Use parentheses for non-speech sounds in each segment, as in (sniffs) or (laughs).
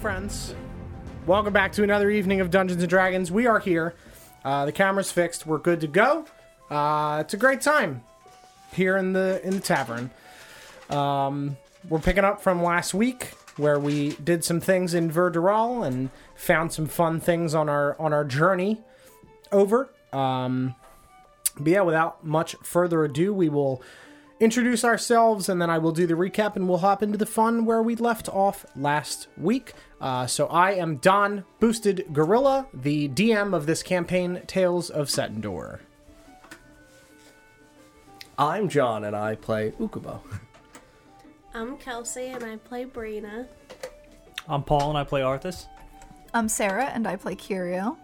friends. Welcome back to another evening of Dungeons and Dragons. We are here. Uh, the camera's fixed. We're good to go. Uh, it's a great time here in the in the tavern. Um, we're picking up from last week where we did some things in Verderal and found some fun things on our on our journey over. Um, but yeah, without much further ado, we will introduce ourselves and then I will do the recap and we'll hop into the fun where we left off last week. Uh, so I am Don Boosted Gorilla, the DM of this campaign, Tales of Setendor. I'm John and I play Ukubo. I'm Kelsey and I play Brina. I'm Paul and I play Arthas. I'm Sarah, and I play Curio.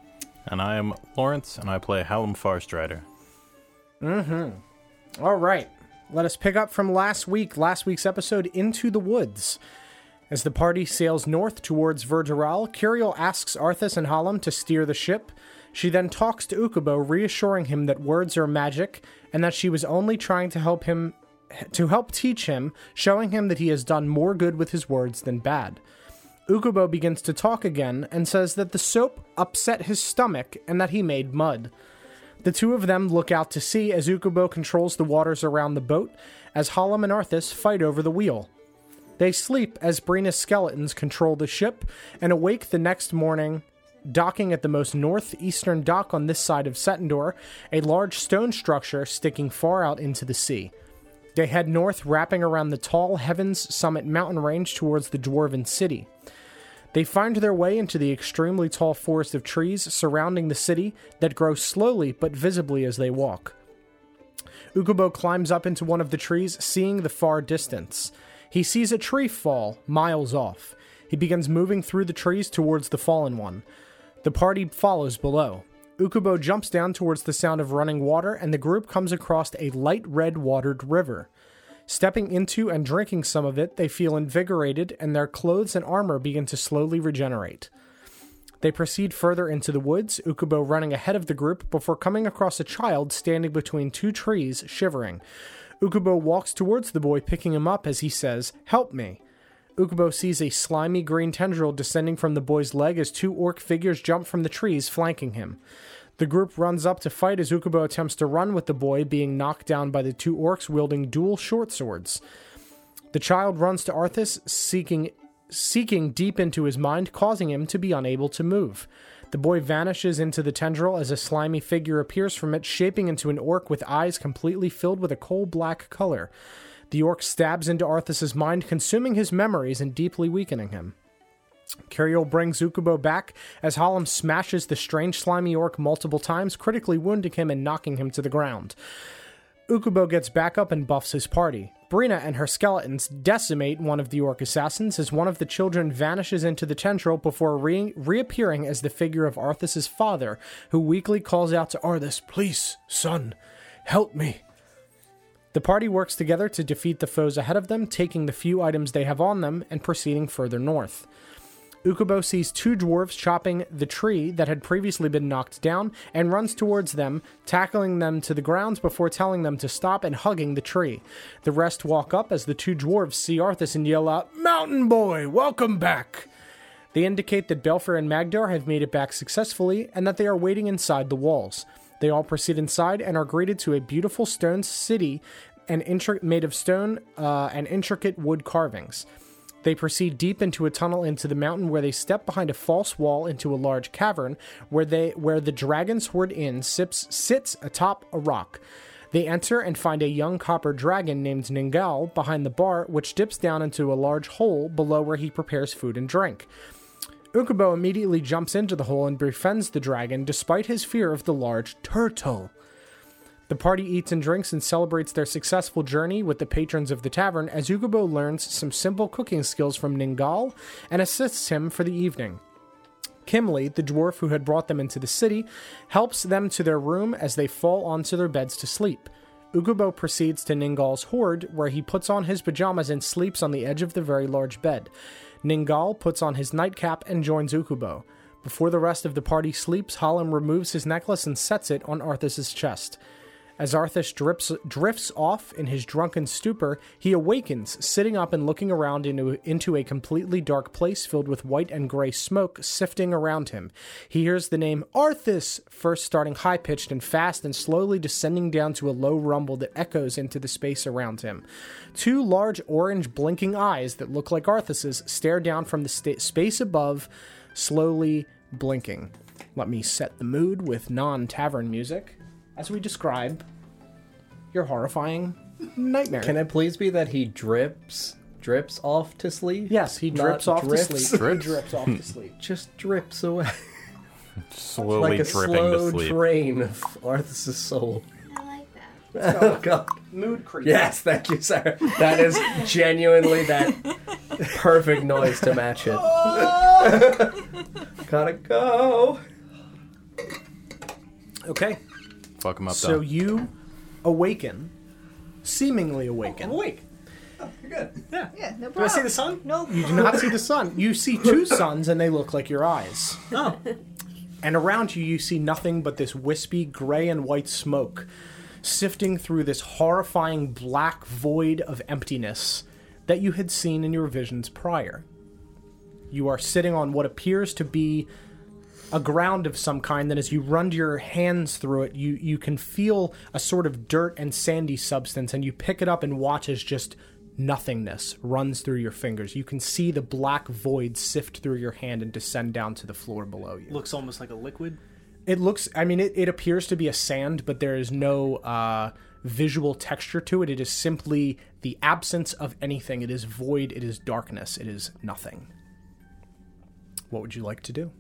And I am Lawrence, and I play Hallam Farstrider. All right. Let us pick up from last week, last week's episode, Into the Woods. As the party sails north towards Verderal, Curiel asks Arthas and Hallam to steer the ship. She then talks to Ukubo, reassuring him that words are magic and that she was only trying to help him to help teach him, showing him that he has done more good with his words than bad. Ukubo begins to talk again and says that the soap upset his stomach and that he made mud. The two of them look out to sea as Ukubo controls the waters around the boat as Hallam and Arthas fight over the wheel. They sleep as Brina's skeletons control the ship and awake the next morning, docking at the most northeastern dock on this side of Setendor, a large stone structure sticking far out into the sea. They head north, wrapping around the tall Heavens Summit mountain range towards the Dwarven city. They find their way into the extremely tall forest of trees surrounding the city that grow slowly but visibly as they walk. Ukubo climbs up into one of the trees, seeing the far distance. He sees a tree fall miles off. He begins moving through the trees towards the fallen one. The party follows below. Ukubo jumps down towards the sound of running water, and the group comes across a light red watered river. Stepping into and drinking some of it, they feel invigorated, and their clothes and armor begin to slowly regenerate. They proceed further into the woods, Ukubo running ahead of the group before coming across a child standing between two trees, shivering. Ukubo walks towards the boy, picking him up as he says, Help me. Ukubo sees a slimy green tendril descending from the boy's leg as two orc figures jump from the trees, flanking him. The group runs up to fight as Ukubo attempts to run with the boy, being knocked down by the two orcs wielding dual short swords. The child runs to Arthas, seeking seeking deep into his mind, causing him to be unable to move. The boy vanishes into the tendril as a slimy figure appears from it, shaping into an orc with eyes completely filled with a coal black color. The orc stabs into Arthas's mind, consuming his memories and deeply weakening him. Curiel brings Ukubo back as Hallam smashes the strange slimy orc multiple times, critically wounding him and knocking him to the ground. Ukubo gets back up and buffs his party. Brina and her skeletons decimate one of the orc assassins as one of the children vanishes into the tendril before re- reappearing as the figure of Arthas's father, who weakly calls out to Arthas, Please, son, help me. The party works together to defeat the foes ahead of them, taking the few items they have on them and proceeding further north. Ukubo sees two dwarves chopping the tree that had previously been knocked down and runs towards them, tackling them to the ground before telling them to stop and hugging the tree. The rest walk up as the two dwarves see Arthas and yell out, Mountain Boy, welcome back! They indicate that Belfer and Magdar have made it back successfully and that they are waiting inside the walls. They all proceed inside and are greeted to a beautiful stone city and intri- made of stone uh, and intricate wood carvings. They proceed deep into a tunnel into the mountain where they step behind a false wall into a large cavern where they where the Dragon's Horde Inn sips, sits atop a rock. They enter and find a young copper dragon named Ningal behind the bar, which dips down into a large hole below where he prepares food and drink. Ukubo immediately jumps into the hole and befriends the dragon despite his fear of the large turtle. The party eats and drinks and celebrates their successful journey with the patrons of the tavern as Ukubo learns some simple cooking skills from Ningal and assists him for the evening. Kimley, the dwarf who had brought them into the city, helps them to their room as they fall onto their beds to sleep. Ukubo proceeds to Ningal's hoard, where he puts on his pajamas and sleeps on the edge of the very large bed. Ningal puts on his nightcap and joins Ukubo. Before the rest of the party sleeps, Hallam removes his necklace and sets it on Arthas's chest. As Arthas drips, drifts off in his drunken stupor, he awakens, sitting up and looking around into, into a completely dark place filled with white and gray smoke sifting around him. He hears the name Arthas, first starting high pitched and fast and slowly descending down to a low rumble that echoes into the space around him. Two large orange blinking eyes that look like Arthas's stare down from the sta- space above, slowly blinking. Let me set the mood with non tavern music as we describe your horrifying nightmare. Can it please be that he drips drips off to sleep? yes, he Not drips off drifts. to sleep. Drips? He drips off to sleep. (laughs) Just drips away Slowly like a dripping slow to sleep. drain of Arthas' soul. I like (laughs) that. Oh god. Mood creep. Yes, thank you, sir. That is genuinely that perfect noise to (laughs) match it. Gotta go. Okay. Fuck him up, So so you awaken, seemingly awaken. Wait. Oh, Yeah, no problem. Do I see the sun? No. You do not see the sun. You see two suns, and they look like your eyes. Oh. And around you, you see nothing but this wispy gray and white smoke sifting through this horrifying black void of emptiness that you had seen in your visions prior. You are sitting on what appears to be a ground of some kind that as you run your hands through it you you can feel a sort of dirt and sandy substance and you pick it up and watch as just nothingness runs through your fingers you can see the black void sift through your hand and descend down to the floor below you Looks almost like a liquid. it looks i mean it, it appears to be a sand but there is no uh visual texture to it it is simply the absence of anything it is void it is darkness it is nothing what would you like to do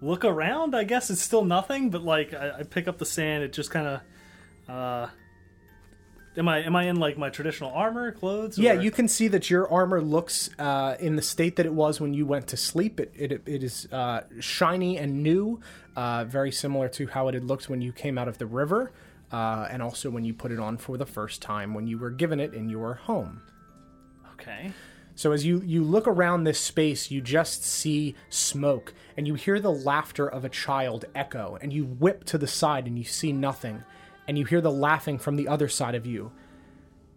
Look around. I guess it's still nothing, but like I, I pick up the sand. It just kind of. Uh, am I am I in like my traditional armor, clothes? Yeah, or- you can see that your armor looks uh, in the state that it was when you went to sleep. It it, it is uh, shiny and new, uh, very similar to how it had looked when you came out of the river, uh, and also when you put it on for the first time when you were given it in your home. Okay. So as you you look around this space, you just see smoke and you hear the laughter of a child echo and you whip to the side and you see nothing and you hear the laughing from the other side of you.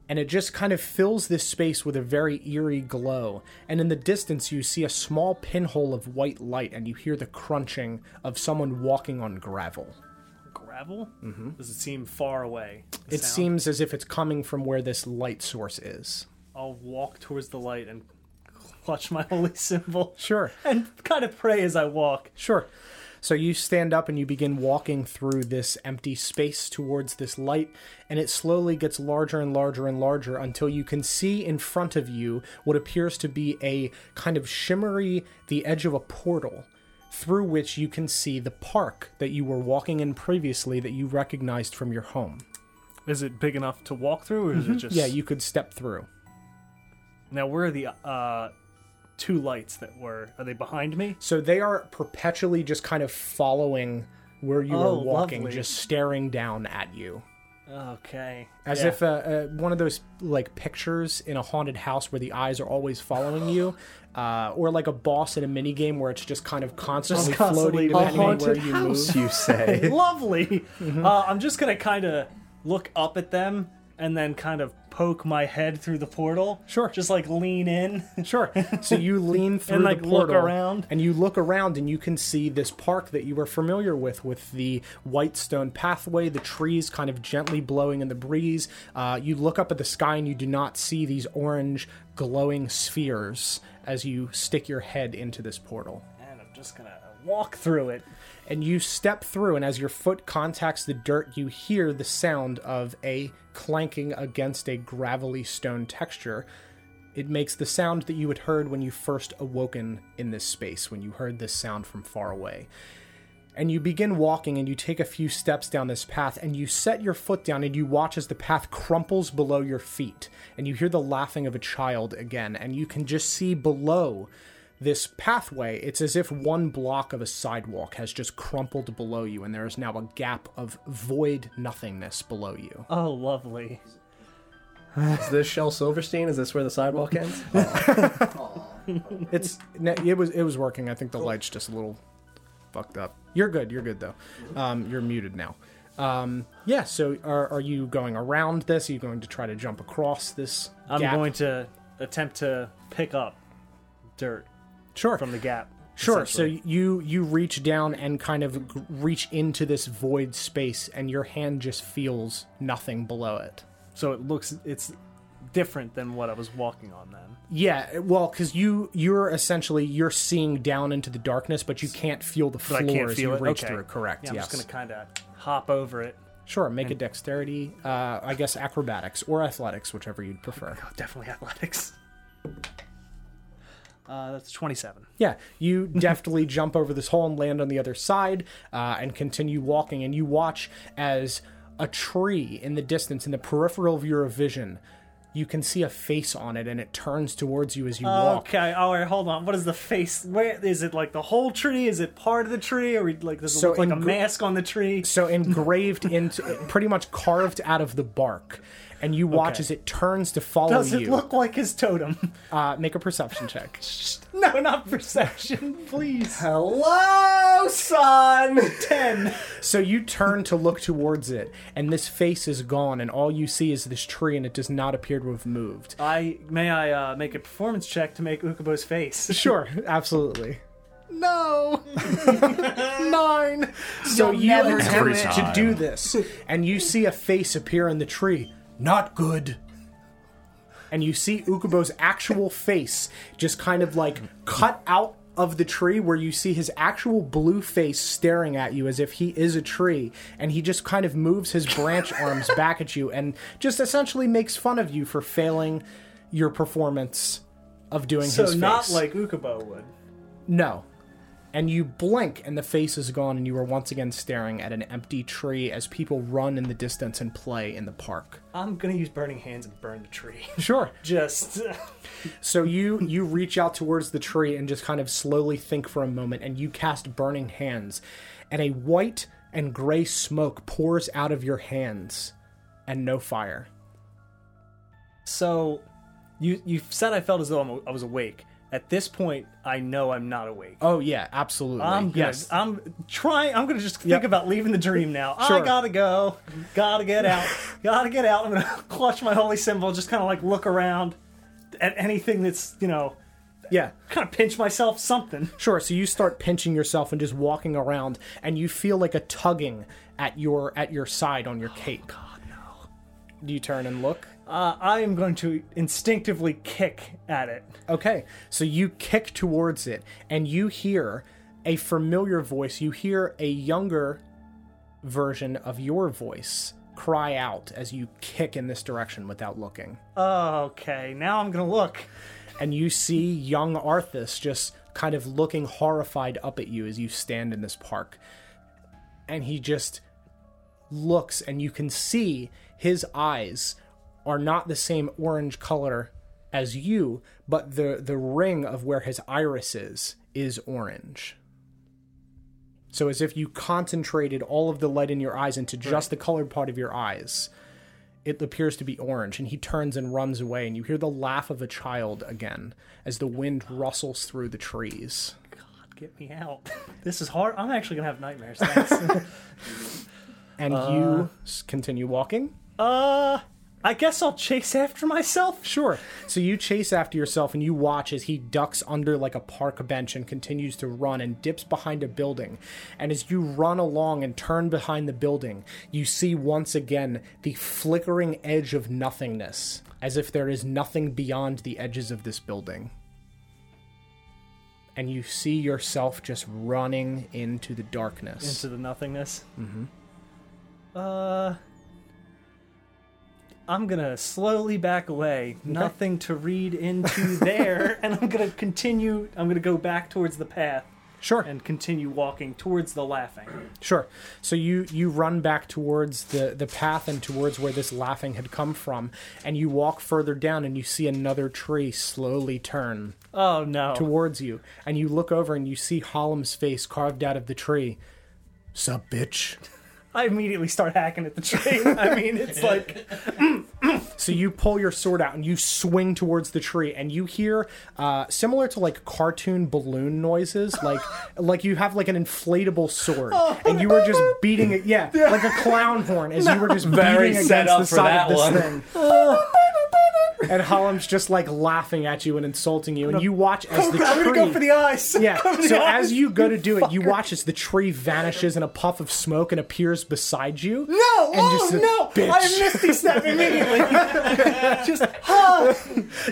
And it just kind of fills this space with a very eerie glow. And in the distance, you see a small pinhole of white light, and you hear the crunching of someone walking on gravel. Gravel. Mm-hmm. Does it seem far away? the It sound? seems as if it's coming from where this light source is. I'll walk towards the light and clutch my (laughs) holy symbol Sure. and kind of pray as I walk. Sure. So you stand up and you begin walking through this empty space towards this light, and it slowly gets larger and larger and larger until you can see in front of you what appears to be a kind of shimmery, the edge of a portal through which you can see the park that you were walking in previously that you recognized from your home. Is it big enough to walk through, or is it just? Yeah, you could step through. Now where are the uh, two lights that were? Are they behind me? So they are perpetually just kind of following where you Oh, are walking, lovely. just staring down at you. Okay. As Yeah. if uh, uh, one of those like pictures in a haunted house where the eyes are always following (gasps) you, uh, or like a boss in a mini game where it's just kind of constantly, Just constantly floating moving. depending on where you move. you (laughs) say. lovely. Uh, I'm just gonna kind of look up at them and then kind of poke my head through the portal. Sure. Just like lean in. (laughs) Sure. (laughs) So you lean through like, the look portal around. and you look around and you can see this park that you were familiar with, with the white stone pathway, the trees kind of gently blowing in the breeze. Uh, you look up at the sky and you do not see these orange glowing spheres as you stick your head into this portal. And I'm just gonna walk through it. and you step through and as your foot contacts the dirt you hear the sound of a clanking against a gravelly stone texture it makes the sound that you had heard when you first awoken in this space when you heard this sound from far away and you begin walking and you take a few steps down this path and you set your foot down and you watch as the path crumples below your feet and you hear the laughing of a child again and you can just see below this pathway it's as if one block of a sidewalk has just crumpled below you and there is now a gap of void nothingness below you Oh, lovely. Is this Shell Silverstein? Is this where the sidewalk ends? it's it was it was working i think the light's just a little fucked up. You're good. You're good though. Um, you're muted now. Um, yeah. So are, are you going around this? Are you going to try to jump across this? I'm gap? going to attempt to pick up dirt sure from the gap. Sure. So essentially. you you reach down and kind of g- reach into this void space, and your hand just feels nothing below it. so it looks it's different than what I was walking on then. Yeah, well, because you you're essentially you're seeing down into the darkness, but you can't feel the floor But I can't as feel you it. reach okay. through. Correct. Yeah, I'm yes. just gonna kind of hop over it. Sure. Make a dexterity. Uh, I guess acrobatics or athletics, whichever you'd prefer. Oh, definitely (laughs) athletics. Uh, that's 27. Yeah, (laughs) you deftly jump over this hole and land on the other side uh, and continue walking. And you watch as a tree in the distance, in the peripheral of your vision, you can see a face on it and it turns towards you as you walk. Okay, all right, hold on. What is the face? Where is it? Like the whole tree? Is it part of the tree? Or like does it So look like in a gr- mask on the tree? So, engraved into, pretty much carved out of the bark. And you watch Okay. as it turns to follow Does you. it look like his totem? uh, make a perception check. (laughs) no, not perception, please. Hello, son. Ten. So you turn to look towards it, and this face is gone, and all you see is this tree, and it does not appear to have moved. (laughs) I may I uh, make a performance check to make Ukubo's (laughs) face. Sure, absolutely. No, (laughs) nine. So You'll you never attempt do it. to do this, and you see a face appear in the tree. Not good. And you see Ukubo's actual face just kind of like cut out of the tree, where you see his actual blue face staring at you as if he is a tree, and he just kind of moves his (laughs) branch arms back at you and just essentially makes fun of you for failing your performance of doing So his face. not like Ukubo would. No. And you blink, and the face is gone, and you are once again staring at an empty tree as people run in the distance and play in the park. I'm gonna use burning hands and burn the tree. (laughs) Sure. Just So you you reach out towards the tree and just kind of slowly think for a moment, and you cast burning hands, and a white and gray smoke pours out of your hands, and no fire. (laughs) so you you said I felt as though I'm, I was awake. At this point, I know I'm not awake. Oh yeah, absolutely. I'm gonna, yes. yes. I'm trying. I'm gonna just think Yep. about leaving the dream now. Sure. I gotta go. Gotta get out. gotta get out. I'm gonna (laughs) clutch my holy symbol. Just kind of like look around at anything that's you know Yeah. kind of pinch myself something. Sure. So you start pinching yourself and just walking around, and you feel like a tugging at your at your side on your cape. Oh, God no! Do you turn and look? Uh, I am going to instinctively kick at it. Okay. So you kick towards it, and you hear a familiar voice. You hear a younger version of your voice cry out as you kick in this direction without looking, Okay, now I'm gonna look. and you see young Arthas just kind of looking horrified up at you as you stand in this park. and he just looks and you can see his eyes are not the same orange color as you but the the ring of where his iris is is orange so as if you concentrated all of the light in your eyes into just the colored part of your eyes it appears to be orange and he turns and runs away and you hear the laugh of a child again as the wind rustles through the trees God, get me out. (laughs) This is hard. I'm actually gonna have nightmares. (laughs) Thanks. and you s- continue walking uh, I guess I'll chase after myself. Sure. So you chase after yourself and you watch as he ducks under like a park bench and continues to run and dips behind a building. And as you run along and turn behind the building, you see once again the flickering edge of nothingness, as if there is nothing beyond the edges of this building. And you see yourself just running into the darkness. Into the nothingness. Mm-hmm. Uh, I'm gonna slowly back away. Nothing to read into (laughs) there, and I'm gonna continue. I'm gonna go back towards the path sure. and continue walking towards the laughing. Sure. So you you run back towards the the path and towards where this laughing had come from, and you walk further down and you see another tree slowly turn Oh no! towards you, and you look over and you see Hallam's face carved out of the tree. Sup, bitch. (laughs) I immediately start hacking at the tree. I mean, it's like So you pull your sword out and you swing towards the tree, and you hear uh, similar to like cartoon balloon noises, (laughs) like like you have like an inflatable sword, Oh, and you were (laughs) just beating it, yeah, like a clown horn, as you were just Very beating set against up the for side of that this one. (laughs) thing. Oh, and Holland's just like laughing at you and insulting you, and you watch as the tree. I'm gonna go for the eyes. (laughs) Yeah. Go for the So eyes. as you go to do it, you watch as the tree vanishes in a puff of smoke and appears beside you. No, No! and just says, oh no! I "Bitch." (laughs) misty step immediately. just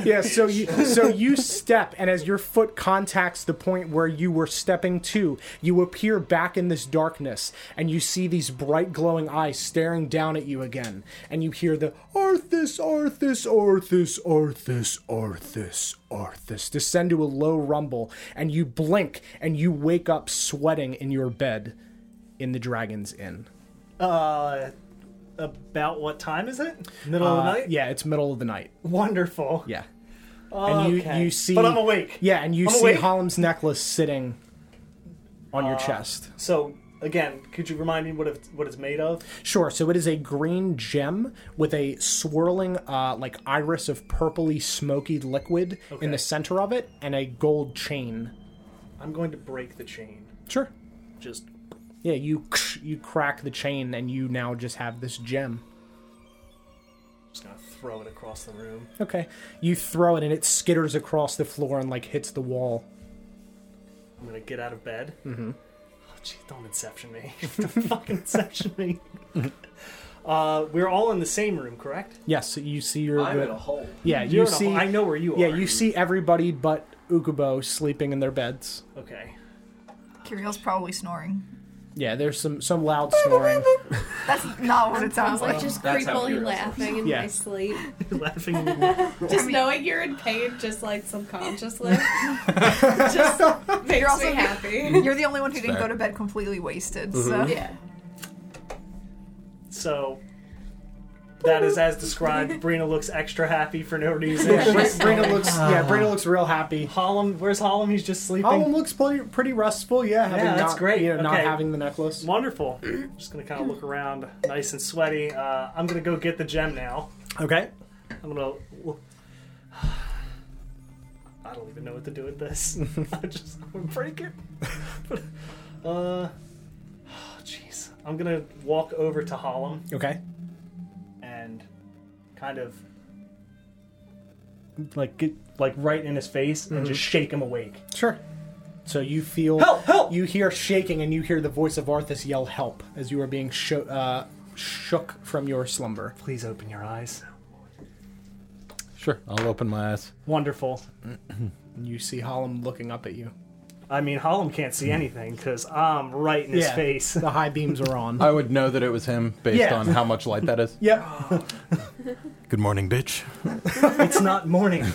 Yeah. So you so you step, and as your foot contacts the point where you were stepping to, you appear back in this darkness, and you see these bright glowing eyes staring down at you again, and you hear the Arthas, Arthas, Arthas, Arthas, Arthas, Arthas descend to a low rumble, and you blink, and you wake up sweating in your bed, in the Dragon's Inn. uh, about what time is it? Middle of the Uh, night. yeah, it's middle of the night. Wonderful. Yeah. And you, Okay. you see But I'm awake. Yeah, and you I'm see awake. Hallam's necklace sitting on your chest. So again, could you remind me what it, what it's made of? Sure, so it is a green gem with a swirling uh, like iris of purpley smoky liquid in the center of it and a gold chain. I'm going to break the chain. Sure. Just Yeah, you you crack the chain and you now just have this gem. just gonna throw it across the room. Okay. You throw it and it skitters across the floor and like hits the wall. I'm gonna get out of bed. Mm-hmm. Oh, gee, don't inception me. (laughs) don't fucking inception me. (laughs) uh, we're all in the same room, correct? Yes, you see your I'm the- in a hole. Yeah, You're you in a see hall- I know where you Yeah, are. you see everybody but Ukubo sleeping in their beds. Okay. (laughs) Kiriel's probably snoring. Yeah, there's some some loud (laughs) snoring. That's not what it Oh, sounds Like like. just That's how creepily heroes laughing in Yeah. my sleep. Laughing. Just knowing you're in pain, just like (laughs) subconsciously, just makes (laughs) You're also- me happy. (laughs) You're the only one who didn't go to bed completely wasted. So yeah. So that is as described. Brina looks extra happy for no reason. Yeah, Bri- Brina looks yeah, Brina looks real happy. Hollum, where's Hollum? He's just sleeping. Album looks pretty, pretty restful. Yeah, having that's not, great. You know, not Okay. having the necklace. Wonderful. Just gonna kind of look around, nice and sweaty. Uh, I'm gonna go get the gem now. Okay. I'm gonna. look- (sighs) I don't even know what to do with (laughs) this. I just I'm gonna break it. (laughs) But, uh, (sighs) oh, jeez. I'm gonna walk over to Hollum Okay. and kind of like get like right in his face and just shake him awake. Sure. So you feel Help, help! You hear shaking, and you hear the voice of Arthas yell "help" as you are being sho- uh, shook from your slumber. Please open your eyes. Sure, I'll open my eyes. Wonderful. You see Hollum looking up at you. I mean, Hollum can't see anything because I'm right in his face. The high beams are on. (laughs) I would know that it was him based Yeah. on how much light that is. yep. (laughs) Good morning, bitch. It's not (laughs) morning.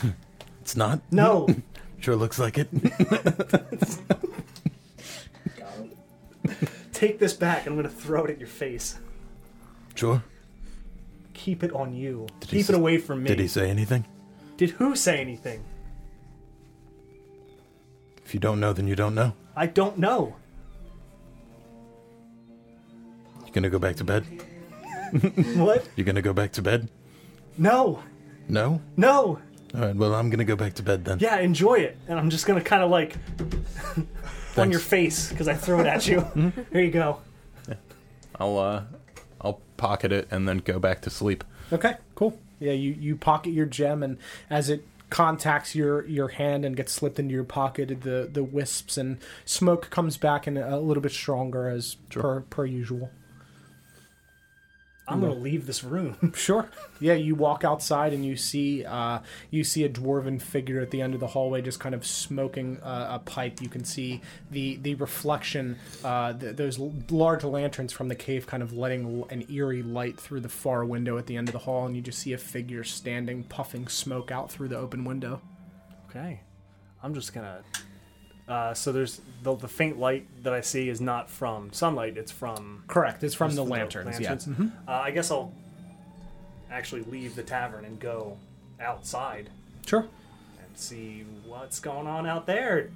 It's not. No. Sure looks like (laughs) it. Take this back. I'm gonna throw it at your face. Sure. Keep it on you. he Keep it s- away from me. Did he say anything? Did who say anything? If you don't know, then you don't know. I don't know. You gonna go back to bed? (laughs) What? You gonna go back to bed? No. No? No. All right, well, I'm gonna go back to bed then. Yeah, enjoy it. And I'm just gonna kind of like on your face because I throw it at (laughs) you. Here you go. I'll, uh, I'll pocket it and then go back to sleep. Okay, cool. Yeah, you you pocket your gem, and as it contacts your your hand and gets slipped into your pocket, the the wisps and smoke comes back and a little bit stronger as per per usual. I'm gonna leave this room. (laughs) Sure. Yeah, you walk outside and you see uh, you see a dwarven figure at the end of the hallway, just kind of smoking uh, a pipe. You can see the the reflection, uh, th- those l- large lanterns from the cave, kind of letting l- an eerie light through the far window at the end of the hall, and you just see a figure standing, puffing smoke out through the open window. okay. I'm just gonna. Uh, so there's the, the faint light that I see is not from sunlight. It's from Correct. It's from Just the lanterns. Yeah. lanterns. Uh, I guess I'll actually leave the tavern and go outside Mm-hmm. Sure. and see what's going on out there.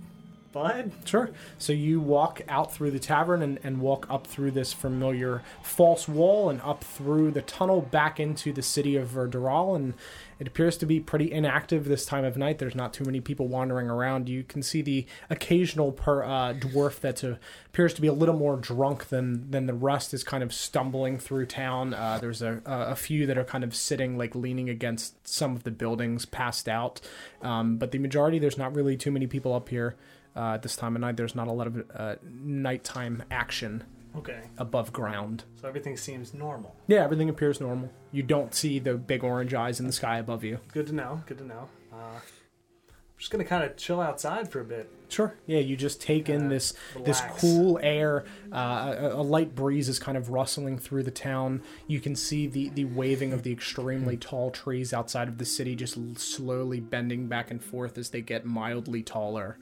bud. Sure. So you walk out through the tavern and, and walk up through this familiar false wall and up through the tunnel back into the city of Verderal. And it appears to be pretty inactive this time of night. There's not too many people wandering around. You can see the occasional per, uh, dwarf that appears to be a little more drunk than, than the rest is kind of stumbling through town. Uh, there's a, a a few that are kind of sitting, like leaning against some of the buildings, passed out. Um, but the majority, there's not really too many people up here uh, at this time of night. There's not a lot of uh, nighttime action Okay, above ground. so everything seems normal. Yeah, everything appears normal. You don't see the big orange eyes in the sky above you. Good to know. Good to know. Uh, I'm just gonna kind of chill outside for a bit. Sure. Yeah, you just take in this this relax. cool air. Uh, a, a light breeze is kind of rustling through the town. You can see the the waving of the extremely tall trees outside of the city, just l- slowly bending back and forth as they get mildly taller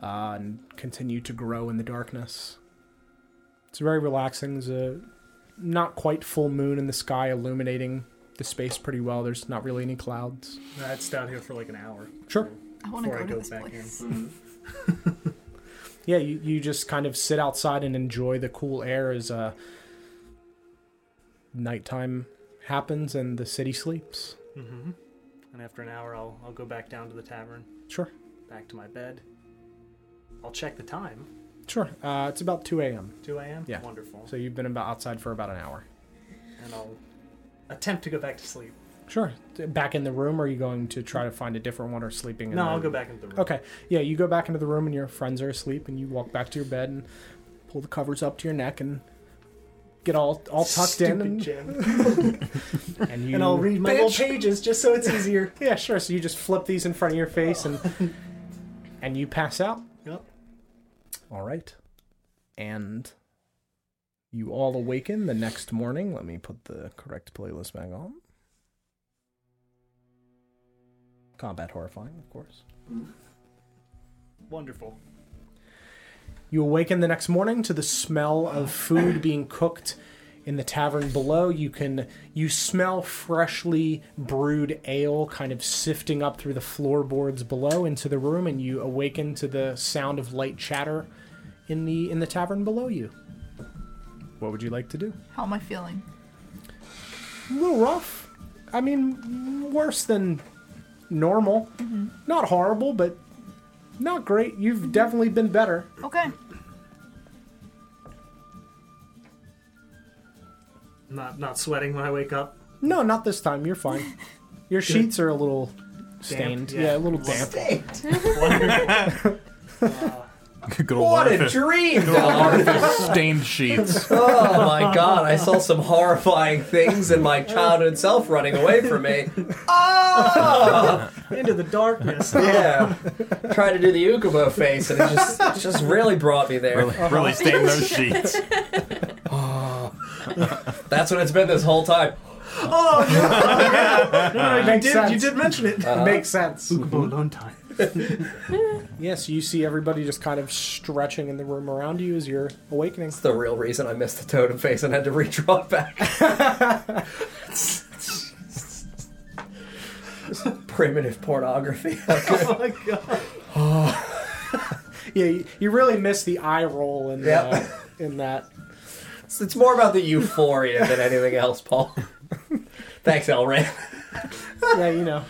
uh, and continue to grow in the darkness. It's very relaxing. There's a not quite full moon in the sky, illuminating the space pretty well. There's not really any clouds. That's down here for like an hour. Sure. I want to Before I go to go this back in. place. yeah, you, you just kind of sit outside and enjoy the cool air as uh, nighttime happens and the city sleeps. Mm-hmm. And after an hour, I'll I'll go back down to the tavern, Sure, back to my bed. I'll check the time. sure. Uh, it's about 2 a.m., 2 a.m. Yeah. Wonderful. so you've been about outside for about an hour. and I'll attempt to go back to sleep. Sure. Back in the room, or are you going to try to find a different one or sleeping in No, the I'll room? go back into the room. Okay. Yeah, you go back into the room and your friends are asleep, and you walk back to your bed and pull the covers up to your neck and get all, all tucked Stupid in. And, Jim. and, you, And I'll read my little pages just so (laughs) it's easier. Yeah, sure. So you just flip these in front of your face and (laughs) and you pass out. Yep. All right. And you all awaken the next morning. Let me put the correct playlist back on. Combat horrifying, of course. Wonderful. You awaken the next morning to the smell of food being cooked in the tavern below. You can you smell freshly brewed ale kind of sifting up through the floorboards below into the room and you awaken to the sound of light chatter in the in the tavern below you. What would you like to do? How am I feeling? A little rough. I mean, worse than normal. Not horrible, but not great. You've definitely been better. Okay. Not not sweating when I wake up. No, not this time. You're (laughs) fine. Your sheets are a little stained. yeah. yeah. a little damp. (laughs) (laughs) Good old What a artifice- dream! good old artifice stained sheets. Oh my god, I saw some horrifying things and my childhood self running away from me. Oh! Into the darkness. Yeah. Tried to do the Ukubo face and it just, it just really brought me there. Really, Uh-huh. really stained (laughs) those sheets. That's what it's been this whole time. no, you, did, you did mention it. (laughs) Makes sense. Mm-hmm. alone time. (laughs) Yes, you see everybody just kind of stretching in the room around you as you're awakening. It's the real reason I missed the totem face and had to redraw it back. Primitive pornography. (laughs) Oh my god. Yeah, you, you really miss the eye roll in Yep. uh, in that. It's, it's more about the euphoria than anything else, Paul. Thanks, Elray. Yeah, you (laughs) know.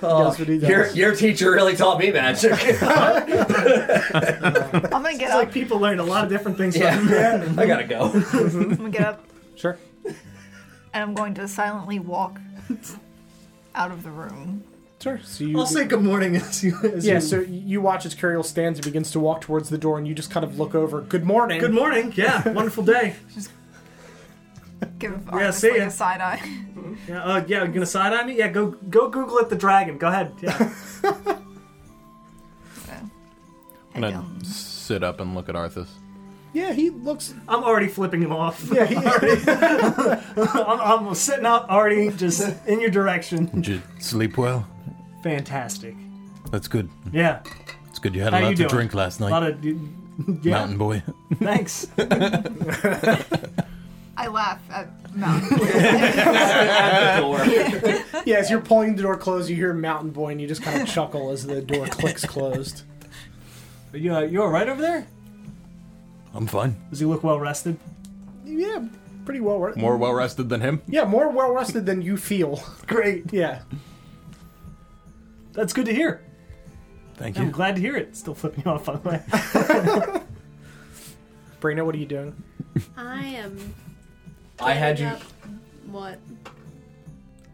Oh, what he does. your, your teacher really taught me magic. (laughs) I'm gonna get It's like up. people learn a lot of different things. Yeah. From him. I gotta go. I'm gonna get up, Sure. and I'm going to silently walk out of the room. Sure. So you (laughs) I'll say good morning as you. As Yeah, you- so you watch as Curiel stands and begins to walk towards the door and you just kind of look over. Good morning. Good morning. Yeah. Wonderful day. Give Arthas see like ya. a side eye. Yeah. Uh, yeah. You gonna side eye me? Yeah. Go go Google it. The dragon. Go ahead. (laughs) Yeah. So, I'm head gonna down. sit up and look at Arthas. Yeah, he looks I'm already flipping him off. Yeah, he, (laughs) (laughs) I'm, I'm sitting up already, just in your direction. Did you sleep well? Fantastic. That's good. Yeah. It's good you had How a you lot to doing? drink last A night, lot of. Yeah. (laughs) Mountain Boy. (laughs) Thanks. I laugh at Mountain. yeah, as you're pulling the door closed, you hear Mountain Boy and you just kind of chuckle as the door clicks closed. Are you, uh, you all right over there? I'm fine. Does he look well rested? Yeah, pretty well rested. More well rested than him. Yeah, more well rested than you feel. (laughs) Great. Yeah. That's good to hear. Thank I'm you. glad to hear it. Still flipping you off, by (laughs) the way. Brina, what are you doing? I am. I had you. up- What?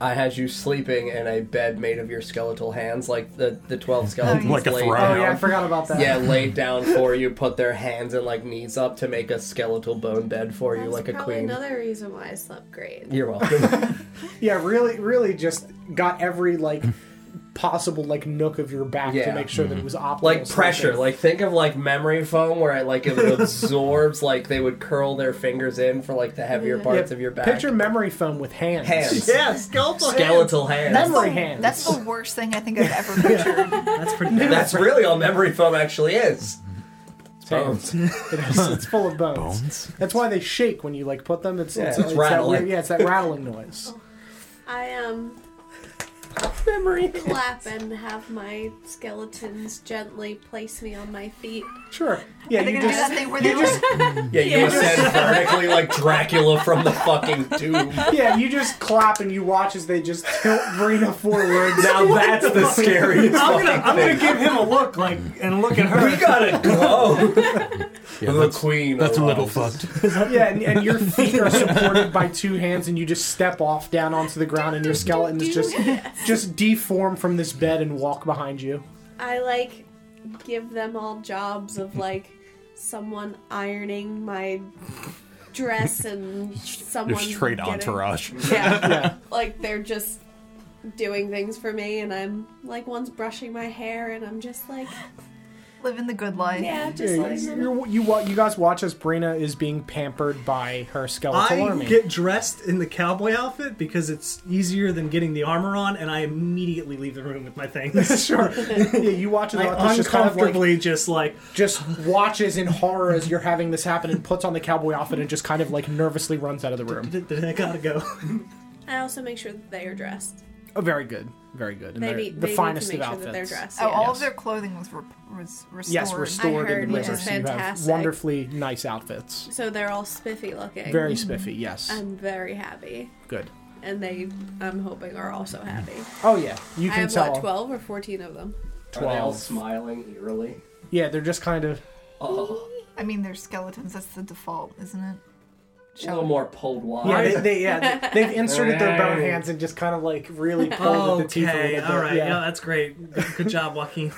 I had you sleeping in a bed made of your skeletal hands, like the the twelve skeletons Like a laid throne. down. Oh yeah, I forgot about that. Yeah, laid down for you, put their hands and like knees up to make a skeletal bone bed for you, That's like a probably queen. another reason why I slept great. (laughs) You're welcome. Yeah, really, really just got every like possible like nook of your back to Yeah. Mm-hmm. make sure that it was optimal. like sleeping. pressure, like think of like memory foam where it (laughs) like it absorbs, like they would curl their fingers in for like the heavier Yeah, parts of your back. Picture memory foam with hands. (laughs) Hands. (laughs) Yeah, skeletal skeletal hands. That's Memory hands. That's the worst thing I think I've ever pictured. That's pretty good. That's really all memory foam actually is. Bones. (laughs) it is, it's full of bones. Bones? That's why they shake when you like put them. It's Yeah, it's, it's that rattling. weird- yeah, it's that rattling noise. I am (laughs) Memory. clap and have my skeletons gently place me on my feet. Sure. Yeah, They're you gonna do just that thing where they just Yeah, you ascend vertically like Dracula from the fucking tomb. (laughs) yeah you just clap and you watch as they just tilt Brina forward. Now that's the (laughs) scariest I'm gonna, fucking I'm gonna thing. give him a look, like, and look at her. We gotta (laughs) go. Yeah, the that's, queen. that's a little arrives. fucked. Yeah, and, and your feet are supported by two hands, and you just step off down onto the ground, and your skeleton is just just deform from this bed and walk behind you. I like give them all jobs of like someone ironing my dress and someone You're straight getting- entourage. Yeah, (laughs) Yeah, like they're just doing things for me, and I'm like one's brushing my hair, and I'm just like living the good life. yeah, just yeah like you, you wa- you guys watch as Brina is being pampered by her skeletal I army. get dressed in the cowboy outfit because it's easier than getting the armor on, and I immediately leave the room with my things. sure. Yeah, you watch it. I It's just kind of like uncomfortably just like, just watches in horror as you're having this happen and puts on the cowboy outfit and just kind of like nervously runs out of the room. I gotta go. I also make sure that they are dressed. Oh, very good, very good. And They they're need the they finest need to make of sure that outfits. they're dressed. Oh, yeah. all of their clothing was, re- was restored. Yes, restored heard, and which reserved. is So you have fantastic. wonderfully nice outfits. So they're all spiffy looking. Very spiffy. Yes, I'm very happy, good. and they I'm hoping are also happy. Oh yeah, you I can have tell. what twelve or fourteen of them. Are they all 12. smiling eerily? Yeah, they're just kind of. Oh, I mean, they're skeletons. That's the default, isn't it? a little more pulled wire. Yeah, they, they yeah they- (laughs) they've inserted their bone hands and just kind of like really pulled with the teeth a little Okay, bit. all right, yeah. yeah. that's great. Good, good job, Joaquin.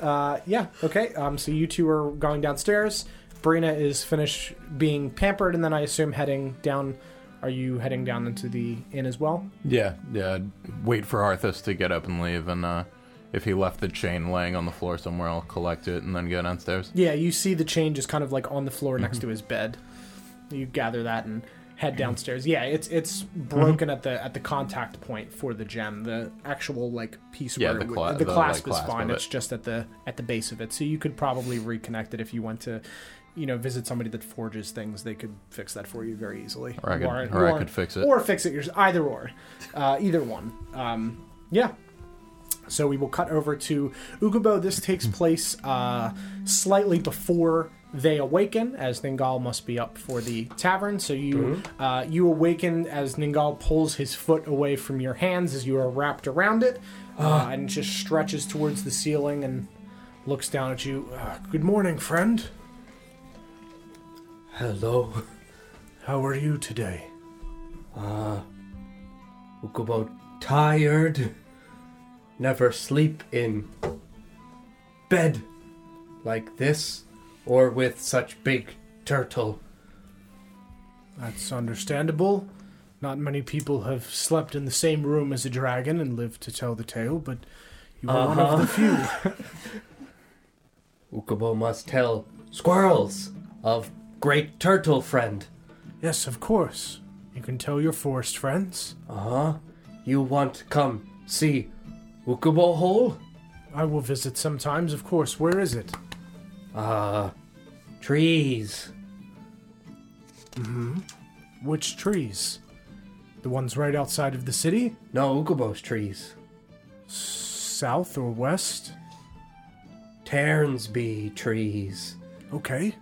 Uh, yeah. Okay. Um. So you two are going downstairs. Brina is finished being pampered, and then I assume heading down. Are you heading down into the inn as well? Yeah, yeah. I'd Wait for Arthas to get up and leave, and uh, if he left the chain laying on the floor somewhere, I'll collect it and then go downstairs. Yeah. You see the chain just kind of like on the floor Mm-hmm. next to his bed. You gather that and head downstairs. Yeah. It's it's Mm-hmm. broken at the at the contact point for the gem. The actual like piece Yeah, where the it would- cla- the the, clasp like, is clasp fine. of it. It's just at the at the base of it. So you could probably reconnect it if you went to. You know, visit somebody that forges things. They could fix that for you very easily. Or I could- Warren- or I Warren- could fix it. Or fix it yours. Either or. Uh, either one. Um, yeah. So we will cut over to Ukubo. This takes place uh, slightly before they awaken, as Ningal must be up for the tavern. So you uh, you awaken as Ningal pulls his foot away from your hands as you are wrapped around it, uh, and just stretches towards the ceiling and looks down at you. Uh, Good morning, friend. Hello. How are you today? Ukubo tired. Never sleep in bed like this or with such big turtle. That's understandable. Not many people have slept in the same room as a dragon and lived to tell the tale, but you are one of the few. Ukubo must tell squirrels of great turtle friend. Yes, of course. You can tell your forest friends. Uh-huh. You want come see Ukubo hole? I will visit sometimes, of course. Where is it? Ah, trees. Which trees? The ones right outside of the city? No, Ukubo's trees. south or west? Cairnsby trees. Okay.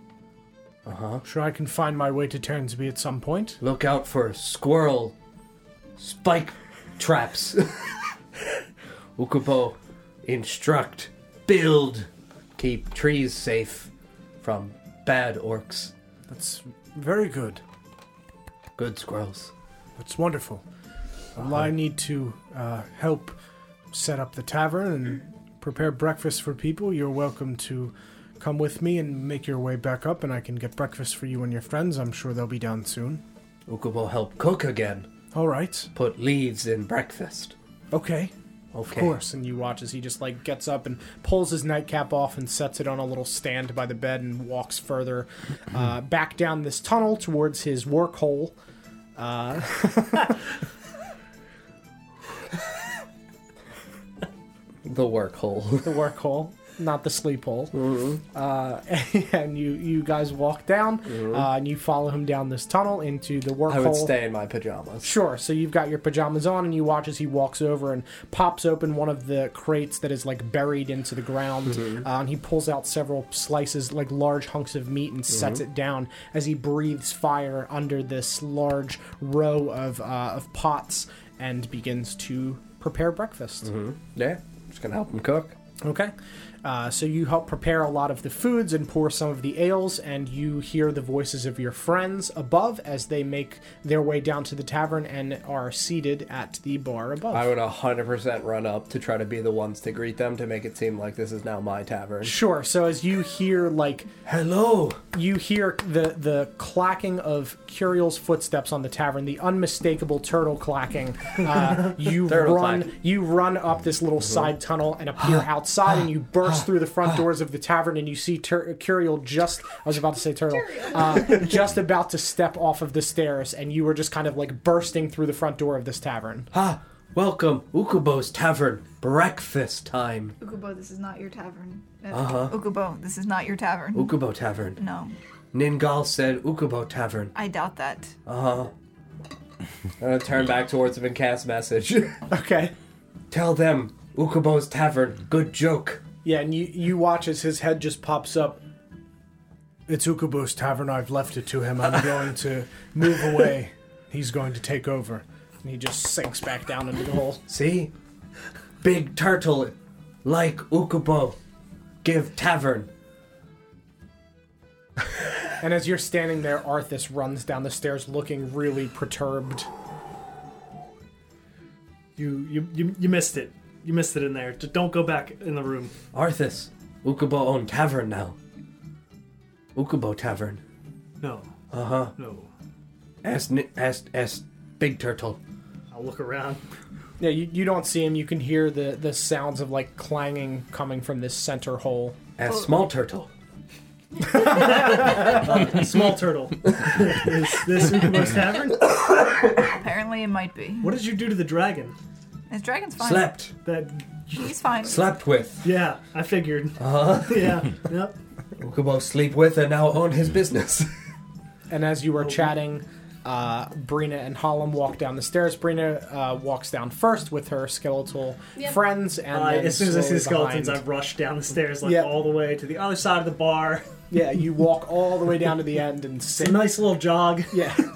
Uh huh. Sure, I can find my way to Ternsby at some point. Look out for squirrel spike traps. (laughs) Ukupo, instruct, build, keep trees safe from bad orcs, That's very good. good squirrels. That's wonderful. Well, I need to uh, help set up the tavern and prepare breakfast for people. You're welcome to come with me and make your way back up, and I can get breakfast for you and your friends. I'm sure they'll be down soon. Ukupo help cook again. All right. Put leaves in breakfast. Okay. Okay. Of course. And you watch as he just like gets up and pulls his nightcap off and sets it on a little stand by the bed and walks further uh, back down this tunnel towards his work hole. The work (laughs) hole. the work hole, not the sleep hole. Mm-hmm. Uh, (laughs) and you you guys walk down, uh, and you follow him down this tunnel into the work Mm-hmm. I hole. would stay in my pajamas. Sure. So you've got your pajamas on, and you watch as he walks over and pops open one of the crates that is like buried into the ground, uh, and he pulls out several slices, like large hunks of meat, and sets it down as he breathes fire under this large row of uh, of pots and begins to prepare breakfast. Yeah, just gonna help him cook. Okay. Uh, so you help prepare a lot of the foods and pour some of the ales, and you hear the voices of your friends above as they make their way down to the tavern and are seated at the bar above. I would 100% run up to try to be the ones to greet them to make it seem like this is now my tavern. Sure. So as you hear, like, Hello! you hear the the clacking of Curiel's footsteps on the tavern, the unmistakable turtle clacking. Uh, you Turtle run, clack. you run up this little side tunnel and appear outside, and you burst through the front doors of the tavern, and you see Tur- Curiel just. I was about to say turtle, uh, just about to step off of the stairs, and you were just kind of like bursting through the front door of this tavern. Ah, welcome, Ukubo's Tavern. Breakfast time. Ukubo, this is not your tavern. Uh-huh. Ukubo, this is not your tavern. Ukubo Tavern. no, Ningal said Ukubo Tavern. I doubt that. I'm gonna turn back towards him and cast message. (laughs) Okay. Tell them Ukubo's Tavern. Good joke. Yeah, and you, you watch as his head just pops up. It's Ukubo's tavern. I've left it to him. I'm going to move away. He's going to take over. And he just sinks back down into the hole. See? Big turtle like Ukubo. Give tavern. And as you're standing there, Arthas runs down the stairs looking really perturbed. You, you you you missed it. You missed it in there. D- Don't go back in the room. Arthas, Ukubo own tavern now. Ukubo Tavern. No. Uh huh. No. Ask, Ni- ask, ask Big Turtle. I'll look around. Yeah, you, you don't see him. You can hear the, the sounds of like clanging coming from this center hole. Ask Small Turtle. Small turtle. (laughs) is this Ukubo's tavern? Apparently, it might be. What did you do to the dragon? His dragon's fine. Slept. That. He's fine. Slept with. Yeah, (laughs) I figured. Uh-huh. Uh huh. (laughs) Yeah. Yep. Ukubo sleep with and now own his business. (laughs) And as you were chatting, uh, Brina and Hollum walk down the stairs. Brina uh, walks down first with her skeletal friends, (laughs) and Uh, then as soon as I see slowly the skeletons, behind. I rush down the stairs, like Yep. all the way to the other side of the bar. (laughs) Yeah, you walk all the way down to the end and It's sit. a nice little jog. (laughs) Yeah. (laughs)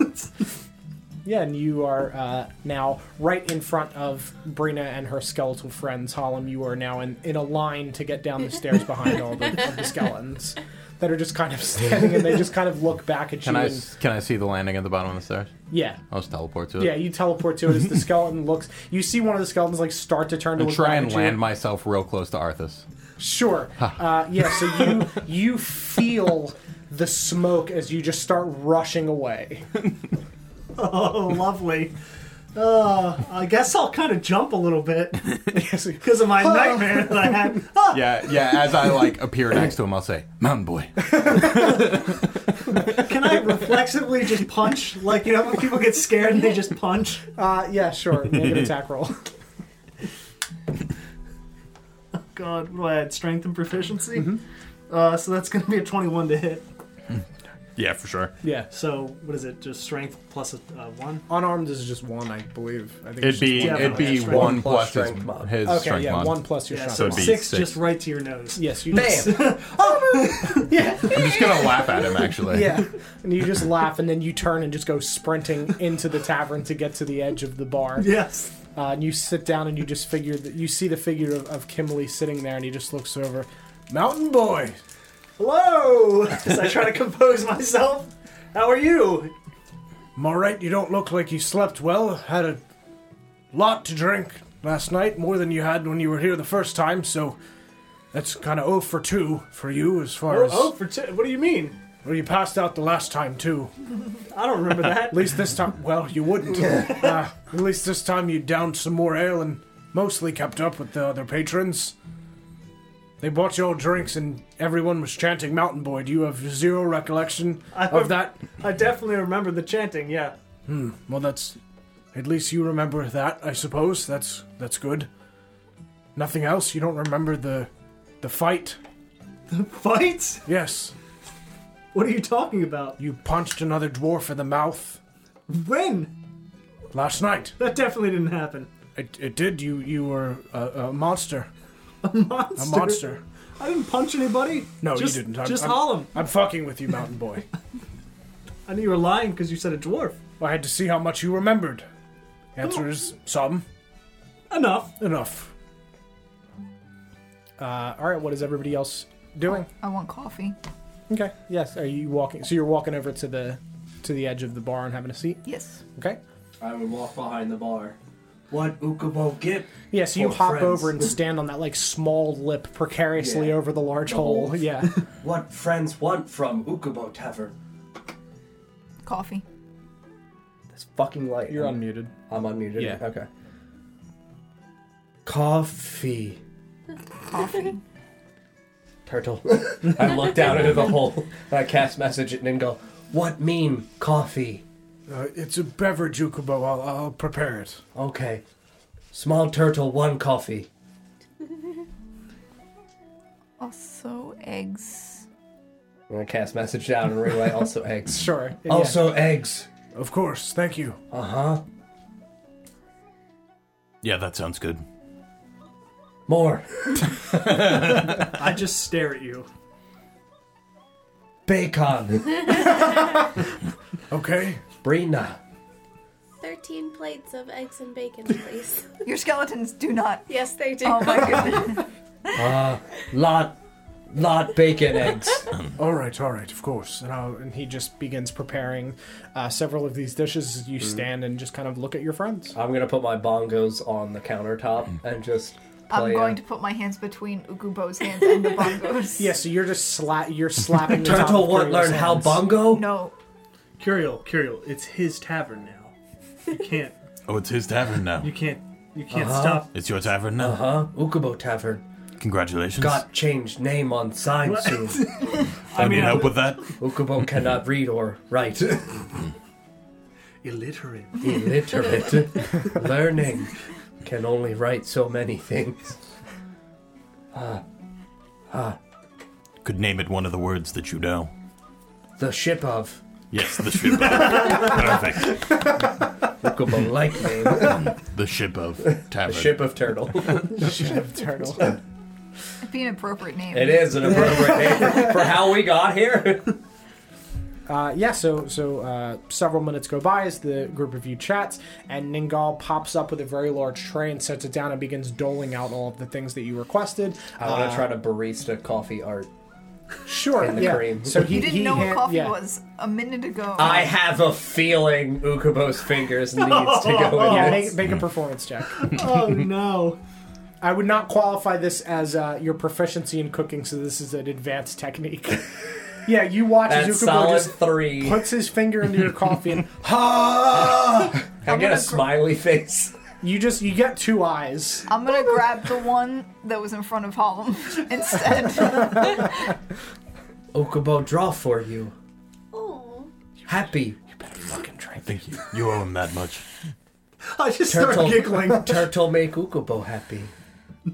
Yeah, and you are uh, now right in front of Brina and her skeletal friends. Hollum, you are now in, in a line to get down the stairs behind all the, of the skeletons that are just kind of standing and they just kind of look back at Can you. I and, s- can I see the landing at the bottom of the stairs? yeah. I'll just teleport to it. Yeah, you teleport to it as the (laughs) skeleton looks. You see one of the skeletons like start to turn to and look try back and at you. land myself real close to Arthas. Sure. Uh, yeah. So you you feel the smoke as you just start rushing (laughs) away. (laughs) Oh, lovely. Uh, I guess I'll kind of jump a little bit Uh, (laughs) because of my nightmare that I had. Ah, Yeah, yeah. As I like appear next to him, I'll say, "Mountain boy." Can I reflexively just punch? Like, you know, when people get scared and they just punch? Oh, Uh, yeah. Sure. Make (laughs) an attack roll. (laughs) Mm-hmm. God, what do I add? Strength and proficiency? Uh, so that's going to be a 21 to hit. Yeah, for sure. Yeah. So what is it? Just strength plus a uh, one. Unarmed is just one, I believe. I think It'd it's just be one. it'd be Definitely. Strength one plus plus, his, strength mod. his okay. strength yeah, mod. one plus your Yeah, shot. so it'd be six, six. just right to your nose. yes, you Bam! just I'm just gonna laugh at him actually. yeah, (laughs) and you just laugh, and then you turn and just go sprinting into the tavern to get to the edge of the bar. Yes. Uh, and you sit down and you just figure that you see the figure of, of Kimberly sitting there, and he just looks over. Mountain boy, Hello. As I try to compose myself. How are you? I'm all right. You don't look like you slept well. Had a lot to drink last night, more than you had when you were here the first time. So that's kind of 0 for two for you as far Oh, as oh, for two. What do you mean? well, you passed out the last time too. I don't remember that. (laughs) At least this time, well, you wouldn't. uh, at least this time you downed some more ale and mostly kept up with the other patrons. They bought you all drinks and everyone was chanting Mountain Boy. Do you have zero recollection I of that? I definitely remember the chanting. Yeah. Well, that's at least you remember that, I suppose. That's that's good. Nothing else. You don't remember the the fight. Fights? Yes, What are you talking about? you punched another dwarf in the mouth When? last night. That definitely didn't happen. It, it did. You you were a, a monster. Monster. A monster. I didn't punch anybody. No, you just, didn't. I'm- just I'm- Hollem. I'm fucking with you, Mountain (laughs) Boy. I knew you were lying because you said a dwarf. I had to see how much you remembered. Answer is some. Enough. Enough. Uh, all right. What is everybody else doing? I want coffee. Okay. Yes. Are you walking? So you're walking over to the to the edge of the bar and having a seat. Yes. Okay. I would walk behind the bar. What Ukubo get? Yeah, so you Or hop friends. over and stand on that like small lip precariously Yeah. over the large The hole. hole. Yeah. What friends want from Ukubo Tavern? Coffee. This fucking light. You're I'm, unmuted. I'm unmuted. Yeah. Okay. Coffee. Coffee. Turtle. (laughs) I look down into the hole. I cast message at Ningal. What mean coffee? (laughs) Uh, it's a beverage, Ukubo. I'll, I'll prepare it. Okay. Small turtle, one coffee. also eggs. I'm gonna cast message down and relay also eggs. Sure. (laughs) Yeah. Also eggs. Of course. Thank you. Uh huh. Yeah, that sounds good. More. I just stare at you. Bacon. Okay. Brina. 13 plates of eggs and (laughs) bacon, please. Your skeletons do (laughs) not. yes, they do. Oh my goodness. Lot. Lot bacon eggs. All right. All right. Of course. And, I'll, and he just begins preparing uh, several of these dishes. as Mm-hmm. You stand and just kind of look at your friends. I'm gonna put my bongos on the countertop and just play. I'm going to put my hands between Ukubo's hands and (laughs) the bongos. Yeah. So you're just sla- You're slapping. (laughs) the top Turtle of want Kurio's learn how hands. bongo? No. Curiel, Curiel, it's his tavern now. (laughs) You can't. Oh, it's his tavern now. You Uh-huh. can't. You can't stop. It's your tavern now. Huh? Ukubo Tavern Congratulations. got changed name on sign soon. I need help with that. Ukubo cannot read or write. Illiterate. Illiterate. Learning can only write so many things. Could name it one of the words that you know. The ship of Yes, the ship of. Perfect. Ukubo like name. The ship of The tavern. ship of turtle. Turtle. It'd be an appropriate name. It is an appropriate name for how we got here. (laughs) (laughs) Uh, yeah, so so uh, several minutes go by as the group of you chats, and Ningal pops up with a very large tray and sets it down and begins doling out all of the things that you requested. I want to try to barista coffee art. Sure, and the yeah. cream. So he You didn't he know what hand- coffee yeah. was a minute ago. I have a feeling Ukubo's fingers needs to go in Yeah, this. make, make a performance check. oh no. I would not qualify this as uh, your proficiency in cooking, so this is an advanced (laughs) technique. yeah, you watch That's as Zuko solid just three. puts his finger into your coffee, and I get gonna a gr- smiley face. you just you get two eyes. I'm gonna grab the one that was in front of Hollum instead. Okubo draw for you. Oh, Happy Thank you. You owe him that much. (laughs) I just turtle. start giggling. (laughs) turtle make Ukubo happy.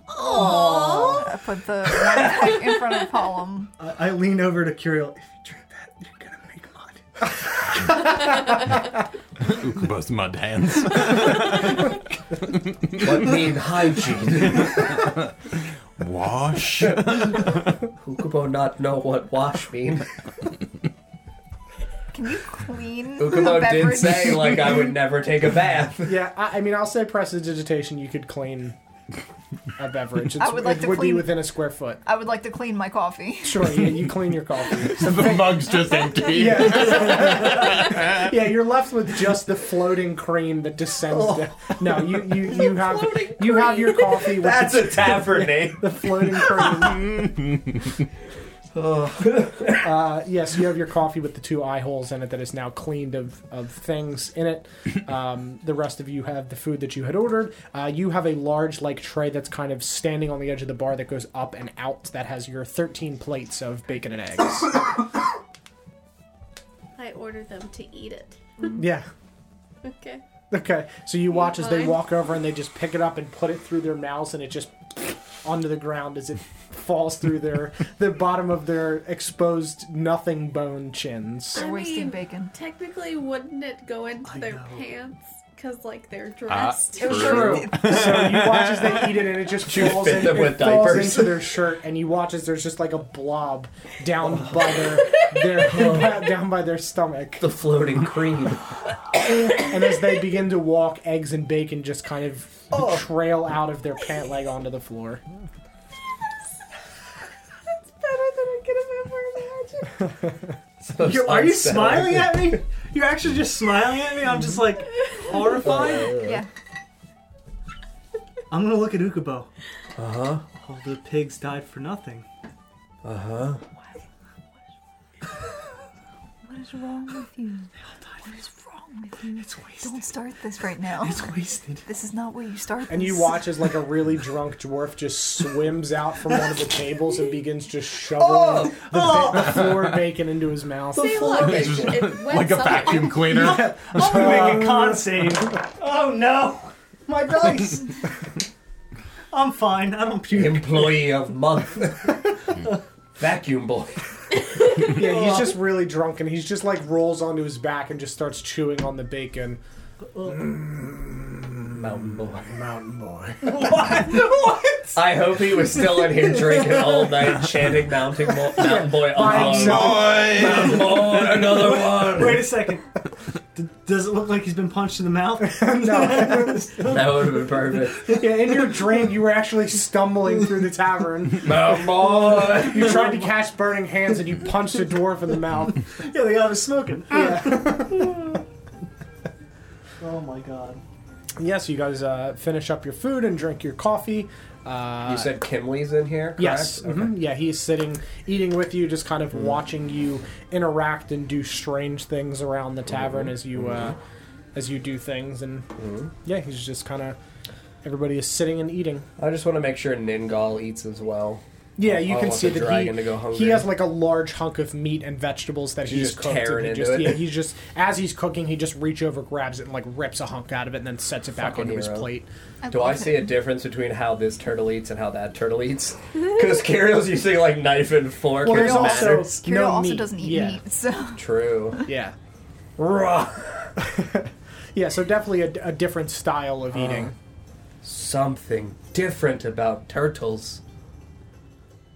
I put the one back in front of Hollum. I, I lean over to Curiel. If you drink that, you're gonna make my Ukuba's mud hands. (laughs) But mean hygiene. Wash. Ukubo not know what wash mean. Can you clean Oh, the Ukubo did beverage? say like I would never take a bath. Yeah, I, I mean, I'll say prestidigitation. You could clean a beverage. It's, would like it to would be clean- within a square foot. I would like to clean my coffee. Sure. Yeah, you clean your coffee. (laughs) So- the mug's just empty. yeah, you're left with just the floating cream that descends. Oh. down. No, you you (laughs) you have you have your coffee. With (laughs) That's the, a (laughs) tavern name. the floating (laughs) cream. Uh, yes, you have your coffee with the two eye holes in it that is now cleaned of, of things in it. Um, the rest of you have the food that you had ordered. Uh, you have a large like tray that's kind of standing on the edge of the bar that goes up and out that has your 13 plates of bacon and eggs. I order them to eat it. yeah. Okay. Okay. So you watch as they Fine. walk over and they just pick it up and put it through their mouths and it just (sniffs) onto the ground as it falls through their the bottom of their exposed nothing bone chins. They're I wasting mean- bacon. Technically, wouldn't it go into their pants? Because, like, they're Ah, dressed. true. So you watch as they eat it, and it just falls, fit in, them it with falls diapers. into their shirt, and you watch as there's just like a blob down by their, their (laughs) down by their stomach. The floating cream. (laughs) And as they begin to walk, eggs and bacon just kind of trail out of their pant leg onto the floor. So You're, are you unsettling. smiling at (laughs) me? You're actually just smiling at me. I'm just like horrified. Yeah. I'm gonna look at Ukubo. Uh huh. All the pigs died for nothing. Uh huh. What is wrong with you? What is wrong with you? It's wasted. Don't start this right now. It's wasted. This is not where you start. And you this. watch as like a really drunk dwarf just swims out from one of the tables and begins just shoveling Oh, the, ba- (laughs) the floor bacon into his (laughs) mouth. The See, floor look, is it, just it went like a somewhere. (laughs) vacuum cleaner. I'm gonna make a con save. Oh no, my (laughs) dice. I'm fine. I don't puke. employee of (laughs) month. Vacuum boy. Yeah, he's just really drunk and he's just like rolls onto his back and just starts chewing on the bacon. Mm, Mountain boy. (laughs) Mountain (laughs) boy. What? What? I hope he was still in here drinking all night, chanting Mountain, Mo- Mountain Boy By alone. himself. Mountain Boy, (laughs) another one. Wait a second. D- does it look like he's been punched in the (laughs) mouth? (laughs) No. That would have been perfect. yeah, in your drink, you were actually stumbling through the tavern. Mountain Boy. You tried to catch burning hands and you punched a dwarf in the mouth. yeah, the guy was smoking. Yeah. (laughs) Oh my god. Yes, you guys uh, finish up your food and drink your coffee. Uh, You said Kimley's in here. Correct? Yes. Okay. mhm. Yeah, he's sitting, eating with you, just kind of watching you interact and do strange things around the tavern as you uh, as you do things, and yeah, he's just kind of everybody is sitting and eating. I just want to make sure Ningal eats as well. Yeah, oh, I you don't can want see the that he, dragon to go hungry. he has like a large hunk of meat and vegetables that He's he's just cooked. and tearing he into just, it. Yeah, he's just as he's cooking, he just reach over, grabs it, and like rips a hunk out of it, and then sets it back Fucking onto his hero. plate. Do I see a difference between how this turtle eats and how that turtle eats? Because Kirill's using like knife and fork. Well, which there's also matters. Kira no also meat. doesn't eat yeah. meat, (laughs) so true. Yeah, Raw. yeah. So definitely a, a different style Uh, of eating. Something different about turtles.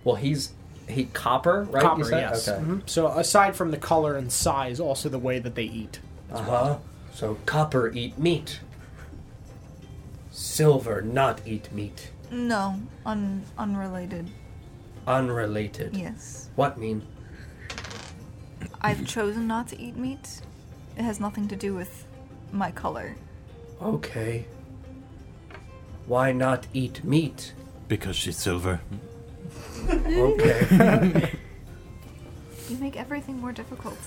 Well, he's he copper, right? you copper, said? yes. Okay. Mhm. So aside from the color and size, also the way that they eat. Uh huh. So copper eat meat. Silver not eat meat. no, un- unrelated. Unrelated. Yes, What mean? I've chosen not to eat meat. It has nothing to do with my color. Okay. Why not eat (laughs) meat? Because she's silver. (laughs) Okay. You make everything more difficult.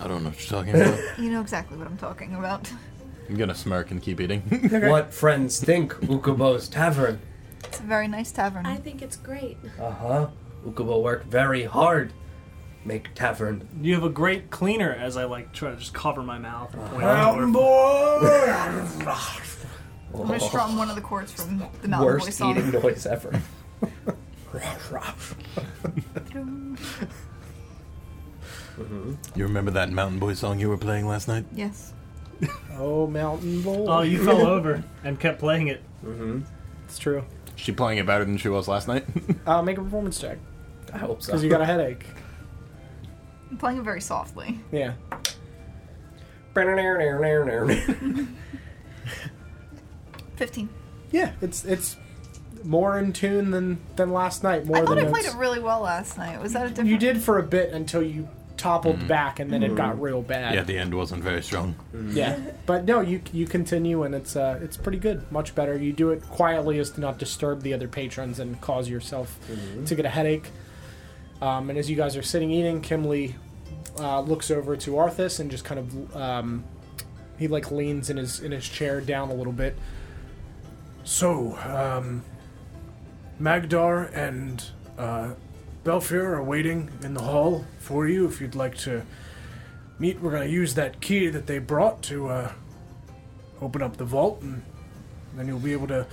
I don't know what you're talking about. You know exactly what I'm talking about. I'm gonna smirk and keep eating. (laughs) what friends think Ukubo's tavern? It's a very nice tavern. I think it's great. Uh huh. Ukubo worked very hard. Make tavern. You have a great cleaner. As I like try to just cover my mouth. And Uh-huh. point outward. I'm Oh. gonna strum one of the chords from the Mountain Boy Worst song. eating noise ever. (laughs) You remember that Mountain Boy song you were playing last night? Yes. Oh, mountain boy. Oh, (laughs) you fell over and kept playing it. It's true. She playing it better than she was last night. Uh, make a performance check I hope so. because you got a headache. I'm playing it very softly. Yeah. Fifteen. Yeah, it's it's more in tune than than last night. More I thought than I played it's- it really well last night. Was that a different? you did for a bit until you toppled back, and then it got real bad. Yeah, the end wasn't very strong. Yeah, but no, you you continue and it's uh it's pretty good, much better. You do it quietly as to not disturb the other patrons and cause yourself to get a headache. Um, and as you guys are sitting eating, Kimley uh, looks over to Arthas and just kind of um, he like leans in his in his chair down a little bit. So, um, Magdar and uh, Belfir are waiting in the hall for you if you'd like to meet. We're going to use that key that they brought to uh, open up the vault, and then you'll be able to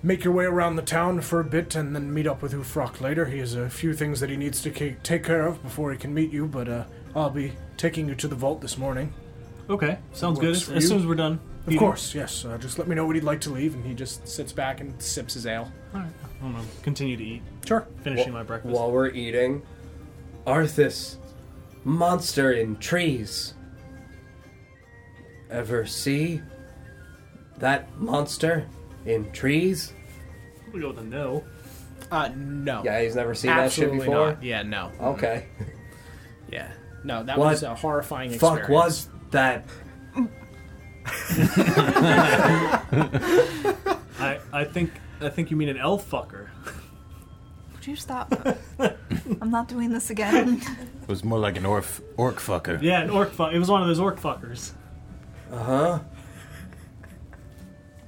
make your way around the town for a bit and then meet up with Ufrock later. He has a few things that he needs to ca- take care of before he can meet you, but uh, I'll be taking you to the vault this morning. Okay, sounds Works good. for As you? soon as we're done. Of course, yes. Uh, just let me know when he'd like to leave, and he just sits back and sips his ale. I'm gonna continue to eat, Sure. finishing my breakfast. While we're eating, Arthas, monster in trees. Ever see that monster in trees? we go with a no. Uh, no. Yeah, he's never seen Absolutely that shit before. not. Yeah, no. (laughs) Okay. Yeah. No, that What was a horrifying Fuck experience. was that? I, I think I think you mean an elf fucker. Would you stop? I'm not doing this again. It was more like an orf, orc fucker. Yeah, an orc fuck. It was one of those orc fuckers. Uh-huh.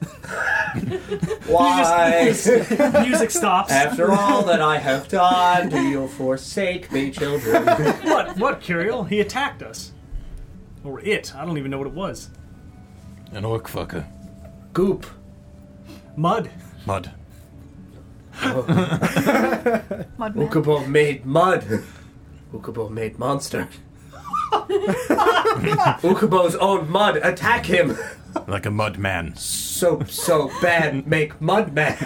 (laughs) Why? (laughs) Music stops. After all that I have done, do you forsake me, children? what? What, Curiel? He attacked us. Or it. I don't even know what it was. An orc fucker. (laughs) Goop. Mud. Mud. Oh, Mudman. Ukubo made mud. Ukubo made monster. Ukubo's own mud. Attack him. Like a mud man. So so bad. Make mud man.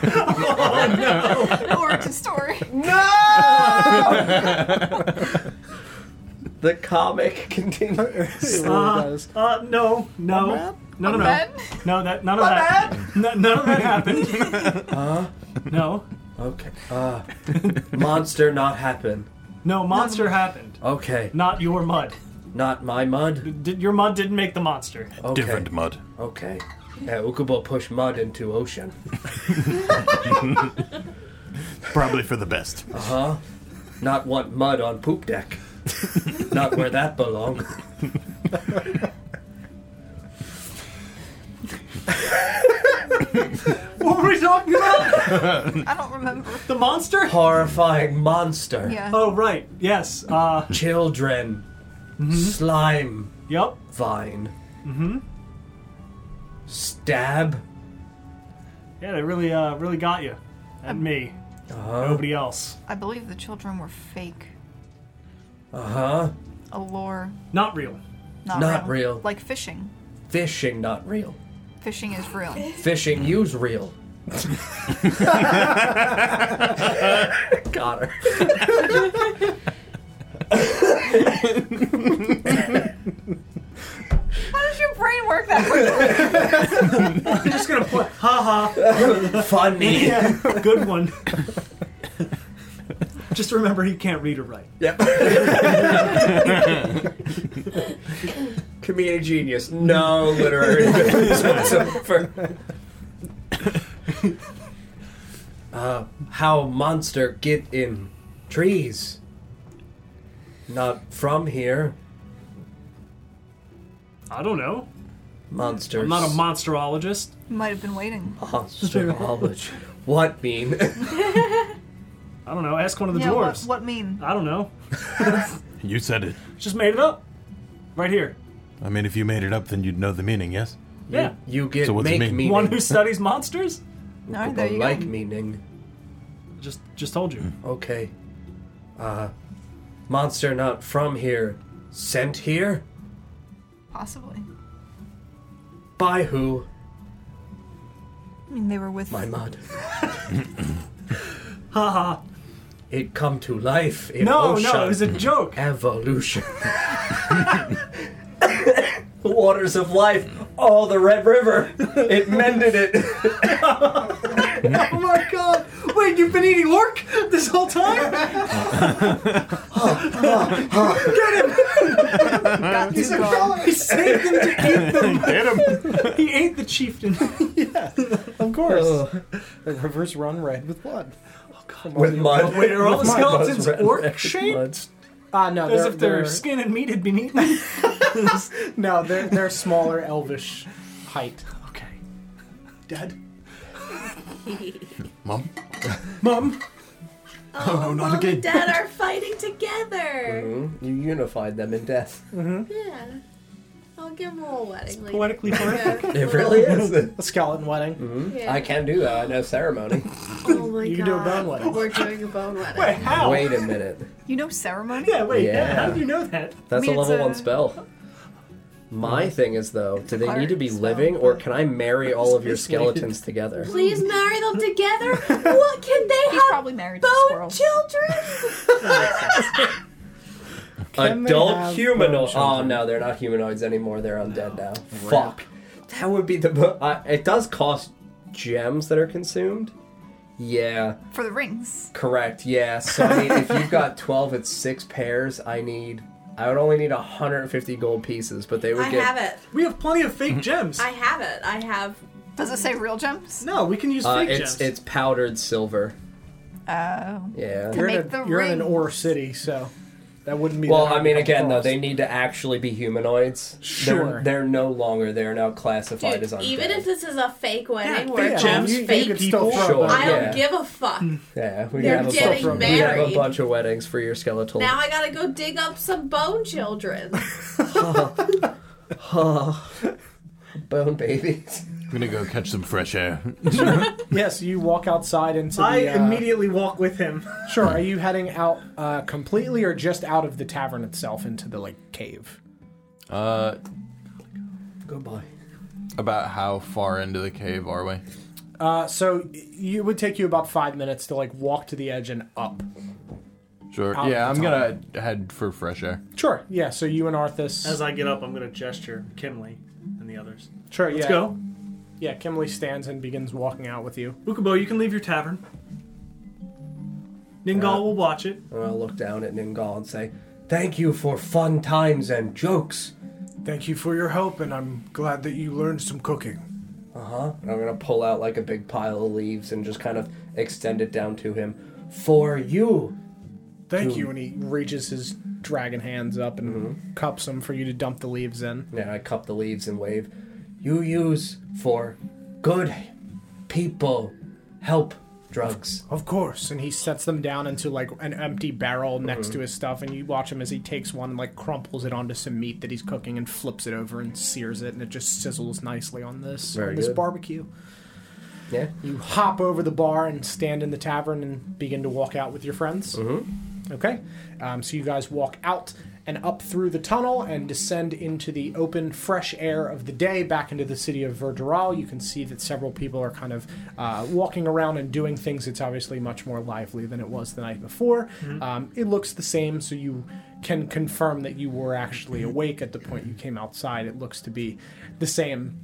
Origin story. The comic continues. It really does. Uh, no, no, no, no, no, Mudman? no. That none of (laughs) that. No, none of that happened. Huh? No, Okay. Uh, monster not happen. no. Monster happened. Okay. Not your mud. Not my mud. Did, your mud didn't make the monster. Okay. Different mud. Okay. Yeah, Ukubo pushed mud into ocean. Probably for the best. Not want mud on poop deck. Not where that belong. (laughs) What were we talking about? I don't remember. the monster? Horrifying monster. Yeah. Oh right, yes. Uh, Children. Slime. yep. Vine. Mm-hmm. Stab. Yeah, they really, uh, really got you. And me. Uh-huh. Nobody else. I believe the children were fake. Uh huh. A lure. Not real. Not, Not real. Like fishing. Fishing not real. Fishing is real. Fishing use real. (laughs) got her. How does your brain work that quickly? (laughs) I'm just gonna play. Ha (laughs) Funny. ha. Good one. just remember, he can't read or write. Comedic genius. No (laughs) literary abilities whatsoever. uh, how monster get in trees? Not from here. I don't know. Monsters. I'm not a monsterologist. Might have been waiting. (laughs) monsterologist. what mean? I don't know. Ask one of the yeah, what, dwarves. what mean? I don't know. You said it. Just made it up. Right here. I mean, if you made it up, then you'd know the meaning, yes? Yeah. You get So what's it make mean? meaning. One who studies monsters? No, there People you like go. meaning. Just just told you. Okay. Uh, monster not from here. Sent here? Possibly. By who? I mean, they were with My (laughs) mud. Haha. It come to life in No, ocean. no, it was a joke. Evolution. (laughs) Waters of life. Oh, the Red River. It mended it. oh my god! Wait, you've been eating orc this whole time? Got too gone. He saved them to eat them. Get him! He ate the chieftain. Of course. The rivers run red with blood. Oh, With mud. Wait, are all the With mud. skeletons Red- orc red shaped? mud. Ah, no, As they're, if their they're- skin and meat had been eaten. no, they're they're smaller, elvish height. okay. Dad? Mom? Mom? Oh, no, not Mom again. and Dad are fighting together. You unified them in death. Yeah. I'll give them a little wedding. later. Poetically Yeah. (laughs) horrific. It really is. A skeleton wedding. Mm-hmm. Yeah. I can do that. I know ceremony. Oh my You can god. do a bone wedding. We're doing (laughs) a bone wedding. Wait, how? Wait a minute. You know ceremony? Yeah, wait, Yeah. yeah. how do you know that? That's mean, a it's level a- one spell. My thing is though, do they need to be pirate spell, living or but- can I marry all of your Just waited. skeletons together? Please marry them (laughs) together. what can they He's have? probably married to a bone squirrel. children. Can they Adult have humanoid. bone Oh children? no, they're not humanoids anymore. They're undead now. Fuck. That would be the. mo- I it does cost gems that are consumed. Yeah, For the rings. correct. Yeah. So I mean, if (laughs) you've got twelve, it's six pairs. I need. I would only need 150 gold pieces, but they would I get. have it. We have plenty of fake gems. I have it. I have. Does it say real gems? No, we can use Uh, fake it's gems. it's powdered silver. Oh. Yeah. You're, in, Make a, the you're in an ring. ore city, so that wouldn't be. Well, that I mean, hard to again, though, cross. they need to actually be humanoids. Sure. They're, they're no longer. They're now classified Dude, as undead. even if this is a fake wedding, Yeah, where fake it's all gems, you, you fake could still people. throw Sure. them. I don't Yeah. give a fuck. Mm. yeah, we They're have a getting bunch, we have a married. bunch of weddings for your skeletal. Now I gotta go dig up some bone children. (laughs) Bone babies. (laughs) I'm gonna go catch some fresh air. (laughs) Yes, you walk outside into I the. uh, immediately walk with him. Sure. Are you heading out uh, completely, or just out of the tavern itself into the like cave? Uh, Goodbye. about how far into the cave are we? Uh, so y- it would take you about five minutes to like walk to the edge and up. Sure. Out yeah, of I'm the gonna head for fresh air. Sure. Yeah. So you and Arthas. As I get up, I'm going to gesture Kimley and the others. sure. Let's yeah. go. Yeah. Kimberly stands and begins walking out with you. Ukubo, you can leave your tavern. Ningal will watch it. And I'll look down at Ningal and say, "Thank you for fun times and jokes." Thank you for your help, and I'm glad that you learned some cooking. Uh huh. And I'm gonna pull out like a big pile of leaves and just kind of extend it down to him. For you. Thank Dude. you. And he reaches his dragon hands up and cups them for you to dump the leaves in. And I cup the leaves and wave. You use for good people help drugs. Of course. And he sets them down into like an empty barrel next to his stuff, and you watch him as he takes one and like crumples it onto some meat that he's cooking and flips it over and sears it, and it just sizzles nicely on this Very on this good. barbecue. Yeah. You hop over the bar and stand in the tavern and begin to walk out with your friends. Mm-hmm. Okay. Um, so you guys walk out and up through the tunnel and descend into the open, fresh air of the day back into the city of Verderal. You can see that several people are kind of uh, walking around and doing things. It's obviously much more lively than it was the night before. Um, it looks the same, so you can confirm that you were actually awake at the point you came outside. It looks to be the same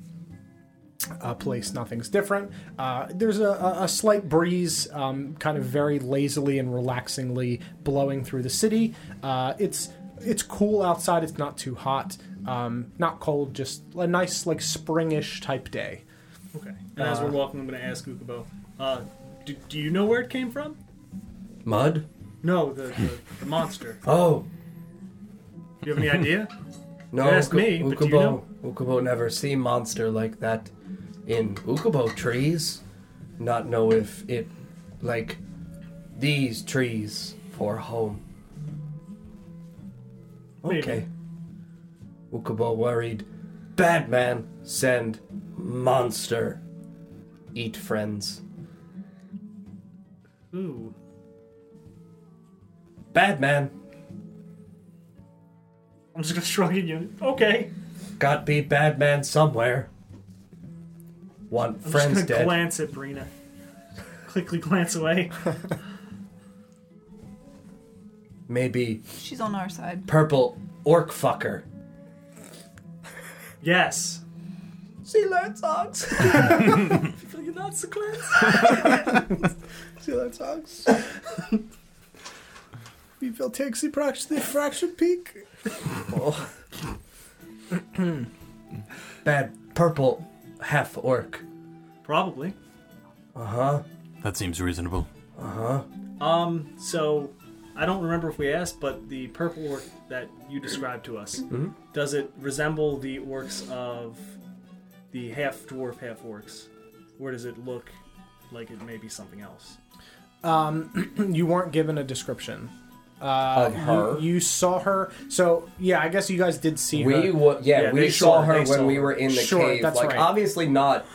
uh, place. Nothing's different. Uh, there's a, a a slight breeze, um, kind of very lazily and relaxingly blowing through the city. Uh, it's it's cool outside. It's not too hot, um, not cold. Just a nice like springish type day. Okay. And as Uh, we're walking, I'm going to ask Ukubo, uh, do, do you know where it came from? Mud? No, the, the, the monster. Oh, Do you have any (laughs) idea? no. You asked me, but do you know? Ukubo never see monster like that in Ukubo trees. Not know if it, like, these trees for home. Maybe. Okay. Ukubo worried. Batman send monster. Eat friends. Ooh. Batman. I'm just gonna shrug at you. Okay. Got to be bad man somewhere. Want I'm friends just gonna dead. glance at Brina. Quickly glance away. Maybe She's on our side. purple orc fucker. Yes. She (laughs) learned songs. (laughs) That's the glance. See that sucks. (laughs) We feel taxi the fraction peak. Oh. (clears throat) Bad purple half orc. Probably. Uh huh. That seems reasonable. Um, so I don't remember if we asked, but the purple orc that you described to us, does it resemble the orcs of the half dwarf, half orcs? Or does it look like it may be something else? You weren't given a description. Um, of her. You saw her. So yeah, I guess you guys did see we her. wa- yeah, Yeah, we they saw saw- her they when saw we her. were in the Sure, cave. that's like right. obviously not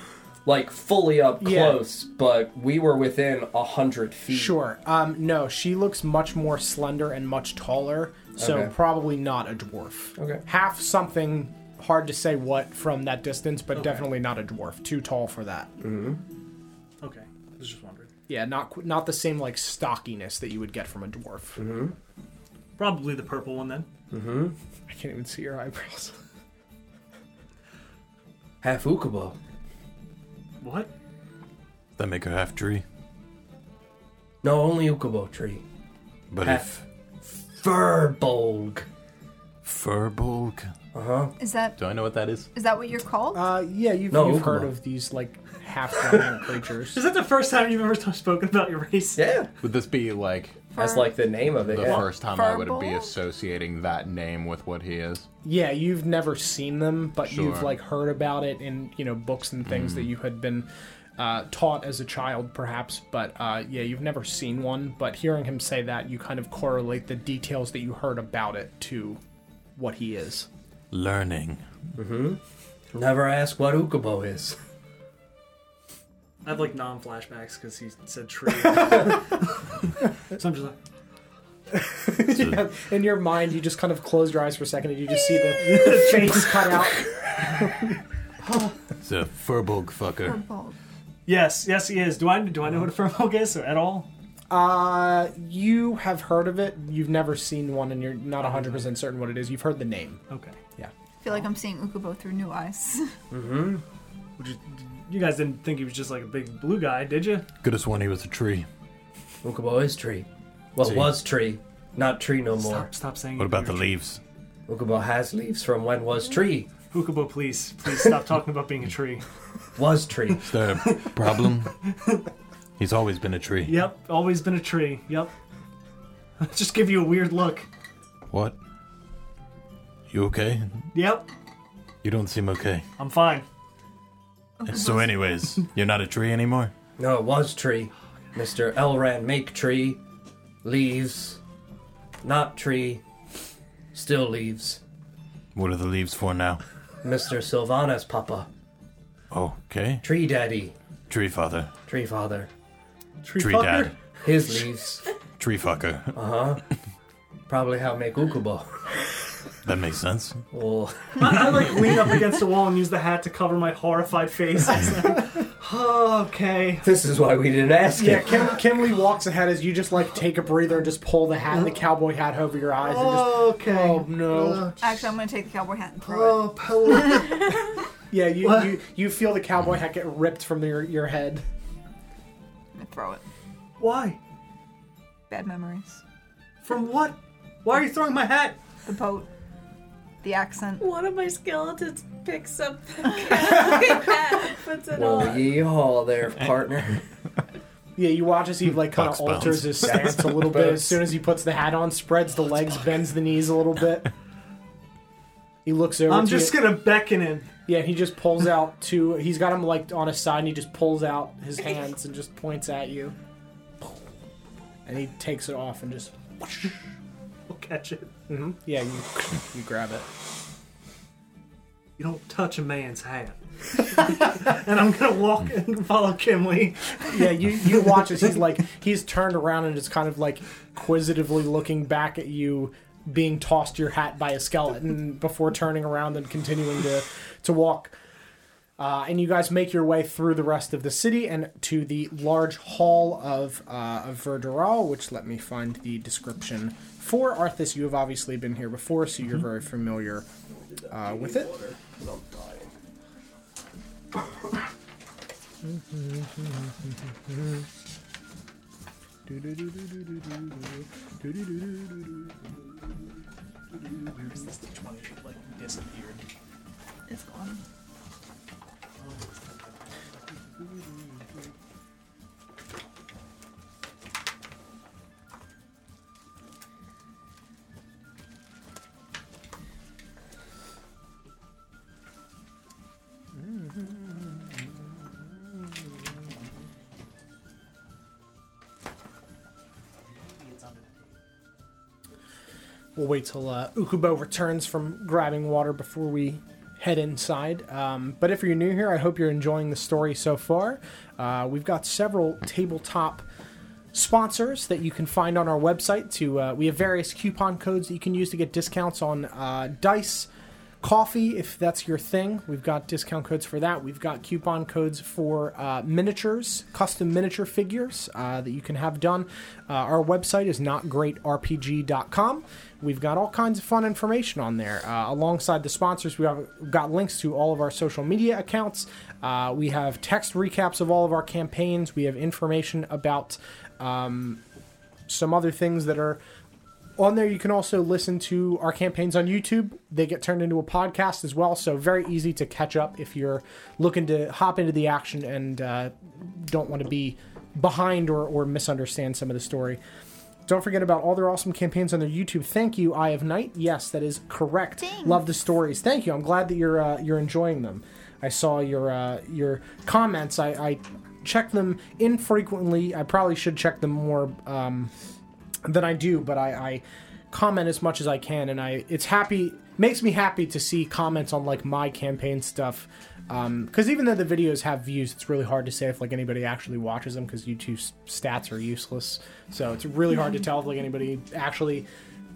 like fully up Yeah. close, but we were within a hundred feet. Sure. Um, no, she looks much more slender and much taller. So Okay. probably not a dwarf. Okay. Half something. Hard to say what from that distance, but definitely not a dwarf. Too tall for that. Okay. I was just wondering. Yeah, not qu- not the same like stockiness that you would get from a dwarf. Probably the purple one then. I can't even see her eyebrows. Half Ukubo. What? That make her half tree. No, only Ukubo tree. But Half Furbolg. if Furbolg, Uh huh. Is that Do I know what that is? is that what you're (laughs) called? Uh, yeah, you've, No, you've Ukubo. heard of these like half-giant (laughs) creatures. Is that the first time you've ever (laughs) spoken about your race? Yeah. Would this be like That's Fur- like the name of it. the yeah. first time I would be Furbolg? associating that name with what he is? Yeah, you've never seen them, but you've Sure. like heard about it in you know books and things that you had been uh, taught as a child, perhaps. But uh, yeah, you've never seen one. But hearing him say that, you kind of correlate the details that you heard about it to what he is. learning. Never ask what Ukubo is. I have like non flashbacks because he said tree. so I'm just like, In your mind, you just kind of close your eyes for a second, and you just see (laughs) the face cut out. It's a Furbolg fucker. Purple. yes, yes, he is. Do I do I know what a furbolg is or at all? Uh, you have heard of it. You've never seen one, and you're not 100% certain what it is. You've heard the name. Okay. I feel like I'm seeing Ukubo through new eyes. (laughs) Would you, you guys didn't think he was just like a big blue guy, did you? Could have sworn he was a tree. Ukubo is tree. Well, Tree. was tree. Not tree no more. Stop, stop saying. What about the leaf? leaves? Ukubo has leaves from when was tree. Hukubo, please, please stop talking about being a tree. Was tree. Is there a problem? (laughs) He's always been a tree. Yep, always been a tree. Yep. (laughs) just give you a weird look. What? You okay? Yep, You don't seem okay. I'm fine. So, anyways, you're not a tree anymore? No, it was tree. Mr. Elran make tree. Leaves. Not tree. Still leaves. What are the leaves for now? Mr. Sylvana's papa. Okay. Tree daddy. Tree father. Tree father. Tree fucker. dad. His leaves. Tree fucker. Probably how make Ukubo. That makes sense. Well, I, I, like lean up against the wall and use the hat to cover my horrified face. It's like, okay. this is why we didn't ask Yeah, it. Kim, Kimley walks ahead as you just like take a breather and just pull the hat, the cowboy hat over your eyes, and just Okay. Uh, oh no. Actually, I'm gonna take the cowboy hat and throw it. Oh, pillow. yeah, you, you you feel the cowboy hat get ripped from your your head. I'm gonna throw it. Why? Bad memories. From what? Why are you throwing my hat? The boat. The accent. One of my skeletons picks up (laughs) the cowboy hat and puts it Well, on. yeehaw there, partner. Yeah, you watch as he like kind of Bucks alters bounce. his stance a little bit as soon as he puts the hat on, spreads the legs, bends the knees a little bit. He looks over. I'm to just you. gonna beckon him. yeah. He just pulls out two. He's got him like on his side, and he just pulls out his hands and just points at you. And he takes it off and just We'll catch it. yeah, you you grab it. You don't touch a man's hat. (laughs) and I'm gonna walk Hmm. and follow Kimley. Yeah, you, you watch as he's like he's turned around and is kind of like inquisitively looking back at you, being tossed your hat by a skeleton before turning around and continuing to to walk. Uh, and you guys make your way through the rest of the city and to the large hall of, uh, of Verderal, which let me find the description for Arthas. You have obviously been here before, so you're very familiar uh, with it. Where's this D20? It, like, disappeared. It's gone. We'll wait till uh, Ukubo returns from grabbing water before we head inside. Um, but if you're new here, I hope you're enjoying the story so far. Uh, we've got several tabletop sponsors that you can find on our website. To uh, we have various coupon codes that you can use to get discounts on uh, dice, coffee if that's your thing. We've got discount codes for that. We've got coupon codes for uh, miniatures, custom miniature figures uh, that you can have done. Uh, our website is notgreatrpg.com. We've got all kinds of fun information on there. Uh, alongside the sponsors, we have we've got links to all of our social media accounts. Uh, we have text recaps of all of our campaigns. We have information about some other things that are on there. You can also listen to our campaigns on YouTube. They get turned into a podcast as well, so very easy to catch up if you're looking to hop into the action and uh, don't want to be behind or, or misunderstand some of the story. Don't forget about all their awesome campaigns on their YouTube. Thank you, Eye of Night. Yes, that is correct. Love the stories. Thank you. I'm glad that you're uh, you're enjoying them. I saw your uh, your comments. I, I check them infrequently. I probably should check them more. Um, than I do, but I, I comment as much as I can, and I it's happy makes me happy to see comments on like my campaign stuff. Because even though the videos have views, it's really hard to say if like anybody actually watches them because YouTube's stats are useless. So it's really hard to tell if like anybody actually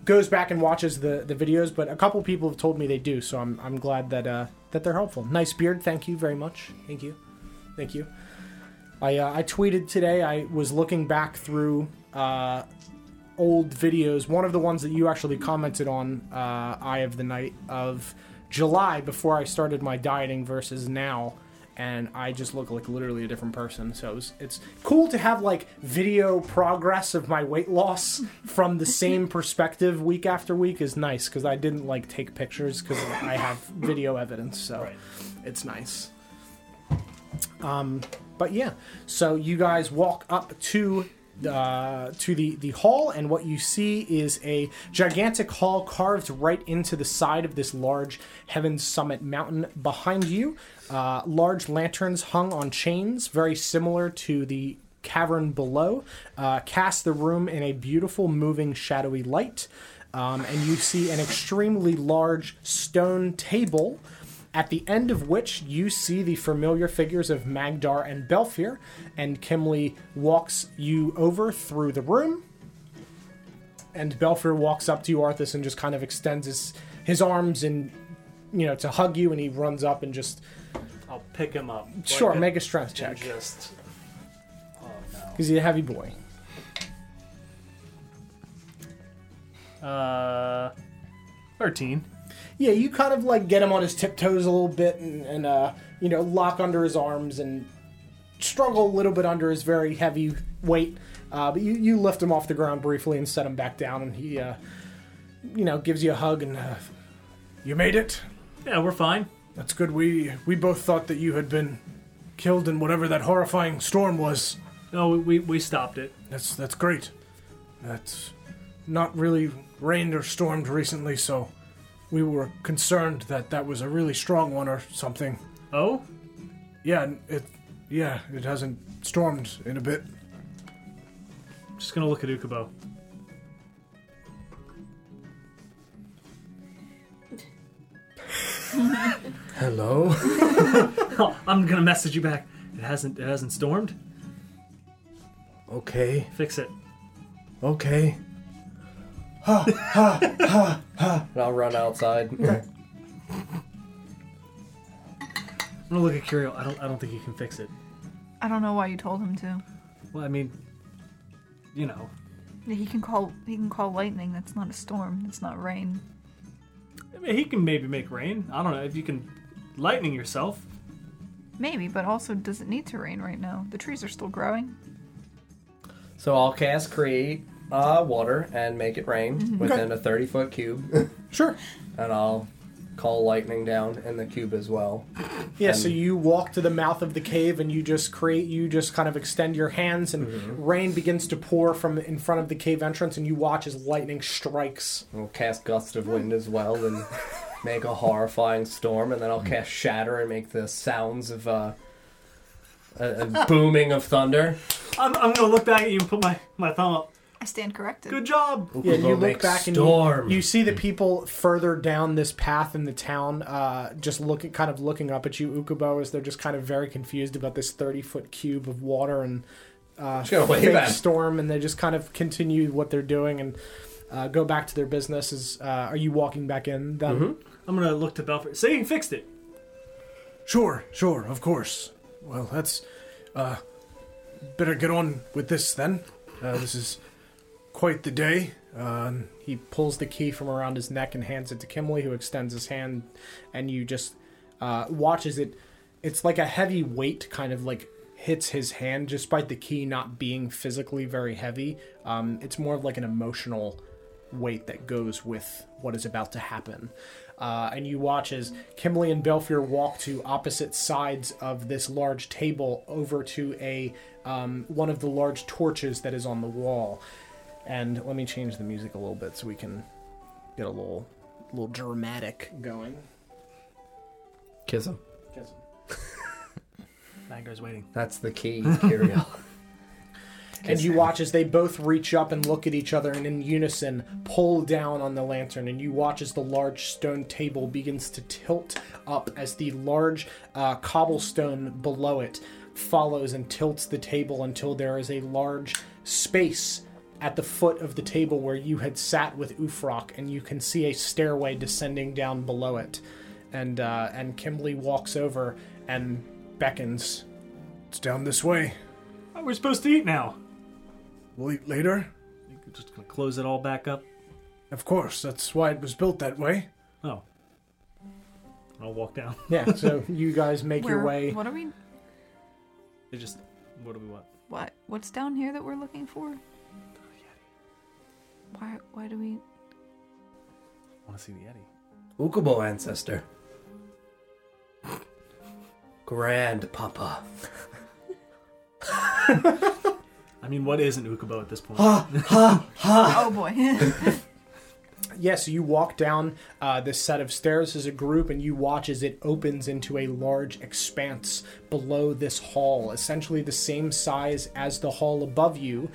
goes back and watches the, the videos. But a couple people have told me they do, so I'm, I'm glad that uh, that they're helpful. Nice beard, thank you very much. Thank you, thank you. I uh, I tweeted today. I was looking back through. Uh, old videos. One of the ones that you actually commented on, uh, Eye of the Night of July before I started my dieting versus now, and I just look like literally a different person. So it was, it's cool to have like video progress of my weight loss from the same perspective week after week is nice because I didn't like take pictures because I have video evidence. So it's nice. But yeah, so you guys walk up to uh, to the the hall, and what you see is a gigantic hall carved right into the side of this large Heaven's Summit mountain behind you. Uh, large lanterns hung on chains, very similar to the cavern below, uh, cast the room in a beautiful, moving, shadowy light. Um, and you see an extremely large stone table at the end of which you see the familiar figures of Magdar and Belfir, and Kimley walks you over through the room. And Belfir walks up to you, Arthas, and just kind of extends his, his arms and you know to hug you, and he runs up and just I'll pick him up. like sure that, make a strength and check Just. Oh no. because he's a heavy boy. Uh, thirteen. Yeah, you kind of like get him on his tiptoes a little bit and, and uh, you know, lock under his arms and struggle a little bit under his very heavy weight. Uh, but you, you lift him off the ground briefly and set him back down, and he, uh, you know, gives you a hug and, uh, you made it? Yeah, we're fine. That's good. We, we both thought that you had been killed in whatever that horrifying storm was. No, we, we, we stopped it. That's, that's great. That's not really rained or stormed recently, so we were concerned that that was a really strong one or something. Oh, Yeah, n- it. Yeah, it hasn't stormed in a bit. just gonna look at Ukubo. Hello? Oh, (laughs) I'm gonna message you back. It hasn't it hasn't stormed. Okay, Fix it. okay. ha, ha, ha, ha. And I'll run outside. I'm gonna look at Curio. I don't. I don't think he can fix it. I don't know why you told him to. Well, I mean, you know, Yeah, He can call. He can call lightning. That's not a storm. That's not rain. I mean, he can maybe make rain. I don't know if you can lightning yourself. Maybe, but also does it need to rain right now? The trees are still growing. So I'll cast create uh, water and make it rain within a 30 foot cube, Sure. and I'll call lightning down in the cube as well. Yeah, so you walk to the mouth of the cave and you just create, you just kind of extend your hands, and rain begins to pour from in front of the cave entrance, and you watch as lightning strikes. I'll cast gust of wind as well and make a horrifying storm, and then I'll cast shatter and make the sounds of uh, a, a (laughs) booming of thunder. I'm, I'm gonna look back at you and put my, my thumb up. I stand corrected. Good job. Yeah, and Ukubo you look makes back and storm. (laughs) you, you see the people further down this path in the town, uh, just look at, kind of looking up at you, Ukubo, as they're just kind of very confused about this thirty foot cube of water and uh, Just gotta wave fake at 'em. storm, and they just kind of continue what they're doing and uh, go back to their business. Is uh, are you walking back in? Then? I'm gonna look to Belfort. Say he fixed it. Sure, sure, of course. Well, that's. Uh, better get on with this then. Uh, this is quite the day. Um, he pulls the key from around his neck and hands it to Kimley, who extends his hand, and you just uh, watches it. It's like a heavy weight kind of like hits his hand, despite the key not being physically very heavy. Um, it's more of like an emotional weight that goes with what is about to happen. Uh, and you watch as Kimberly and Belfier walk to opposite sides of this large table over to a um, one of the large torches that is on the wall. And let me change the music a little bit so we can get a little little dramatic going. Kiss him. (laughs) Mango's waiting. That's the key, (laughs) Kiriel. and you watch as they both reach up and look at each other and in unison pull down on the lantern and you watch as the large stone table begins to tilt up as the large uh, cobblestone below it follows and tilts the table until there is a large space at the foot of the table where you had sat with Ufrock, and you can see a stairway descending down below it. And uh, and Kimberly walks over and beckons It's down this way. Oh, we're supposed to eat now. We'll eat later. You're just gonna close it all back up. Of course, that's why it was built that way. Oh. I'll walk down. (laughs) Yeah, so you guys make your Where- way. What are we? It just. What do we want? What? What's down here that we're looking for? Why? Why do we? I want to see the Yeti. Ukubo ancestor. Grandpapa. I mean, what isn't Ukubo at this point? Ah! Oh boy. (laughs) Yes, you walk down uh, this set of stairs as a group, and you watch as it opens into a large expanse below this hall, essentially the same size as the hall above you,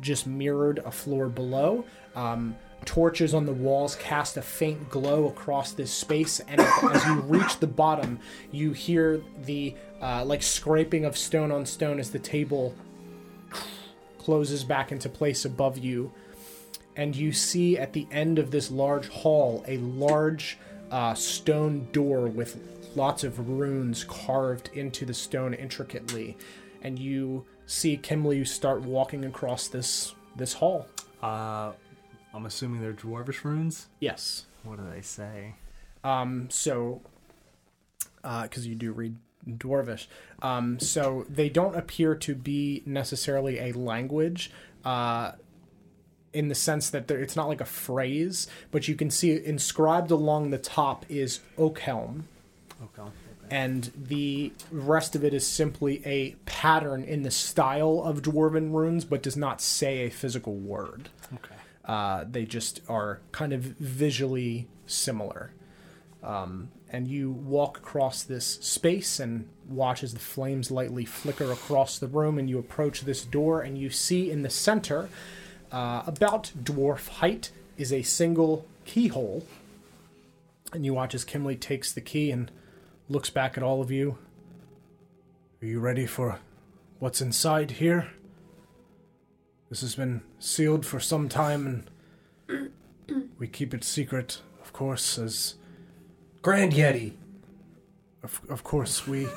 just mirrored a floor below. Um, torches on the walls cast a faint glow across this space, and (coughs) as you reach the bottom, you hear the uh, like scraping of stone on stone as the table closes back into place above you and you see at the end of this large hall a large uh, stone door with lots of runes carved into the stone intricately, and you see Kimliu start walking across this this hall. Uh, I'm assuming they're dwarvish runes. Yes. What do they say? Um, so, because you do read Dwarvish, um, so they don't appear to be necessarily a language, uh, in the sense that they're- it's not like a phrase, but you can see inscribed along the top is Oakhelm, Okay. and the rest of it is simply a pattern in the style of Dwarven runes, but does not say a physical word. Okay. Uh, they just are kind of visually similar. Um, and you walk across this space and watch as the flames lightly flicker across the room, and you approach this door, and you see in the center, uh, about dwarf height, is a single keyhole. And you watch as Kimley takes the key and looks back at all of you. Are you ready for what's inside here? This has been sealed for some time, and We keep it secret, of course, as Grand Yeti. Of, of course, we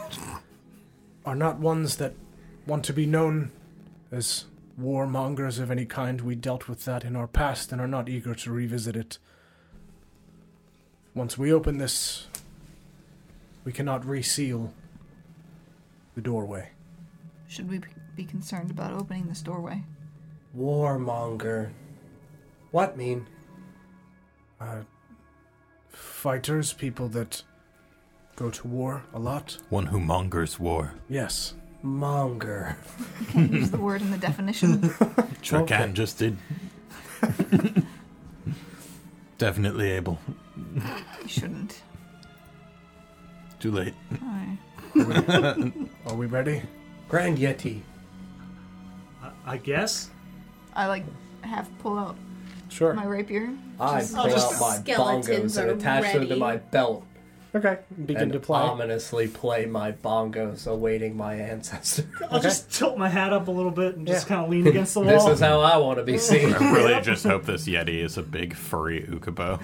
are not ones that want to be known as warmongers of any kind. We dealt with that in our past and are not eager to revisit it. Once we open this, we cannot reseal the doorway. Should we be concerned about opening this doorway? Warmonger. What mean? Fighters, people that go to war a lot. One who mongers war. Yes. Monger. Use the word in the definition. Sure can, just did. (laughs) Definitely able. you shouldn't. Too late. Aye. Are we ready? Grand Yeti. I, I guess. I like half pull out Sure. my rapier. I Just- pull out my Skeletons bongos and are attach them to ready. my belt Okay. Begin and to play. ominously play my bongos awaiting my ancestor. I'll just tilt my hat up a little bit and just Yeah. kind of lean against the (laughs) this wall. is how I want to be (laughs) seen. I really just hope this Yeti is a big furry Ukubo.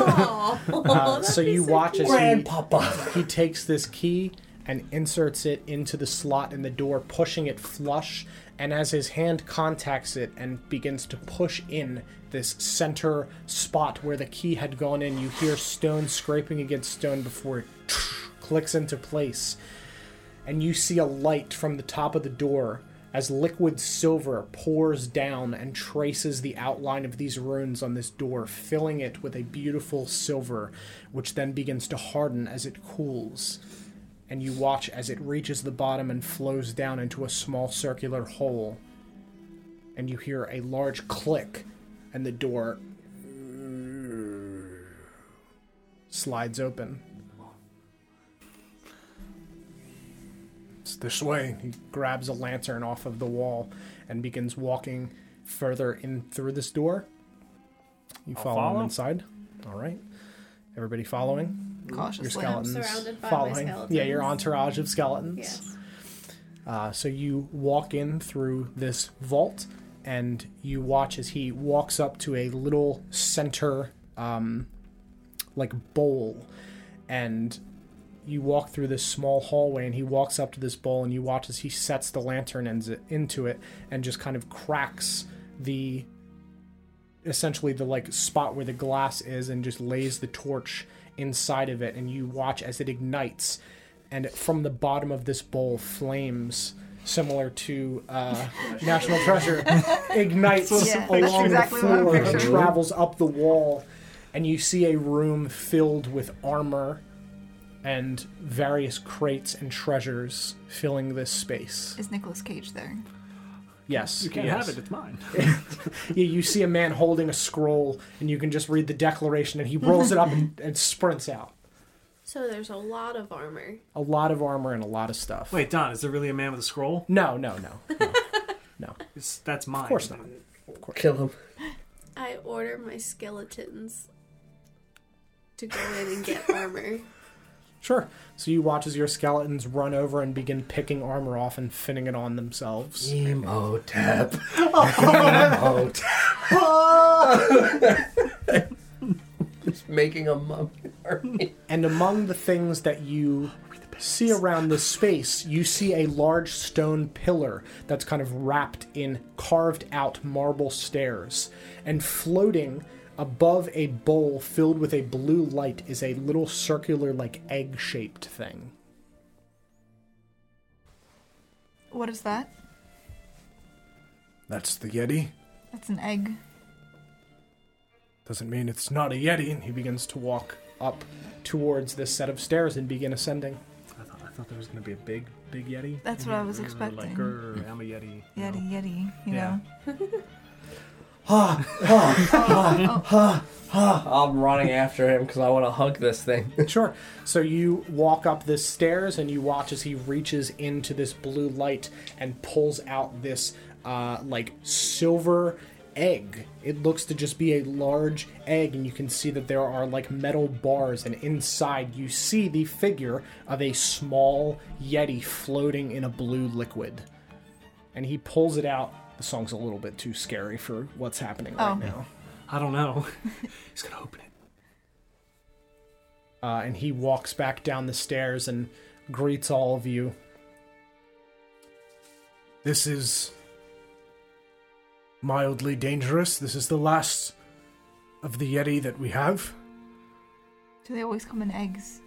Aw, (laughs) that'd so be you watch cute. as he, Grandpapa. he takes this key and inserts it into the slot in the door, pushing it flush. And as his hand contacts it and begins to push in this center spot where the key had gone in, you hear stone scraping against stone before it clicks into place. And you see a light from the top of the door as liquid silver pours down and traces the outline of these runes on this door, filling it with a beautiful silver, which then begins to harden as it cools. And you watch as it reaches the bottom and flows down into a small circular hole. And you hear a large click, and the door slides open. It's this way. He grabs a lantern off of the wall and begins walking further in through this door. You follow, follow. him inside. All right. Everybody following? Your Cautiously. skeletons surrounded by my following. Yeah, your skeletons. entourage of skeletons. Yes. Uh, so you walk in through this vault, and you watch as he walks up to a little center, um, like bowl, and you walk through this small hallway, and he walks up to this bowl, and you watch as he sets the lantern in- into it, and just kind of cracks the essentially the like spot where the glass is and just lays the torch inside of it and you watch as it ignites and from the bottom of this bowl flames similar to uh, national treasure ignites Yeah, that's along exactly the what I'm floor and picturing. travels up the wall and you see a room filled with armor and various crates and treasures filling this space Is Nicolas Cage there? yes You can't yes. have it. It's mine. Yeah, you see a man holding a scroll, and you can just read the declaration, and he rolls it up and, and sprints out. So there's a lot of armor. A lot of armor and a lot of stuff. Wait, Don, is there really a man with a scroll? No, no, no. no. No. It's, that's mine. Of course not. Kill him. I order my skeletons to go in and (laughs) get armor. Sure. So you watch as your skeletons run over and begin picking armor off and fitting it on themselves. Emotep. Oh, Emotep. (laughs) Just making a mummy (laughs) army. And among the things that you see around this space, you see a large stone pillar that's kind of wrapped in carved out marble stairs. And floating above a bowl filled with a blue light is a little circular, like egg shaped thing. What is that? That's the Yeti. That's an egg. Doesn't mean it's not a Yeti. And he begins to walk up towards this set of stairs and begin ascending. I thought, I thought there was going to be a big, big Yeti. That's what I was Like, expecting. "Grr, I'm a Yeti. you know. Yeti, Yeti, you Yeah. know. I'm running after him because I want to hug this thing. Sure. So you walk up this stairs and you watch as he reaches into this blue light and pulls out this uh, like silver egg. It looks to just be a large egg, and you can see that there are like metal bars, and inside you see the figure of a small yeti floating in a blue liquid. And he pulls it out. The song's a little bit too scary for what's happening right Oh. now. I don't know. (laughs) (laughs) He's gonna open it. uh, and he walks back down the stairs and greets all of you. This is mildly dangerous. This is the last of the Yeti that we have. Do they always come in eggs?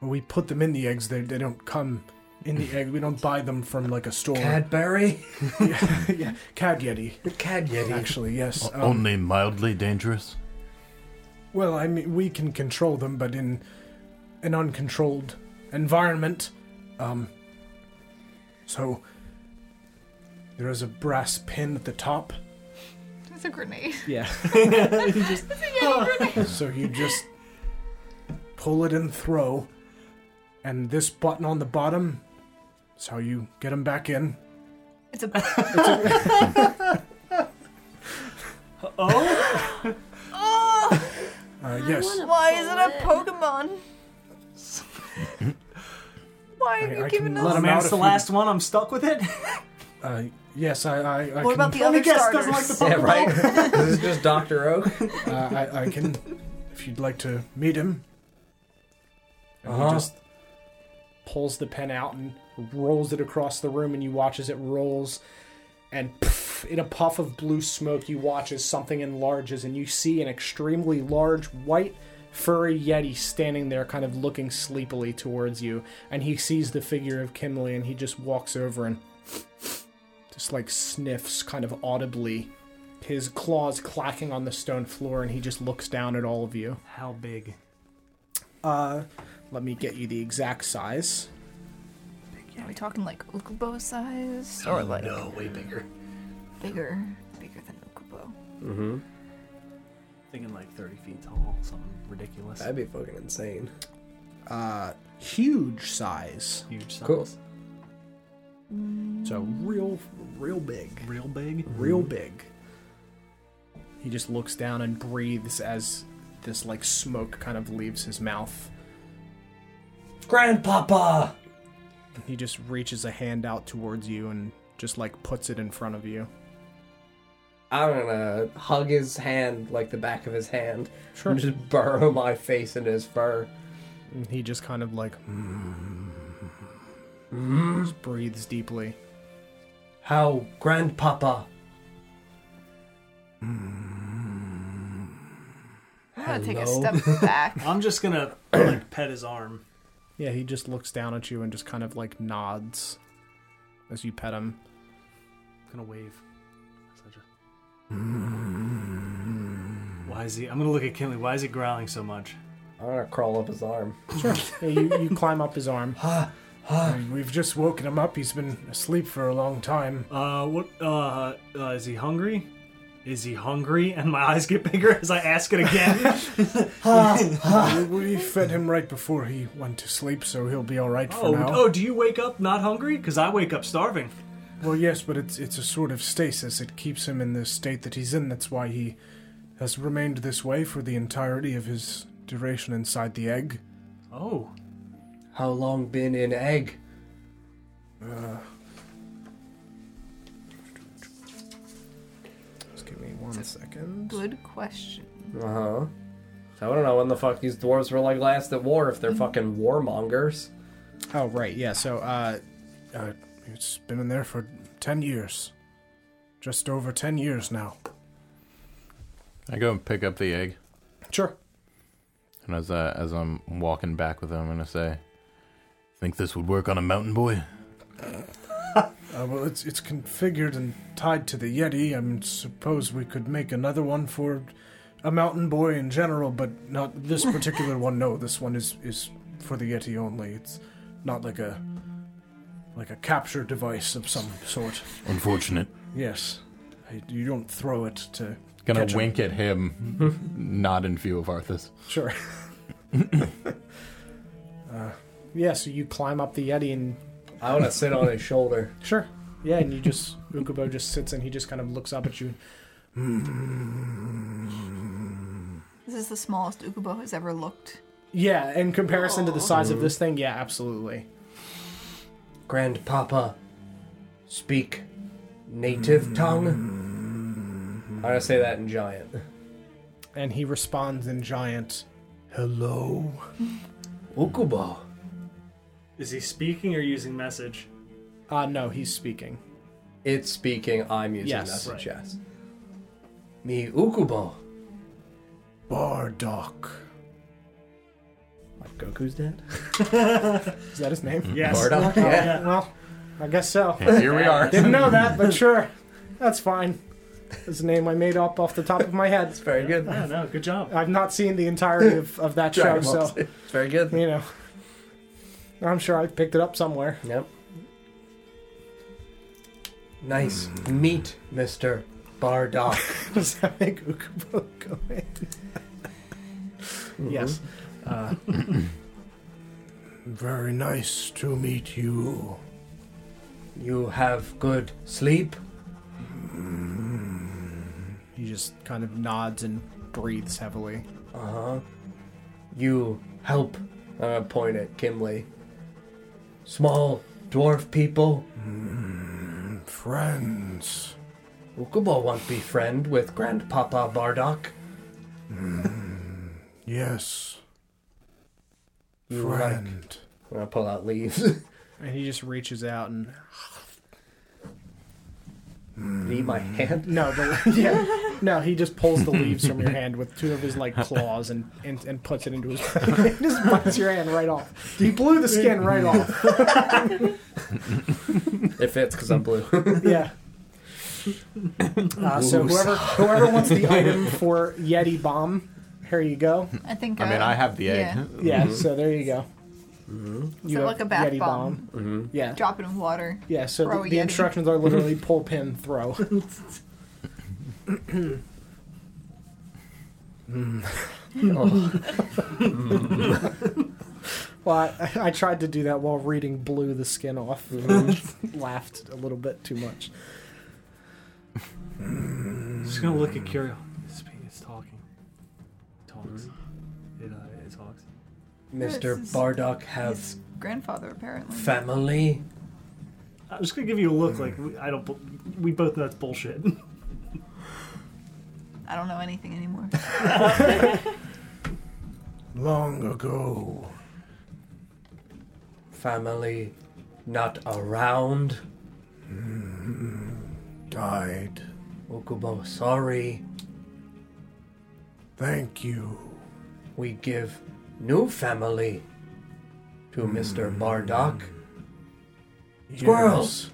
When we put them in the eggs, they, they don't come in the egg. We don't buy them from like a store. Cadbury? yeah, Cad Yeti, The Cad (laughs) Yeti. actually, yes. Uh, O- Um, Only mildly dangerous. Well, I mean, we can control them, but in an uncontrolled environment. Um, so, there is a brass pin at the top, It's a grenade. (laughs) Yeah. so you just pull it and throw, and this button on the bottom is how you get them back in. It's a. (laughs) (laughs) Oh, oh, Uh, yes, why is it a Pokemon? why have I- you I given can us? let him man, out it's if the you- last one. I'm stuck with it. uh, yes, I, I, I What can, about the Let me other guess, starters? doesn't like the Yeah, right? this is just Dr. Oak. uh, I, I can, if you'd like to meet him. And he Uh-huh. just pulls the pen out and rolls it across the room, and you watch as it rolls. And poof, in a puff of blue smoke, you watch as something enlarges, and you see an extremely large white furry yeti standing there, kind of looking sleepily towards you. And he sees the figure of Kimley, and he just walks over and just like sniffs kind of audibly, his claws clacking on the stone floor, and he just looks down at all of you. How big? Uh, let me get you the exact size. Are we talking like Ukubo size or like No, way bigger. bigger, bigger than Ukubo? Thinking like 30 feet tall, something ridiculous. That'd be fucking insane. uh, huge size. Huge size. Cool. So real, real big, Real big. Mm-hmm. real big. He just looks down and breathes as this like smoke kind of leaves his mouth. Grandpapa! He just reaches a hand out towards you and just like puts it in front of you. I'm gonna hug his hand, like the back of his hand, Sure. and just burrow my face into his fur. And he just kind of like just breathes deeply. How, Grandpapa? I'm gonna take a Hello? (laughs) step back. I'm just gonna (clears throat) like pet his arm. Yeah, he just looks down at you and just kind of like nods as you pet him. gonna wave. So just- Why is he? I'm gonna look at Kinley. Why is he growling so much? I'm gonna crawl up his arm. Yeah, you, you (laughs) climb up his arm. I mean, we've just woken him up. He's been asleep for a long time. Uh, what? Uh, uh, is he hungry? Is he hungry? (laughs) And my eyes get bigger as I ask it (laughs) again. Ah. We- we fed him right before he went to sleep, so he'll be all right for oh, now. oh, do you wake up not hungry? Because I wake up starving. Well, yes, but it's it's a sort of stasis. It keeps him in the state that he's in. That's why he has remained this way for the entirety of his duration inside the egg. Oh, How long been in egg? Just give me one second. Good question. Uh huh. So I don't know when the fuck these dwarves were like last at war if they're fucking warmongers. Oh right, yeah. So uh, Uh, it's been in there for ten years, just over ten years now. I go and pick up the egg, sure. and as I, as I'm walking back with him, I'm gonna say, "Think this would work on a mountain boy?" Uh, well, it's it's configured and tied to the Yeti. I mean, suppose we could make another one for a mountain boy in general, but not this particular one. No, this one is is for the Yeti only. It's not like a like a capture device of some sort. Unfortunate. Yes, I, you don't throw it to. Gonna Catch him. wink at him, (laughs) not in view of Arthas. Sure. yeah, so you climb up the Yeti and. I wanna sit on his shoulder. Sure. Yeah, and you just. (laughs) Ukubo just sits and he just kind of looks up at you. This is the smallest Ukubo has ever looked. Yeah, in comparison to the size of this thing, yeah, absolutely. Grandpapa, speak native tongue? I'm gonna say that in giant. And he responds in giant, Hello? Ukubo. Is he speaking or using message? Uh, no, he's speaking. It's speaking, I'm using Yes. message, Right. yes. Me Ukubo. Bardock. Like Goku's dad? Is that his name? Yes. (laughs) Bardock? Oh, Yeah. Well, I guess so. Here we are. Didn't know that, but sure. That's fine. It's a name I made up off the top of my head. It's very good. Yeah, no, good job. I've not seen the entirety of, of (laughs) that show, Dragon Ball so, Z. It's very good. you know. I'm sure I picked it up somewhere. (laughs) Yep. Nice meat, Mr. Bardock. Does that make Ukubo (laughs) go in? Yes. Uh, Very nice to meet you. You have good sleep. he just kind of nods and breathes heavily. Uh huh. You help. I'm gonna point at Kimley. Small dwarf people. Friends. Ukubo won't be friend with Grandpapa Bardock. Yes. You like. Friend. I'm gonna pull out leaves. (laughs) And he just reaches out and Leave my Mm. hand. no, the, (laughs) yeah, no. He just pulls the leaves from your hand with two of his like claws and and, and puts it into his (laughs) just bites your hand right off. He blew the skin right off. It fits because I'm (laughs) blue. Yeah. Uh, so Ooh, whoever whoever wants the item for Yeti bomb, here you go. I think. I mean, uh, I have the egg. Yeah. Yeah. So there you go. You So have like a bath bomb. Yeah. Drop it in water. Yeah, so Throw the, a the Yeti. instructions are literally pull, pin, throw. (laughs) Oh, Well, I, I tried to do that while reading Blew the Skin Off. (laughs) Laughed a little bit too much. Just gonna look at Curio. It's, it's talking. Talks. It, uh, it talks. Mr. This is- Bardock have His grandfather apparently. family. I'm just gonna give you a look like we, I don't. bu- We both know that's bullshit. (laughs) I don't know anything anymore. Long ago. Family not around. Mm-hmm. Died. Okubo, sorry. Thank you. We give new family to Mr. Bardock. Squirrels.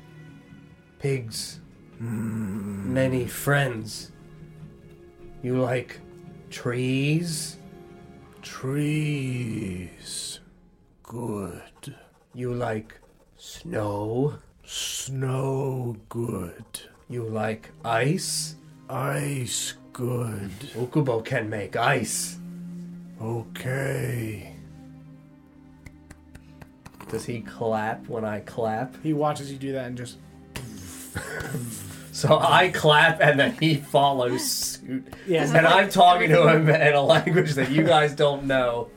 Pigs. Many friends. You like trees? Yes. Trees. Good. You like snow? Snow. Good. You like ice? Ice. Good. Ukubo can make ice. Okay. Does he clap when I clap? He watches you do that and just. So I clap and then he follows suit. Yeah. And I'm talking to him in a language that you guys don't know.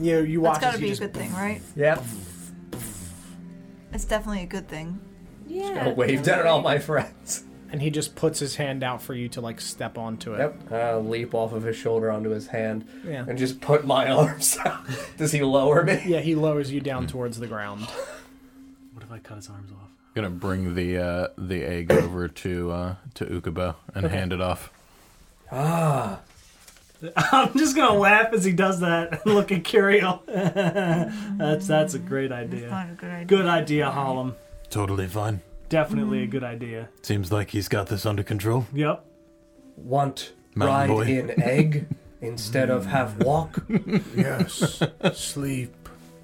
You, you watch That's as gotta he be a just. good thing, right? Yep. It's definitely a good thing. I Yeah. waved at all my friends. And he just puts his hand out for you to, like, step onto it. Yep. I Uh, leap off of his shoulder onto his hand Yeah. and just put my (laughs) arms out. Does he lower me? Yeah, he lowers you down towards the ground. What if I cut his arms off? Gonna bring the uh, the egg over to uh, to Ukubo and hand it off. Ah. I'm just gonna laugh as he does that and look at Curio. (laughs) that's that's a great It's idea. not a good idea. Good idea, Hollum. Totally fine. Definitely a good idea. Seems like he's got this under control. Yep. Want Mountain ride boy. in (laughs) egg instead of have walk? (laughs) Yes. Sleep.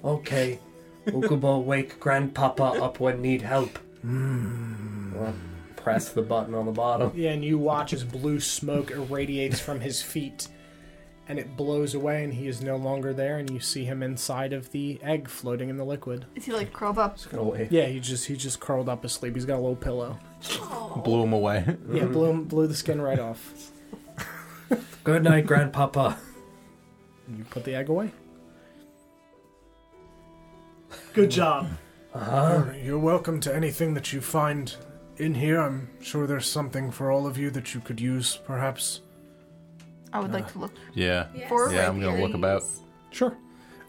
Okay. Ukubo wake grandpapa up when need help. Well, press the button on the bottom. Yeah, and you watch as blue smoke irradiates from his feet and it blows away, and he is no longer there, and you see him inside of the egg floating in the liquid. Is he like curled up? Just gonna wait. Yeah, he just he just curled up asleep. He's got a little pillow. Blew him away. Yeah, blew him- blew the skin right off. Good night, grandpapa. You put the egg away. Good job. You're welcome to anything that you find in here, I'm sure there's something for all of you that you could use, perhaps. I would like to look Yeah. forward. Yeah, I'm gonna look about. Sure.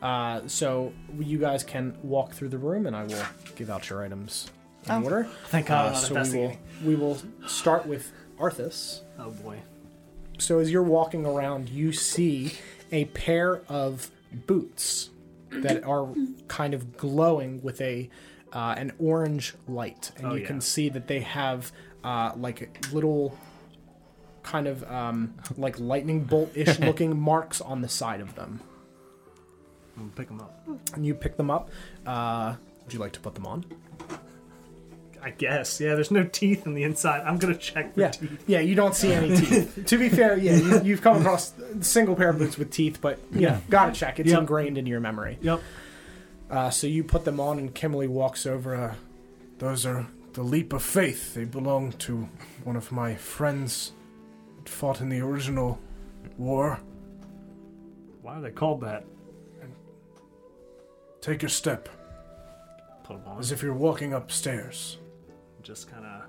Uh, so you guys can walk through the room, and I will give out your items in Oh. order. Thank God Uh, I'm not so we will investigating. we will start with Arthas. Oh boy. So as you're walking around, you see a pair of boots (clears throat) that are kind of glowing with a uh, an orange light, and Oh, you yeah. can see that they have uh, like little kind of um, like lightning bolt ish (laughs) looking marks on the side of them. I'm gonna pick them up. And you pick them up. Uh, would you like to put them on? I guess. Yeah, there's no teeth in the inside. I'm gonna check for Yeah, teeth. yeah. You don't see any (laughs) teeth. to be fair, yeah, you, you've come across a single pair of boots with teeth, but yeah, gotta check. It's Yep. ingrained in your memory. Yep. Uh, so you put them on, and Kimberly walks over. Uh, Those are the leap of faith. They belong to one of my friends that fought in the original war. Why are they called that? Take your step Put them on. as if you're walking upstairs. Just kind of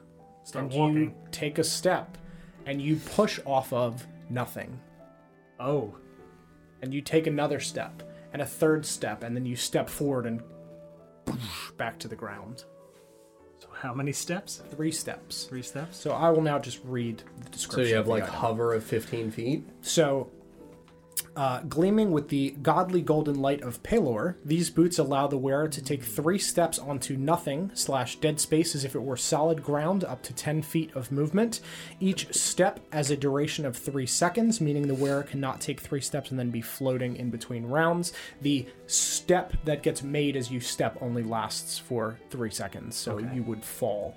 start and walking. you take a step, and you push off of nothing, Oh, and you take another step, and a third step, and then you step forward and boosh, back to the ground. so how many steps? Three steps. Three steps. So I will now just read the So description. you have of the like item. hover of 15 feet. So, uh, gleaming with the godly golden light of Pelor, these boots allow the wearer to take three steps onto nothing slash dead space as if it were solid ground, up to ten feet of movement. Each step has a duration of three seconds, meaning the wearer cannot take three steps and then be floating in between rounds. The step that gets made as you step only lasts for three seconds, so you would fall.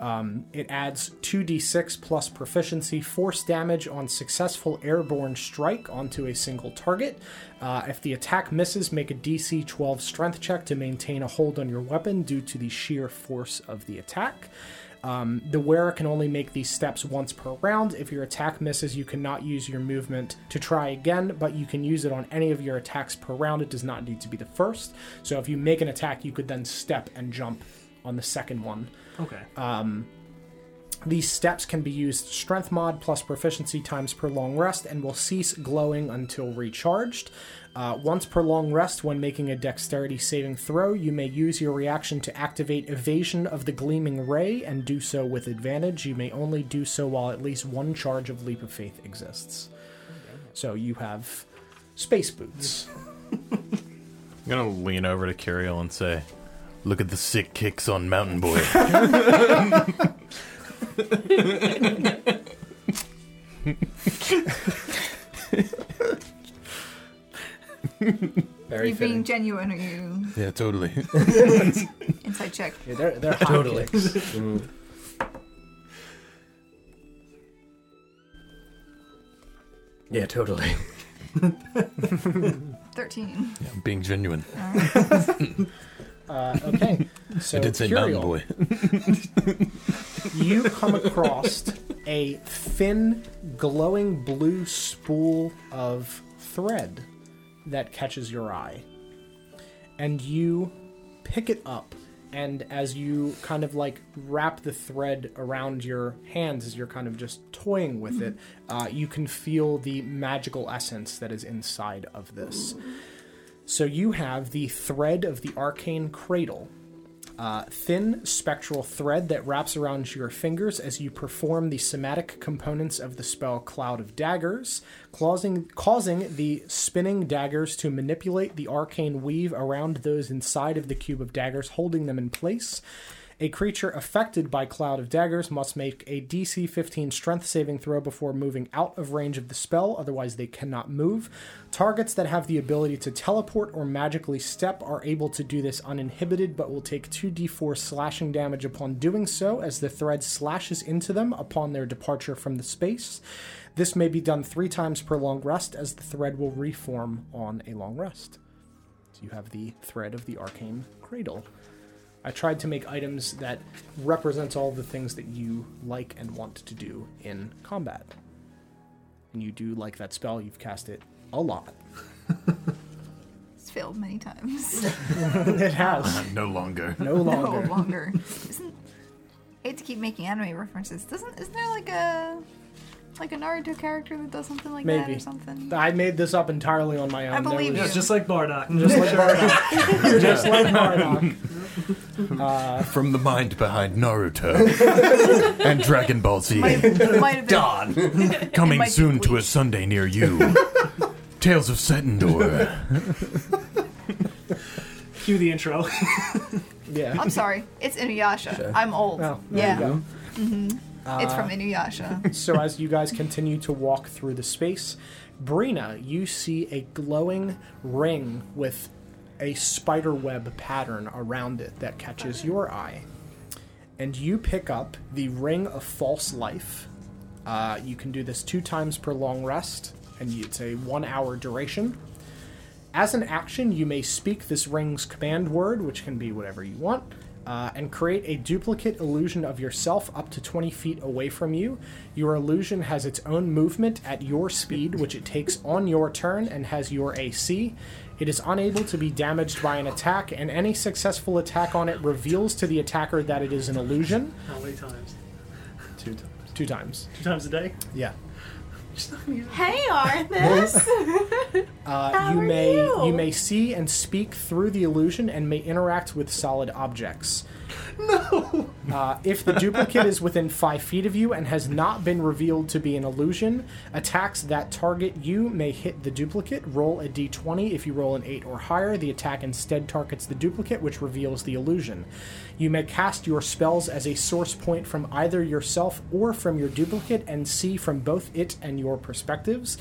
Um, it adds 2d6 plus proficiency force damage on successful airborne strike onto a single target. Uh, if the attack misses, make a DC 12 strength check to maintain a hold on your weapon due to the sheer force of the attack. Um, the wearer can only make these steps once per round. If your attack misses, you cannot use your movement to try again, but you can use it on any of your attacks per round. It does not need to be the first. So if you make an attack, you could then step and jump on the second one. Okay. Uh, These steps can be used strength mod plus proficiency times per long rest and will cease glowing until recharged. Uh, once per long rest, when making a dexterity saving throw, you may use your reaction to activate evasion of the gleaming ray and do so with advantage. You may only do so while at least one charge of leap of faith exists. So you have space boots. I'm gonna lean over to Curiel and say, "Look at the sick kicks on Mountain Boy." (laughs) Are Very you being fitting. genuine? Are you yeah, totally. inside check? Yeah, they're they're high (laughs) Totally. kicks. Mm. Yeah, totally. Thirteen. (laughs) being genuine. All right. Uh, okay, so I did say Curiel. Mountain Boy. you come across a thin, glowing blue spool of thread that catches your eye. And you pick it up, and as you kind of like wrap the thread around your hands as you're kind of just toying with it, uh, you can feel the magical essence that is inside of this. So you have the thread of the arcane cradle thin spectral thread that wraps around your fingers as you perform the somatic components of the spell Cloud of Daggers, causing, causing the spinning daggers to manipulate the arcane weave around those inside of the cube of daggers, holding them in place. A creature affected by Cloud of Daggers must make a DC 15 strength saving throw before moving out of range of the spell, otherwise, they cannot move. Targets that have the ability to teleport or magically step are able to do this uninhibited, but will take 2d4 slashing damage upon doing so as the thread slashes into them upon their departure from the space. This may be done three times per long rest, as the thread will reform on a long rest. So you have the thread of the arcane cradle. I tried to make items that represents all the things that you like and want to do in combat. And you do like that spell, you've cast it a lot. (laughs) It's failed many times. it has. No longer. (laughs) No longer. No longer. Isn't hate to keep making anime references. Doesn't isn't there like a like a Naruto character that does something like that Maybe. or something? I made this up entirely on my own. I There believe was- you. Yes, just like Bardock. Just like (laughs) Bardock. You're just like Bardock. From the mind behind Naruto and Dragon Ball Might Z. have, might have been. Don! It Coming might be soon to a bleach. Sunday near you. Tales of Setendor. Cue the intro. (laughs) Yeah. I'm sorry. It's Inuyasha. I'm old. Oh, there yeah. Mm-hmm. you go. Uh, It's from (laughs) Inuyasha. So as you guys continue to walk through the space, Brina, you see a glowing ring with a spider web pattern around it that catches your eye. And you pick up the Ring of False Life. Uh, you can do this two times per long rest, and you- it's a one hour duration. As an action, you may speak this ring's command word, which can be whatever you want, uh, and create a duplicate illusion of yourself up to 20 feet away from you. Your illusion has its own movement at your speed, which it takes on your turn and has your AC. It is unable to be damaged by an attack, and any successful attack on it reveals to the attacker that it is an illusion. How many times? Two times. Two times. Two times a day? Yeah. Hey, Arthas! Uh, you are may you? you? may see and speak through the illusion and may interact with solid objects. No. Uh, if the duplicate is within five feet of you and has not been revealed to be an illusion, attacks that target you may hit the duplicate. Roll a d20. If you roll an eight or higher, the attack instead targets the duplicate, which reveals the illusion. You may cast your spells as a source point from either yourself or from your duplicate and see from both it and your perspectives.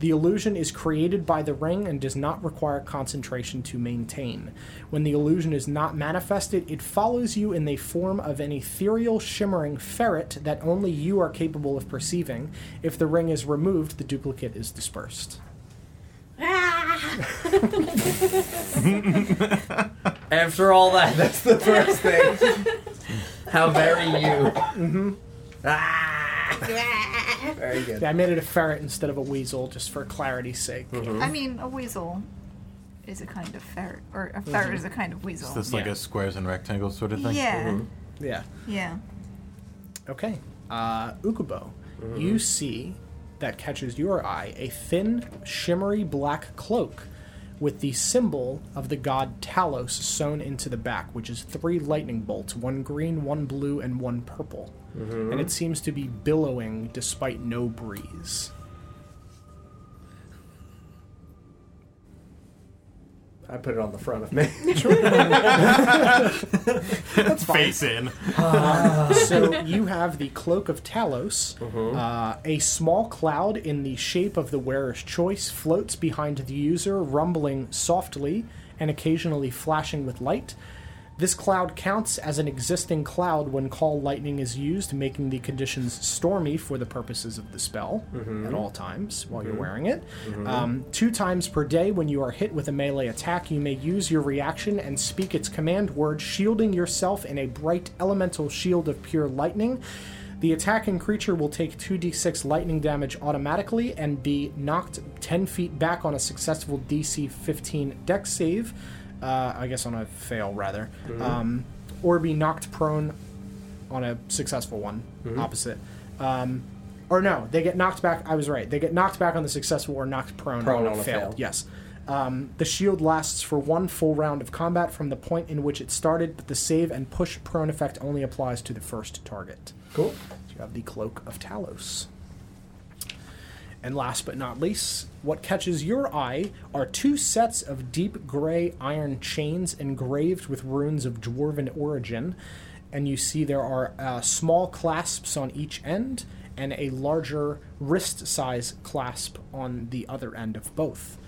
The illusion is created by the ring and does not require concentration to maintain. When the illusion is not manifested, it follows you in the form of an ethereal shimmering ferret that only you are capable of perceiving. If the ring is removed, the duplicate is dispersed. Ah! After all that, that's the first thing. How very you. Ah! Ah! Very good. Yeah, I made it a ferret instead of a weasel just for clarity's sake. I mean, a weasel is a kind of ferret, or a ferret Mm-hmm. is a kind of weasel. Is this like a squares and rectangles sort of thing? yeah. Yeah. Yeah. Okay. Uh, Ukubo, you see that catches your eye a thin, shimmery black cloak with the symbol of the god Talos sewn into the back, which is three lightning bolts one green, one blue, and one purple. And it seems to be billowing despite no breeze. I put it on the front of me. Face in. so you have the cloak of Talos. Uh, a small cloud in the shape of the wearer's choice floats behind the user, rumbling softly and occasionally flashing with light. This cloud counts as an existing cloud when call lightning is used, making the conditions stormy for the purposes of the spell at all times while you're wearing it. Um, two times per day, when you are hit with a melee attack, you may use your reaction and speak its command word, shielding yourself in a bright elemental shield of pure lightning. The attacking creature will take 2d6 lightning damage automatically and be knocked 10 feet back on a successful DC 15 dex save. Uh, I guess on a fail, rather. Um, or be knocked prone on a successful one. Opposite. Um, or no, they get knocked back. I was right. They get knocked back on the successful or knocked prone, Prone on, a failed. fail. Yes. Um, the shield lasts for one full round of combat from the point in which it started, but the save and push prone effect only applies to the first target. Cool. You have the Cloak of Talos. And last but not least, what catches your eye are two sets of deep gray iron chains engraved with runes of dwarven origin. And you see there are uh, small clasps on each end and a larger wrist size clasp on the other end of both.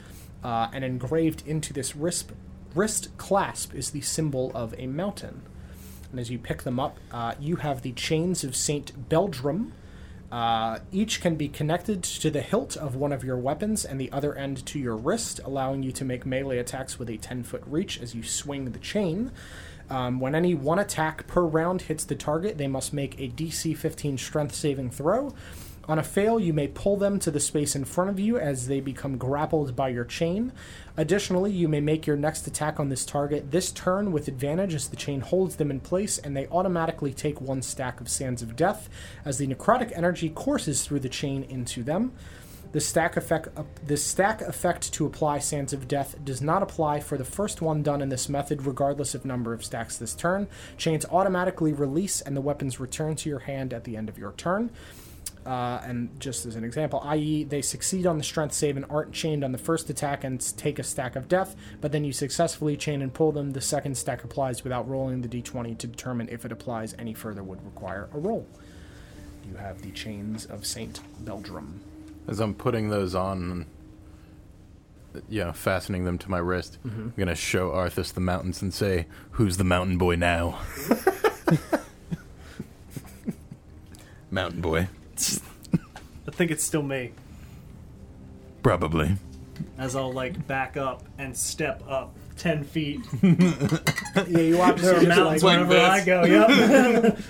Uh, and engraved into this wrist, wrist clasp is the symbol of a mountain. And as you pick them up, uh, you have the chains of Saint Beldrum. Uh, each can be connected to the hilt of one of your weapons and the other end to your wrist, allowing you to make melee attacks with a 10 foot reach as you swing the chain. Um, when any one attack per round hits the target, they must make a DC 15 strength saving throw. On a fail, you may pull them to the space in front of you as they become grappled by your chain. Additionally, you may make your next attack on this target this turn with advantage as the chain holds them in place and they automatically take one stack of Sands of Death as the necrotic energy courses through the chain into them. The stack effect, uh, the stack effect to apply Sands of Death does not apply for the first one done in this method, regardless of number of stacks this turn. Chains automatically release, and the weapons return to your hand at the end of your turn. Uh, and just as an example, i.e., they succeed on the strength save and aren't chained on the first attack and s- take a stack of death, but then you successfully chain and pull them. The second stack applies without rolling the d20 to determine if it applies any further, would require a roll. You have the chains of Saint Beldrum. As I'm putting those on and you know, fastening them to my wrist, I'm gonna show Arthas the mountains and say, Who's the mountain boy now? mountain boy. I think it's still me. Probably. As I'll like back up and step up ten feet. Yeah, you There are obviously just mountains like, wherever I go. Yep.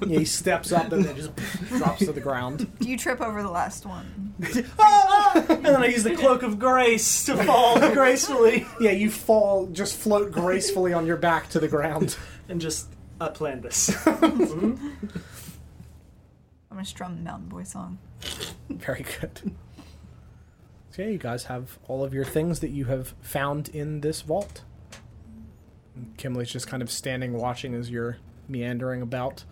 (laughs) yeah, he steps up and then (laughs) just drops to the ground. You trip over the last one. and then I use the cloak of grace to fall gracefully. Yeah, you fall, just float gracefully on your back to the ground. And just I planned this. I'm gonna strum the Mountain Boy song. (laughs) Very good. So yeah, you guys have all of your things that you have found in this vault. And Kimley's just kind of standing watching as you're meandering about.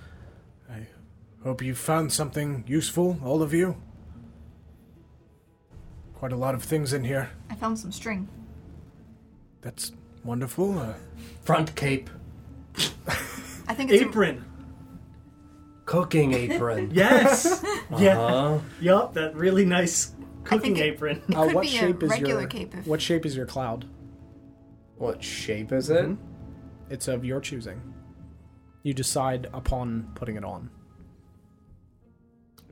Hope you found something useful, all of you. Quite a lot of things in here. I found some string. That's wonderful. Uh, Front cape. I think it's Apron. Cooking apron. Yes. (laughs) Yeah. Uh-huh. Yup. That really nice cooking it- apron. A, it Uh, could what be shape a is regular your cape. If, what shape is your cloud? What shape is it? It's of your choosing. You decide upon putting it on.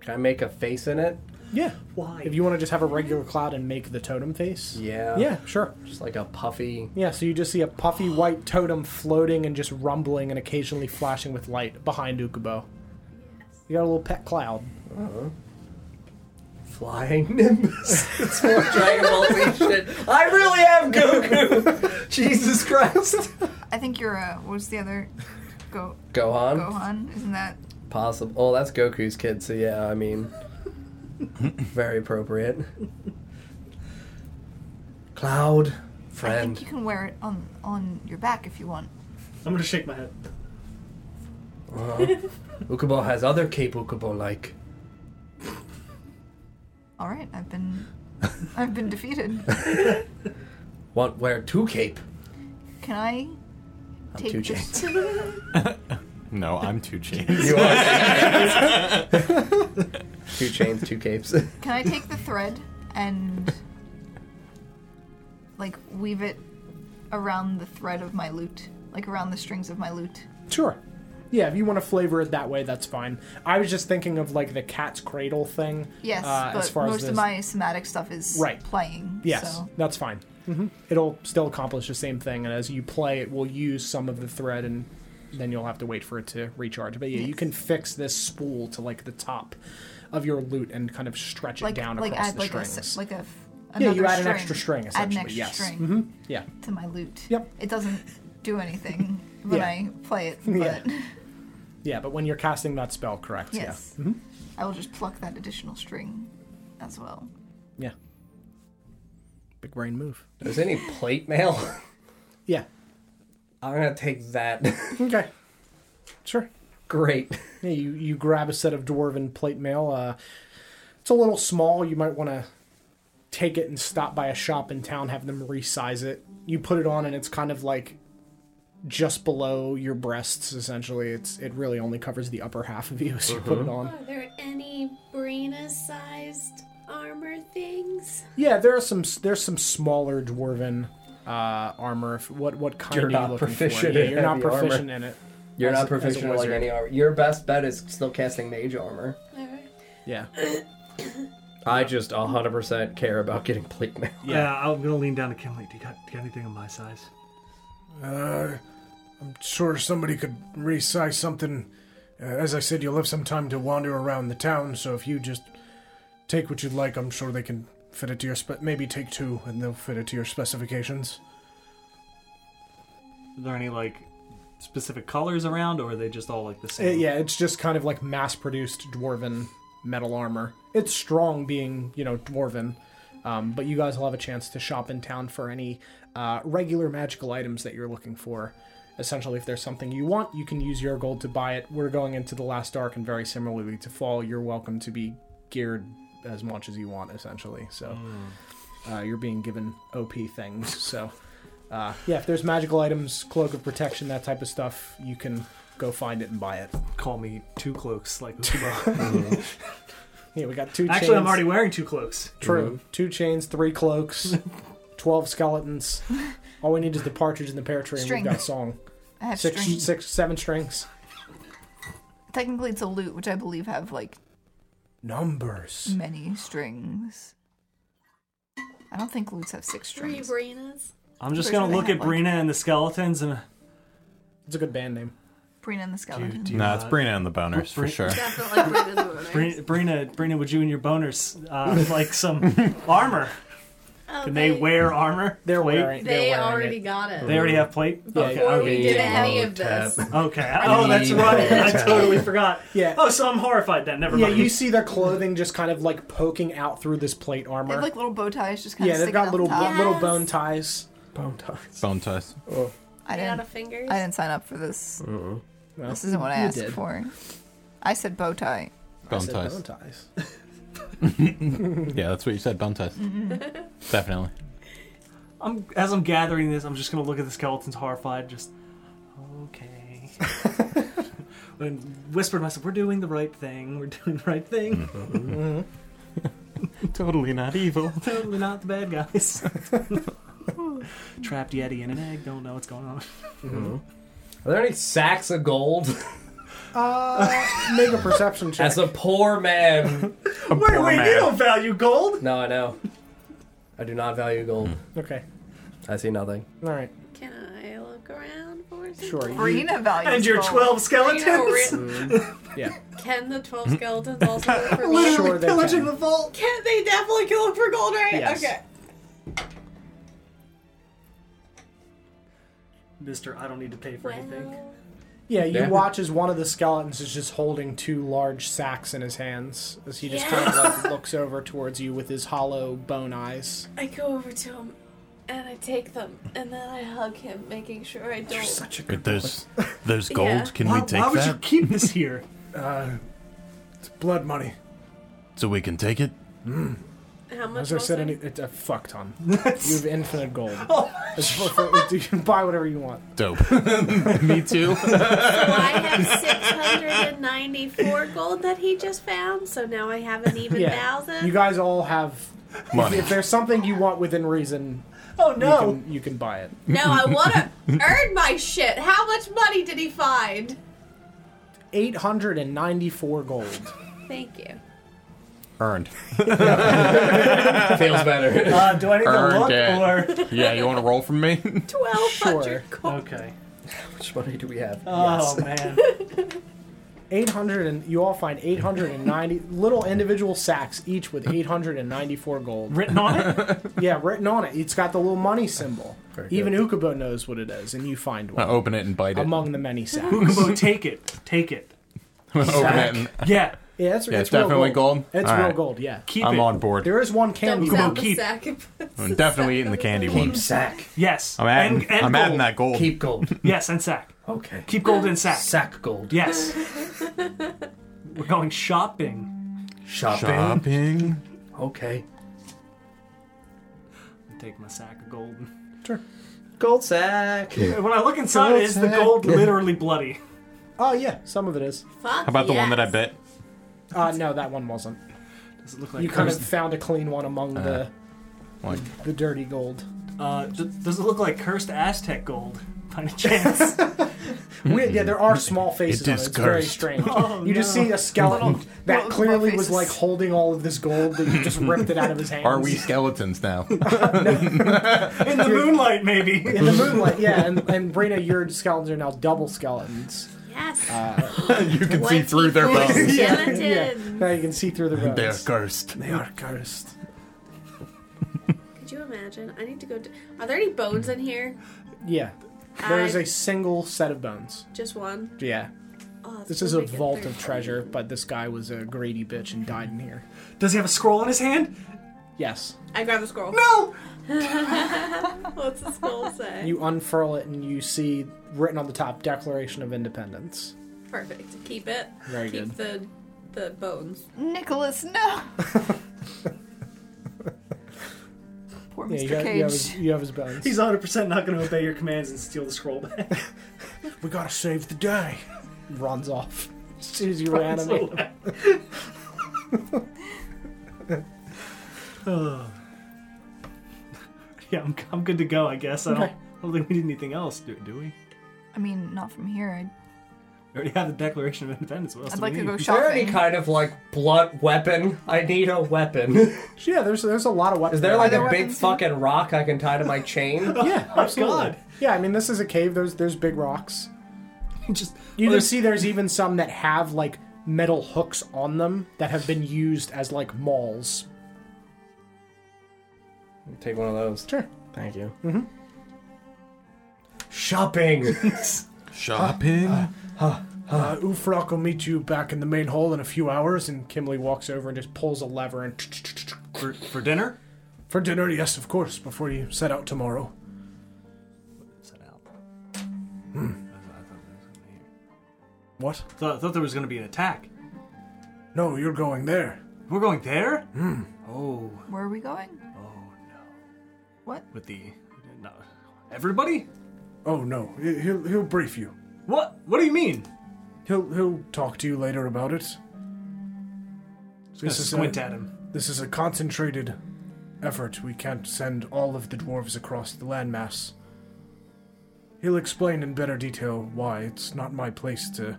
Can I make a face in it? Yeah. Why? (laughs) If you want to just have a regular cloud and make the totem face. Yeah. Yeah, sure. Just like a puffy. Yeah, so you just see a puffy white totem floating and just rumbling and occasionally flashing with light behind Ukubo. You got a little pet cloud. Flying Nimbus. it's more Dragon Ball Z shit. I really am Goku. Jesus Christ. I think you're. Uh, what was the (laughs) other? Go Gohan. Gohan. Isn't that? Possible. Oh, that's Goku's kid. So yeah, I (laughs) mean, very appropriate. Cloud, I think you friend. can wear it on on your back if you want. I'm gonna shake my head. Ukubo has other cape Ukubo like. All right. (laughs) I've been. I've been defeated. Want wear two cape? Can I I'm take two this? chains. No, I'm two chains. You are two chains, two capes. (laughs) Can I take the thread and like weave it around the thread of my lute, like around the strings of my lute? (laughs) Sure. Yeah, if you want to flavor it that way, that's fine. I was just thinking of like the cat's cradle thing. Yes, uh, but as far most as this. of my somatic stuff is Right. playing. Yes, So. that's fine. hmm It'll still accomplish the same thing, and as you play, it will use some of the thread, and then you'll have to wait for it to recharge. But yeah, you can fix this spool to like the top of your loot and kind of stretch it Like, down like across add the like a, strings. se- like a f- yeah, you another add an string. extra string Add essentially. an extra yes. string Mhm. Yeah. (laughs) to my lute. Yep. It doesn't (laughs) do anything when Yeah. I play it, but Yeah, but when you're casting that spell, correct? yes, Mm-hmm. I will just pluck that additional string as well. Yeah. Yeah. Big brain move. There's any plate mail? (laughs) Yeah. I'm gonna take that. (laughs) Okay. Sure. Great. Yeah, you, you grab a set of dwarven plate mail. Uh, it's a little small. You might want to take it and stop by a shop in town, have them resize it. You put it on, and it's kind of like just below your breasts. Essentially, it's it really only covers the upper half of you as you Mm-hmm. put it on. Are there any Brina-sized armor things? Yeah, there are some there's some smaller dwarven uh, armor. If, what what kind You're are you not looking proficient for? Yeah, in you're not heavy armor. proficient in it. You're As- not as a proficient in like wizard. any armor. Your best bet is still casting mage armor. Alright. Yeah. I just 100% care about getting plate mail. Yeah, I'm gonna lean down to Kimley. Do you got, do you got anything on my size? uh, I'm sure somebody could resize something Uh, as I said, you'll have some time to wander around the town, so if you just take what you'd like, I'm sure they can fit it to your spec. Maybe take two, and they'll fit it to your specifications. Are there any like specific colors around, or are they just all like the Uh, same? yeah, it's just kind of like mass-produced dwarven metal armor. It's strong, being you know dwarven, um, but you guys will have a chance to shop in town for any uh, regular magical items that you're looking for. Essentially, if there's something you want, you can use your gold to buy it. We're going into the last dark, and very similarly to fall, you're welcome to be geared as much as you want. Essentially, so uh, you're being given OP things. (laughs) So. Uh, yeah, if there's magical items, cloak of protection, that type of stuff, you can go find it and buy it. Call me two cloaks, like Ukubo. Yeah, we got two. Actually, I'm chains. already wearing two cloaks. true. Two chains, three (laughs) cloaks, twelve skeletons. All we need is the partridge and the pear tree, and String. we've got a song. I have Six, strings. six, seven strings. Technically, it's a lute, which I believe have like Mm. Numbers. many strings. I don't think lutes have six Three strings. Brina's. I'm just Where's gonna my look at hat, like- Brina and the skeletons and It's a good band name. Brina and the skeleton. do Nah, not- it's Brina and the boners for sure. Definitely (laughs) Brina the Runner. Brina, Brina, Brina, would you and your boners uh, like some armor? Oh, Can they wear armor? They're Plate? wearing. they're They wearing already It. got it. They already have plate. okay. Before okay. we did Did any any of of tab. this? Okay. Oh, that's (laughs) right. I totally forgot. Yeah. Oh, so I'm horrified then. Never Yeah, mind. you see their clothing just kind of like poking out through this plate They armor. have like little bow ties just kind yeah, of they've sticking got out little the top. little Yes. bone ties. Bone ties. Bone ties. I Made out didn't. of fingers. I didn't sign up for this. Mm-hmm. Well, This isn't what I you asked did. for. I said bow tie. I Bone said ties. Bone ties. Yeah, that's what you said. Bone ties. Definitely. I'm as I'm gathering this, I'm just gonna look at the skeletons horrified, just (laughs) okay. and whisper to myself, "We're doing the right thing. We're doing the right thing. Mm-hmm. (laughs) totally not evil. totally not the bad (laughs) guys." Trapped yeti in an egg. Don't know what's going on. Are there any sacks of gold? Uh, make a perception check. As a poor man. Wait, wait, you don't value gold? no, I know. I do not value gold. Okay. I see nothing. All right. Can I look around for some? Sure. You- Brina values. And your gold. twelve You know, skeletons. (laughs) re- yeah. (laughs) Can the twelve skeletons also look for gold? Sure. They Pillaging can. the vault. Can they definitely can look for gold, right? Yes. Okay. Mister, I don't need to pay for anything. Well, Yeah, you Yeah. watch as one of the skeletons is just holding two large sacks in his hands as he just kind of like looks over towards you with his hollow bone eyes. I go over to him and I take them and then I hug him, making sure I don't. Such a But those those gold, Yeah. can Why, we take why would you that? keep this here? Uh, It's blood money. So we can take it? How much As I was said, it? any, (laughs) it's a fuck (laughs) ton. you have infinite gold. Oh It's for- for- you can buy whatever you want. (laughs) Dope. Me too. So I have 694 gold that he just found, so now I have an even Yeah, thousand. you guys all have. (laughs) Money. If there's something you want within reason, Oh you, no! can, you can buy it. no, I want to earn my shit. How much money did he find? Eight hundred and ninety-four gold. Thank you. Earned. Feels better. Uh, do I need to Earned look it. or? Yeah, you want to roll from me? 1200 gold. Okay. Which money do we have? (laughs) Oh man. Eight hundred and you all find eight hundred and ninety little individual sacks, each with eight hundred and ninety-four gold. Written on (laughs) it? Yeah, written on it. It's got the little money symbol. Very good. Even Ukubo knows what it is, and you find I one open it and bite it. among the many (laughs) sacks. Kubo, take it. Take it. open sack. it and Yeah. Yeah, it's, Yeah, it's real definitely gold? It's All real right. gold. Yeah, Keep I'm it. on board. there is one candy Dumps one. out the keep- sack and puts I'm the definitely sack eating on the candy table. one. Keep sack. Yes. I'm adding, and, and I'm adding gold. that gold. Keep gold. Yes, and sack. (laughs) Okay. Keep gold in sack. Sack gold. Yes. We're going shopping. Shopping. Shopping. Okay. Take my sack of gold. Gold sack. When I look inside, it is the gold literally bloody. Oh yeah, some of it is. Fuck How about the one that I yes. bit? Uh, no, that one wasn't. Does it look like You kind of cursed? found a clean one among Uh. the Like the dirty gold. Uh, d- does it look like cursed Aztec gold? By any (laughs) chance? Weird, yeah, there (laughs) are small faces. It on is It's very cursed. strange. Oh, you just no. see a skeleton that little clearly small was like faces. holding all of this gold that you (laughs) just ripped it out of his hands. are we skeletons now? in the moonlight, maybe. (laughs) in the moonlight? Yeah, and and Brina, your skeletons are now double skeletons. Yes. (gasps) you can see through their bones. Skeleton. Now you can see through the bones. They are cursed. They are cursed. Could you imagine? I need to go. To... Are there any bones in here? Yeah. There is I- a single set of bones. Just one. Yeah. Oh, that's This gonna is a make it vault of 13. treasure, but this guy was a greedy bitch and died in here. Does he have a scroll in his hand? Yes. I grab a scroll. No. (laughs) What's the scroll say? You unfurl it and you see written on the top Declaration of Independence. Perfect. Keep it. Very Keep the the bones. Nicholas, no! (laughs) Poor Yeah, you, got- you Mr. Cage. have his, you have his bones. (laughs) He's 100% not going to obey your commands and steal the scroll back. We gotta save the day. (laughs) runs off as soon as you reanimate him. Oh. (sighs) yeah, I'm, I'm good to go, I guess. I don't, Okay. I don't think we need anything else, do, do we? I mean, not from here. I'd, We already have the Declaration of Independence. What else I'd do like we to need? go Is there any shopping. kind of like blunt weapon? I need a (laughs) weapon. Yeah, there's there's a lot of weapons. Is there like there a big weapons? fucking rock I can tie to my (laughs) chain? (laughs) yeah, Oh, absolutely. Yeah, I mean this is a cave. There's there's big rocks. (laughs) Just You well, can there's- see there's even some that have like metal hooks on them that have been used as like mauls. Take one of those. Sure. Thank you. Mm-hmm. Shopping. (laughs) Shopping? Uh, Ufrock will meet you back in the main hall in a few hours, and Kimberly walks over and just pulls a lever and for, for dinner? for dinner, yes, of course, before you set out tomorrow. Set out. Hmm. What? Thought, thought there was going to be an attack. No, you're going there. We're going there? Oh, Where are we going? oh no. What? With the. No. Everybody? Oh no, he- he'll he'll brief you. What? What do you mean? He'll he'll talk to you later about it. Just is a- squint at him. This is a concentrated effort. We can't send all of the dwarves across the landmass. He'll explain in better detail why. It's not my place to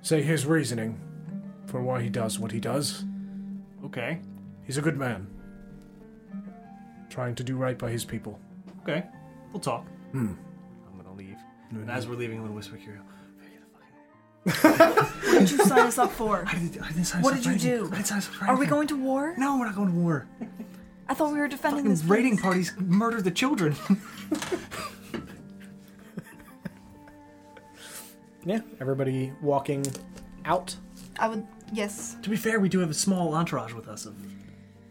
say his reasoning for why he does what he does. Okay. He's a good man. Trying to do right by his people. Okay. We'll talk. I'm going to leave. And as we're leaving, I'm going to whisper Curio. What did you sign us up for? (laughs) I didn't, I didn't sign What us up did for anything. you do? I didn't sign us up for Are we anything. going to war? No, we're not going to war. I thought we were defending this Fucking raiding place. parties murder the (laughs) children. Yeah, everybody walking out. I would, yes. to be fair, we do have a small entourage with us of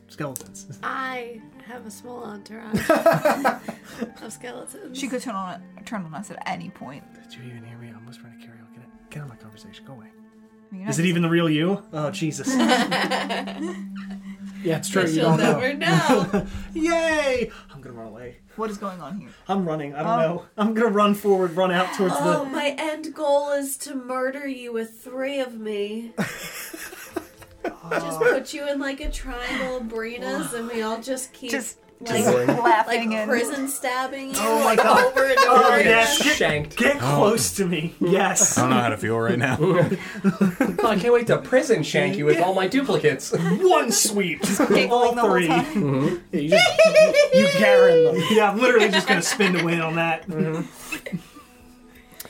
skeletons. I have a small (laughs) entourage of skeletons. She could turn on turn on us at any point. Did you even hear me? I'm whispering to Carrie. Get it? Get out of my conversation. Go away. I mean, Is it even the real you? Oh (laughs) Jesus! Yeah, it's true. You She'll don't know. never (laughs) know. Yay! I'm gonna run away. What is going on here? I'm running. I Oh. don't know. I'm gonna run forward, run out towards oh, my end goal is to murder you with three of me. (laughs) just put you in like a triangle of Brina's, and we all just keep Just, like just laughing like and prison stabbing you like (laughs) over and over. again. the. Oh Yes, get, Shanked. get close to me. Yes. (laughs) I Uh-huh. don't know how to feel right now. Oh, I can't wait to prison shank you with all my duplicates. One sweep. All giggling the whole three. Mm-hmm. time. Yeah, you just you Garen them. Yeah, I'm literally just gonna spin to win on that.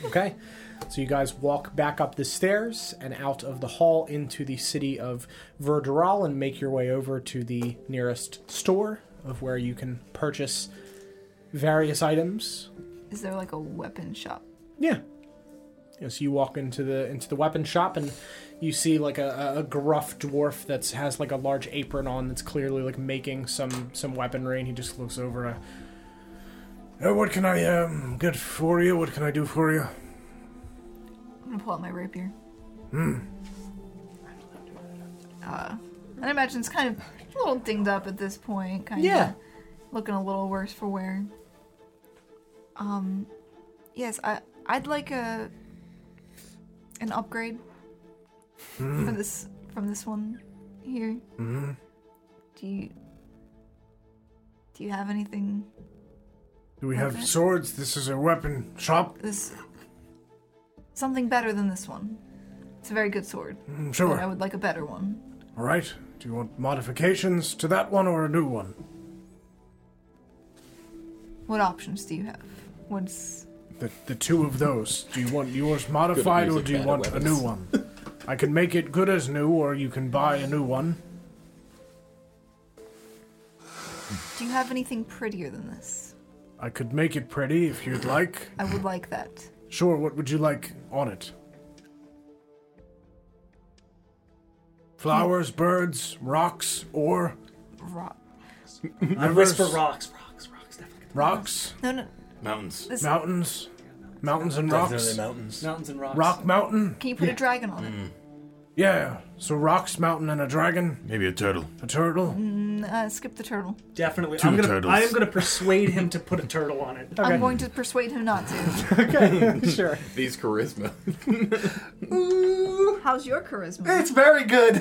Okay. So you guys walk back up the stairs and out of the hall into the city of Verderal and make your way over to the nearest store of where you can purchase various items. (laughs) Is there like a weapon shop? Yeah. Yeah, so you walk into the into the weapon shop and you see like a, a- a gruff dwarf that's has like a large apron on that's clearly like making some some weaponry and he just looks over uh, Uh, what can I um, get for you? What can I do for you? I'm gonna pull out my rapier. Hmm. Uh, and I imagine it's kind of a little dinged up at this point. Kind Yeah. of looking a little worse for wear. Um, yes, I I'd like a an upgrade for this from this one here. Mm. Do you do you have anything? Do we have swords? This is a weapon shop. This something better than this one. It's a very good sword. Mm, but I Sure. would like a better one. All right. Do you want modifications to that one or a new one? What options do you have? What's The, the two of those. Do you want yours modified or music, do you bad at want a new one? I can make it good as new, or you can buy a new one. Do you have anything prettier than this? I could make it pretty if you'd like. I would like that. Sure, what would you like on it? Flowers, birds, rocks, or Rock. I whisper rocks, rocks, rocks. Definitely. rocks, No, no. Mountains. This, mountains, mountains and Definitely rocks. mountains. Mountains and rocks. Rock mountain? Can you put a dragon on it? Yeah. So rocks, mountain, and a dragon, Maybe a turtle. a turtle. N- Uh, skip the turtle. Definitely. Two I'm gonna. turtles. I am gonna persuade him to put a turtle on it. I'm going to persuade him not (laughs) to. sure. These charisma. How's your (laughs) charisma? It's very (laughs) good.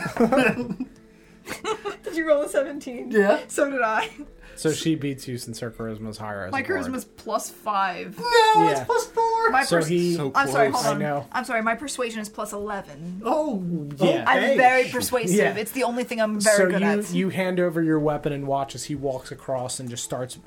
Did you roll a 17? Yeah. So did I. So she beats you since her charisma's higher. As My a bard. charisma's Oh, plus five. No, Yeah. it's plus four. My So pers- he. I'm sorry, hold I on. know. I'm sorry, my persuasion is plus 11. oh, Yeah. I'm very persuasive. Yeah. It's the only thing I'm very so good you at. you hand over your weapon and watch as he walks across and just starts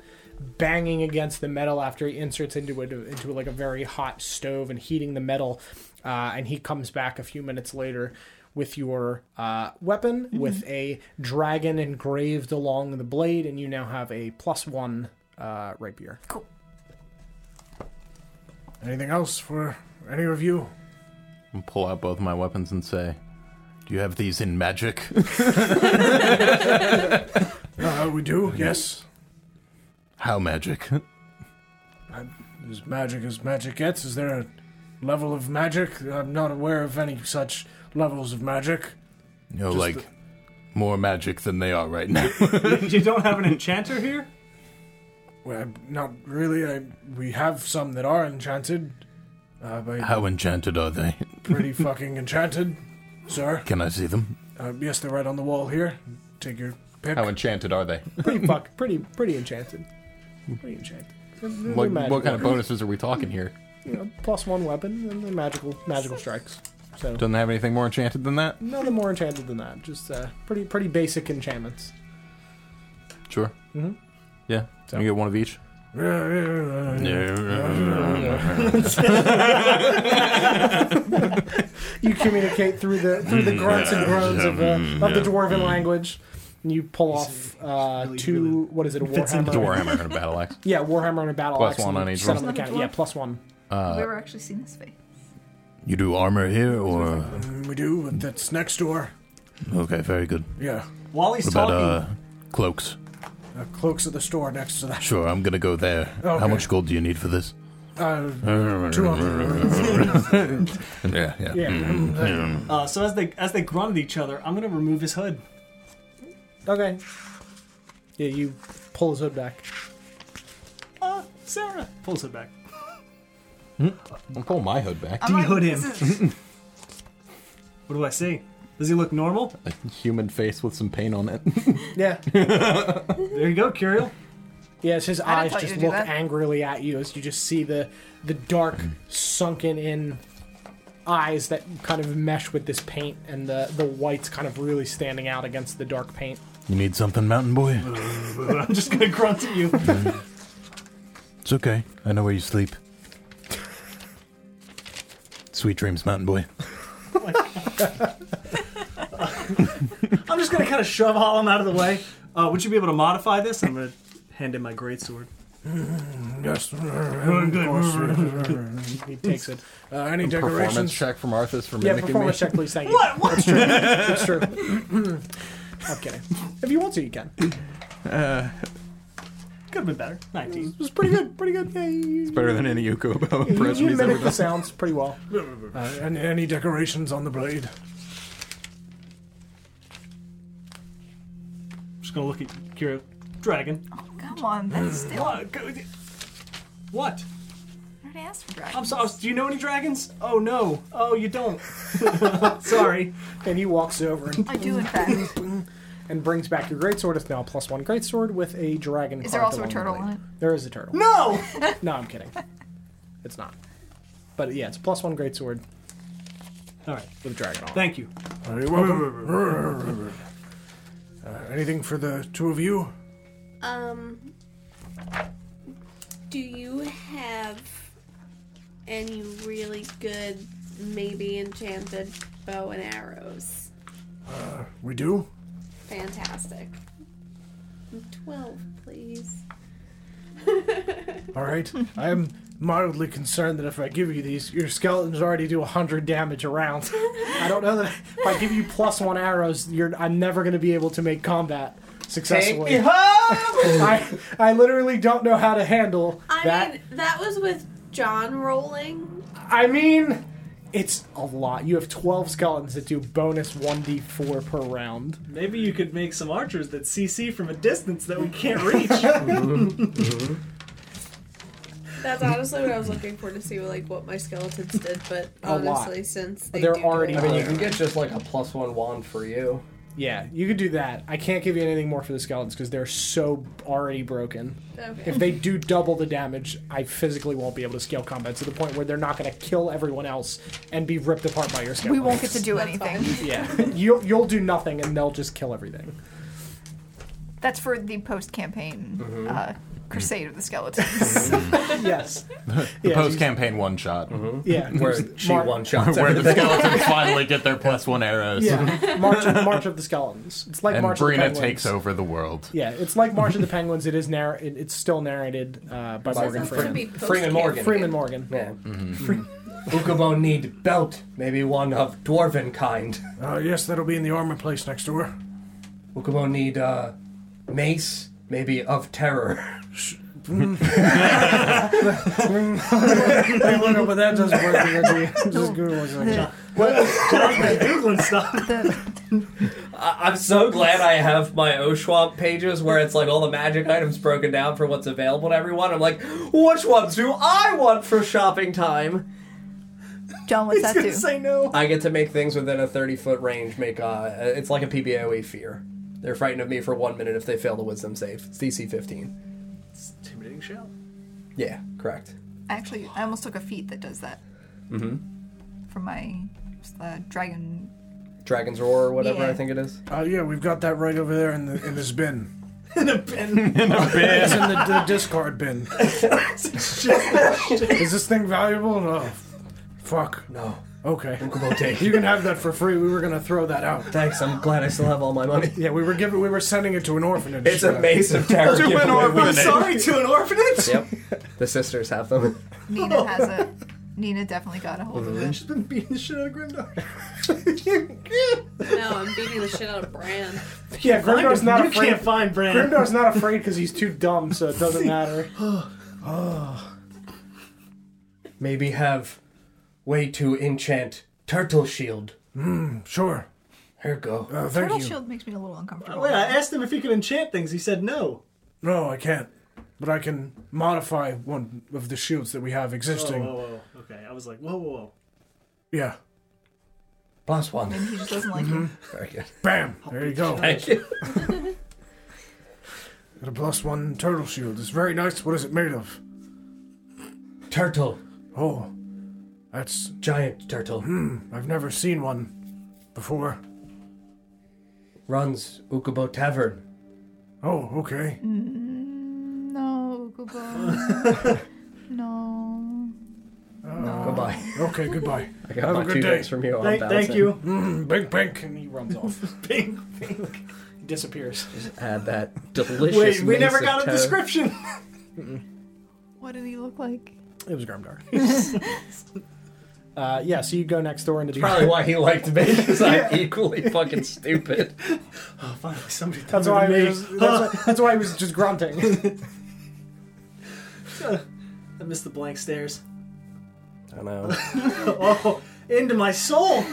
banging against the metal after he inserts into it into like a very hot stove and heating the metal, uh, and he comes back a few minutes later with your uh, weapon Mm-hmm. with a dragon engraved along the blade, and you now have a plus one uh, rapier. Anything else for any of you? And pull out both my weapons and say, "Do you have these in (laughs) magic?" Uh, (laughs) we do, yes. How magic? As magic as magic gets, is there a level of magic? I'm not aware of any such levels of magic. No, like more magic than they are right (laughs) now. you don't have an enchanter here? Well, not really. I, we have some that are enchanted. Uh, but How enchanted are they? (laughs) pretty fucking enchanted, sir. Can I see them? Uh, yes, they're right on the wall here. Take your pick. How enchanted are they? (laughs) Pretty fuck, pretty pretty enchanted. Pretty enchanted. They're- they're What, magical. what kind of bonuses are we talking here? You know, plus one weapon and they're magical magical strikes. So Doesn't have anything more enchanted than that? Nothing more enchanted than that. Just uh, pretty pretty basic enchantments. Sure. Mm-hmm. Yeah. Can you get one of each? Uh, You communicate through the through Mm, the grunts and groans of, uh, of the dwarven language. And you pull off uh, two. What is it? A warhammer. It's a warhammer and a battle axe. Yeah, warhammer and a battle Plus axe. one and on you each set roll. them on the counter. Yeah, plus one. I've never actually seen this face. You do armor here, or we do, but that's next door. okay, very good. Yeah, While he's What about talking, uh, cloaks? uh, cloaks at the store next to that. Sure, I'm gonna go there. How Okay. much gold do you need for this? Uh, Two 200. (laughs) Yeah, yeah. Yeah. uh, so as they as they grunt at each other, I'm gonna remove his hood. Okay. Yeah, you pull his hood back. Uh, Sarah pulls it back. I'll pull my hood back. I'm like, hood him. this is- What do I see? Does he look normal? A human face with some paint (laughs) on it. Yeah. There you go, Curiel. (laughs) Yes, his didn't eyes thought just you'd do look that. angrily at you as you just see the the dark, sunken in eyes that kind of mesh with this paint and the the whites kind of really standing out against the dark paint. You need something, mountain boy? Uh. I'm just gonna grunt at you. It's okay. I know where you sleep. Sweet dreams, mountain boy. (laughs) (laughs) I'm just gonna kind of shove all him out of the way. Uh, would you be able to modify this? I'm gonna hand in my great sword. yes, of course. He takes it. Uh, any decorations? check from Arthas for Yeah, performance check, please. Thank you. What? What? That's true. That's true. I'm kidding. If you want to, you can. It Could have been better. 19. was pretty good. Pretty good. Yeah, you, Better than any Yuko you, impression you he's ever mimic done. the sounds pretty well. Uh, any, any decorations on the blade? just gonna look at Kira. Dragon. Come on, that's still. I What? Go- What? already asked for dragon. I'm so. I was- Do you know any dragons? Oh no. Oh, you don't. (laughs) Sorry. And he walks over and, I do, in fact. and brings back your greatsword. It's now plus one greatsword with a dragon. Is there carved also a along the turtle blade. on it? There is a turtle. (laughs) No. No, I'm kidding. It's not. But yeah, it's plus one great sword All right. with a dragon on. it. Thank you. Are you welcome? Uh, anything for the two of you? Um, do you have any really good, maybe enchanted bow and arrows. We do? Fantastic. Twelve, please. All (laughs) right. I am mildly concerned that if I give you these, your skeletons already do 100 damage a round. I don't know that if I give you plus one arrows, you're I'm never going to be able to make combat successfully. home! (laughs) I, I literally don't know how to handle I that. mean, that was with John rolling. I mean, it's a lot. You have 12 skeletons that do bonus 1d4 per round. Maybe you could make some archers that CC from a distance that we can't reach. That's honestly what I was looking for to see, like what my skeletons did. But (laughs) A lot. honestly, since they They're do do already- it I mean, you can get just like a plus one wand for you. Yeah, you could do that. I can't give you anything more for the skeletons because they're so already broken. Okay. If they do double the damage, I physically won't be able to scale combat to the point where they're not going to kill everyone else and be ripped apart by your We skeletons. won't get to do That's anything. Yeah, (laughs) you'll, you'll do nothing and they'll just kill everything. That's for the post campaign uh, Crusade of the Skeletons. Yes. The (laughs) Yeah, post campaign one shot. Yeah. (laughs) (laughs) Where she Mar- one (laughs) shots Where the everything. skeletons finally get their plus one arrows. Yeah. March, March of the Skeletons. It's like And March of the Brina Penguins. takes over the world. Yeah, it's like March of the Penguins. It is narr- it, It's still narrated uh, (laughs) by Morgan That's gonna Freeman. be Freeman Morgan. post-camp. Freeman Morgan. Yeah. Ukubo need belt, maybe one of dwarven kind. Uh, yes, that'll be in the armor place next door. Ukubo need uh, mace, maybe of terror. no, but that doesn't work. That's the- just give me one second. Googling stuff. I- I'm so glad I have my Oshwamp pages where it's like all the magic items broken down for what's available to everyone. I'm like, which ones do I want for shopping time? (laughs) John, what's that do? Say no. I get to make things within a 30 foot range make uh, it's like a PBOE fear. They're frightened of me for one minute if they fail the wisdom save. It's DC 15. Intimidating shell. Yeah, correct. Actually, I almost took a feat that does that. Mm-hmm. For my uh, dragon. Dragon's Roar or whatever Yeah. I think it is. Uh, yeah, we've got that right over there in the in this Bit. bin. (laughs) It's in the, the discard bin. Is this thing valuable? No. Fuck. No. (laughs) Okay. Ukubo take. You can have that for free. We were gonna throw that out. Thanks, I'm glad I still have all my money. Yeah, we were giving. We were sending it to an orphanage. (laughs) It's a mace of terror. giveaway. sorry. Yep. The sisters have them. Nina has it. Nina definitely got a hold Mm-hmm. of it. been beating the shit out of Grimdar. (laughs) No, I'm beating the shit out of Bran. Yeah, Grimdar's not you afraid. can't find Brand. Grimdar's not afraid because he's too dumb, so it doesn't matter. Maybe have way to enchant turtle shield. Sure. Here go. Uh, thank Turtle you. shield makes me a little uncomfortable. Oh, Wait, I asked him if he could enchant things. He said no. No, I can't. But I can modify one of the shields that we have Whoa, existing. whoa, whoa. Okay, I was like, whoa, whoa, whoa. Yeah. Plus one. Mm-hmm. He just doesn't like it. Very good. Bam. There you go. (laughs) (laughs) Thank you. Got a plus one turtle shield. It's very nice. What is it made of? Turtle. Oh, that's. Giant turtle. I've never seen one before. Runs Ukubo Tavern. Oh, okay. No, Google. no. Goodbye. Okay, (laughs) goodbye. Uh, I got Have my a good two day. days from you. I'm Thank, bouncing. thank you. Mm, bink, bink. And he runs off. (laughs) Bing. He disappears. Add (laughs) that delicious. Wait, we mace never of got a terror. description. What did he look like? It was Grimdar. uh, yeah, so you go next door into the. Probably why he liked me because (laughs) I'm equally fucking stupid. Oh, finally, (laughs) somebody (laughs) That's told why, me. he was, that's, why, that's why he was just grunting. (laughs) I missed the blank stares. I know. Oh, into my soul.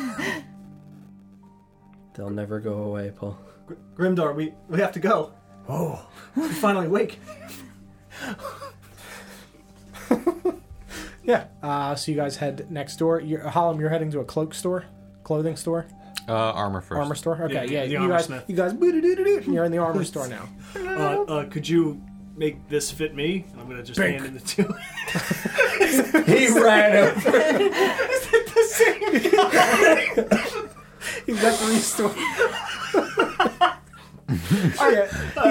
They'll never go away, Paul. Grimdar, we, we have to go. oh, We're finally awake. yeah. Uh, so you guys head next door. You're, Hollum, you're heading to a cloak store, clothing store, Uh, armor first. armor store. Yeah, Okay, the yeah. you armor guys, smith. you guys, boo-doo-doo-doo-doo, and you're in the armor (laughs) store now. Uh, uh, could you make this fit me? And I'm gonna just Bink. hand him the two. (laughs) He ran over. (laughs) You've got three stores. he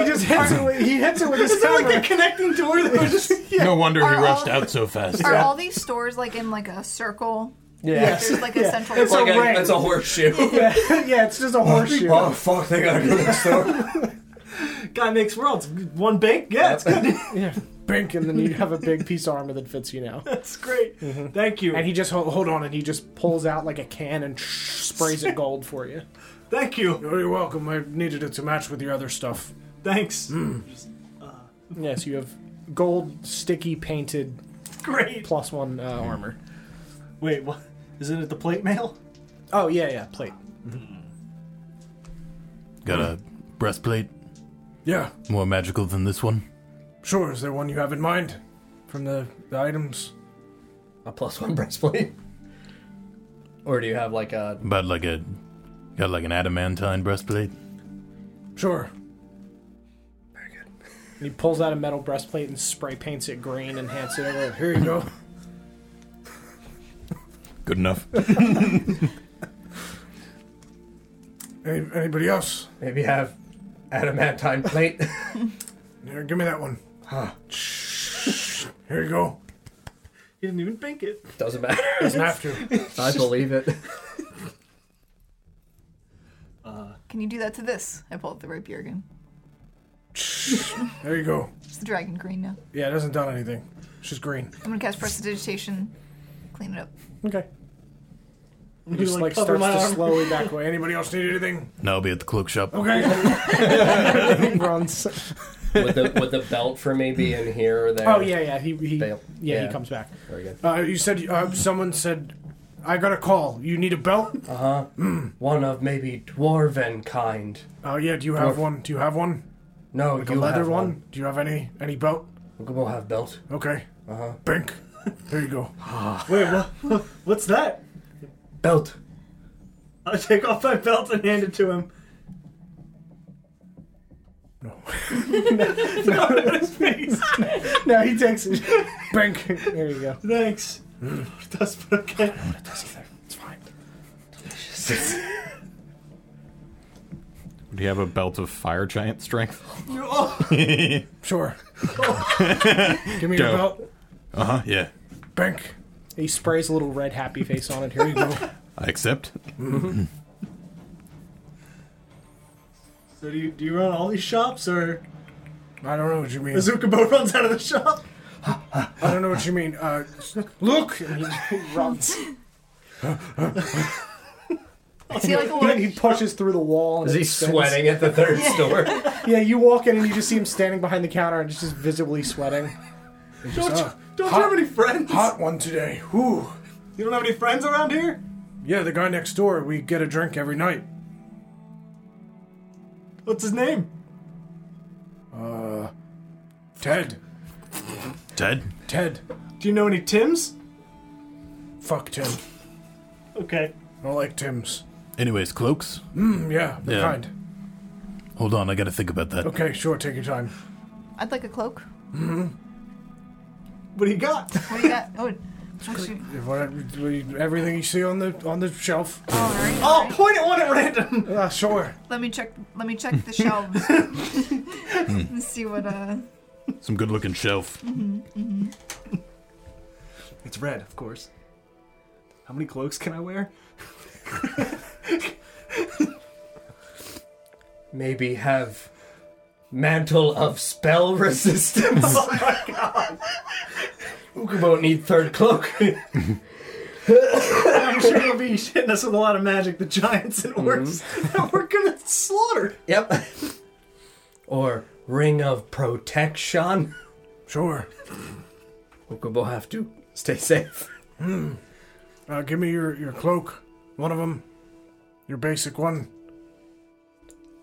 just hits it. With, he hits it (laughs) with his hammer. connecting door that was just No wonder he Are rushed all- out so fast. Are all these stores like in like a circle? (laughs) Yeah. There's like a central It's like a ring. a, it's a horseshoe. yeah, it's just a horseshoe. oh fuck, they gotta go next door. guy makes worlds. One bank, yeah, it's good. (laughs) yeah, bink, and then you have a big piece of armor that fits you now. That's great. Thank you. And he just hold, hold on, and he just pulls out like a can and sprays it gold for you. Thank you. Oh, You're welcome. I needed it to match with your other stuff. Thanks. Yes, you have gold sticky painted Great. plus one uh, armor. Wait, what? Isn't it the plate mail? Oh yeah, yeah, plate. Got a breastplate, Yeah, more magical than this one. sure. Is there one you have in mind from the, the items? A plus one breastplate. Or do you have like a About like a, got like an adamantine breastplate. Sure. And he pulls out a metal breastplate and spray paints it green and hands it over. Here you go. Good enough. Any, anybody else? maybe have adamantine plate? Here, give me that one. Huh. Here you go. He didn't even bank it. (laughs) Doesn't matter. Doesn't have to. I believe it. Can you do that to this? I pull out the rapier again. There you go. It's the dragon green now. Yeah, it hasn't done anything. It's just green. I'm gonna cast prestidigitation, (laughs) clean it up. Okay. He You, just like, cover starts my to arm. slowly back away. Anybody else need anything? Now I'll be at the cloak shop. Okay. and he runs. would the would the belt for me be in here or there? Oh yeah, yeah. He, he yeah, Fail. he Yeah. comes back. Very good. Uh, you said uh, someone said I got a call. You need a belt? One of maybe dwarven kind. Uh, yeah. Do you have one? Do you have one? No, Like you a leather have one? Do you have any any belt? one. We'll have belt. Okay. Uh huh. Bink. There you go. (laughs) Wait, what? What's that? Belt. I take off my belt and hand it to him. (laughs) No. no, no, his (laughs) face. (laughs) No, he takes it. (laughs) Bank. There you go. Thanks. That's okay. It's fine. Do you have a belt of fire giant strength? Sure. Give me your Go. belt. Uh Uh-huh, huh. Yeah. Bink. He sprays a little red happy face on it. Here (laughs) you go. I accept. So do you do you run all these shops or I don't know what you mean. Azuka Bo runs out of the shop? I don't know what you mean. Uh, Look, and he, he runs. Is he like (laughs) a He, (laughs) little? he pushes through the wall. And Is he it spins. sweating at the (laughs) third store? Yeah, you walk in and you just see him standing behind the counter and just, just visibly sweating. Don't you, uh, don't hot- you have any friends? hot one today. Whew. You don't have any friends around here? Yeah, the guy next door. We get a drink every night. What's his name? Ted. Ted. Ted. Do you know any Tims? Fuck Tim. Okay. I don't like Tim's. Anyways, cloaks. Mm, yeah, the Yeah. kind. Hold on, I gotta think about that. Okay, sure. Take your time. I'd like a cloak. What do you got? What do you got? Oh, don't you- If what- Everything you see on the on the shelf. oh, all right, all Oh, right. point at one at random. Uh, sure. Let me check. Let me check (laughs) the shelves Hmm. and see what. Uh, Some good looking shelf. It's red, of course. How many cloaks can I wear? maybe have mantle of spell resistance. (laughs) oh my god. Ukubo need third cloak. I'm sure he'll be hitting us with a lot of magic. The giants and orcs that we're gonna slaughter. (laughs) yep. Or ring of protection. Sure. Ukubo have to stay safe. Uh, give me your your cloak. One of them. Your basic one.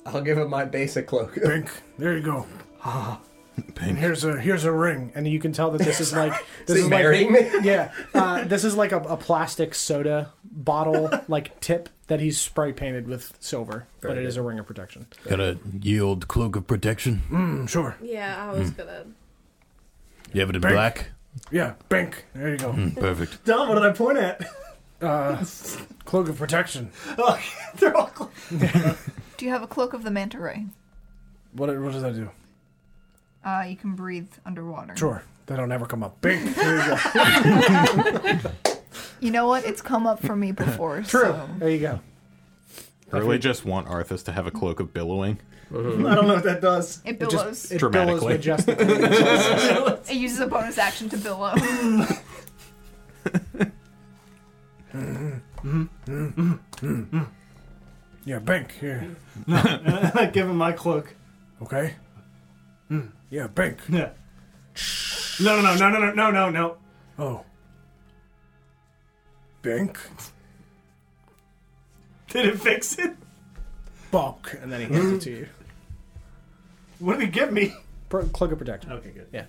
I'll give him my basic cloak. (laughs) Pink. There you go. And (laughs) Pink. here's a here's a ring. And you can tell that this is like this is Is like he marrying me? yeah, uh, this is like a, a plastic soda bottle like tip that he's spray painted with silver, but it is a ring of protection. Got a ye old cloak of protection. Mm, sure. Yeah, I was Hmm. gonna. You have it in Bang. black. Yeah. Pink. There you go. Hmm, Perfect. Don, what did I point at? Uh, cloak of protection. Oh, they're all clo- do you have a cloak of the manta ray? What, what does that do? Uh, you can breathe underwater. Sure. They don't ever come up. Bing! There you go. You know what? It's come up (laughs) for me before. True. So. There you go. I really just want Arthas to have a cloak of billowing. I don't know what that does. It It billows. just it billows Dramatically. majestically. It uses a bonus action (laughs) to billow. Yeah, bank. Yeah. (laughs) Give him my cloak. Okay. Hmm, Yeah, bank. Yeah. No, no, no, no, no, no, no, no. Oh. Bank. Did it fix it? Bonk. and then he hands it to you. What did it give me? Pro- Cloak of protection. Okay, good. Yeah.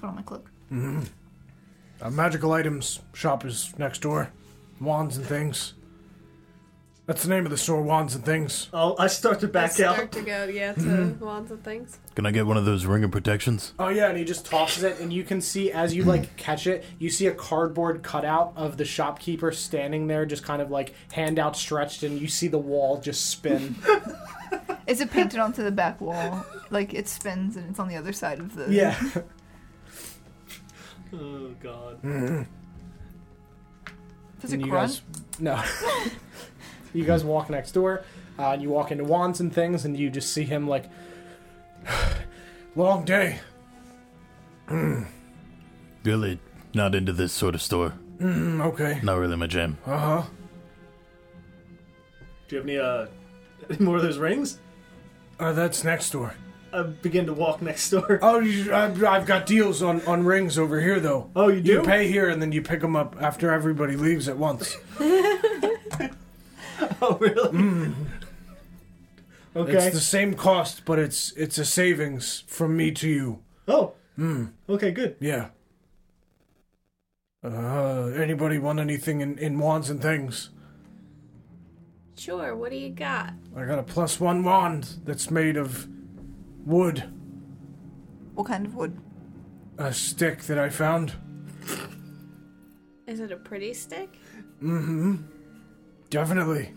Put on my cloak. A Uh, magical items shop is next door. Wands and things. That's the name of the store, Wands and Things. Oh, I start to back start out. to go, yeah, to Hmm. wands and things. Can I get one of those ring of protections? Oh yeah, and he just tosses it, and you can see as you (clears throat) like catch it, you see a cardboard cutout of the shopkeeper standing there, just kind of like hand outstretched, and you see the wall just (laughs) spin. Is it painted onto the back wall? Like it spins and it's on the other side of the. yeah. (laughs) Oh God. Does it And you grunt? guys, no. (laughs) you guys walk next door, uh, and you walk into Wands and things, and you just see him like (sighs) Long day. Really not into this sort of store. Mm, okay. Not really my jam. Uh huh. Do you have any uh any more of those rings? Uh, that's next door. I begin to walk next door. Oh, you, I've, I've got deals on, on rings over here, though. Oh, you do? You pay here and then you pick them up after everybody leaves at once. Oh, really? Okay. It's the same cost, but it's it's a savings from me to you. Oh. Okay, good. Yeah. Uh, anybody want anything in, in wands and things? Sure, what do you got? I got a plus one wand that's made of wood, What kind of wood? a stick that I found. Is it a pretty stick? Definitely.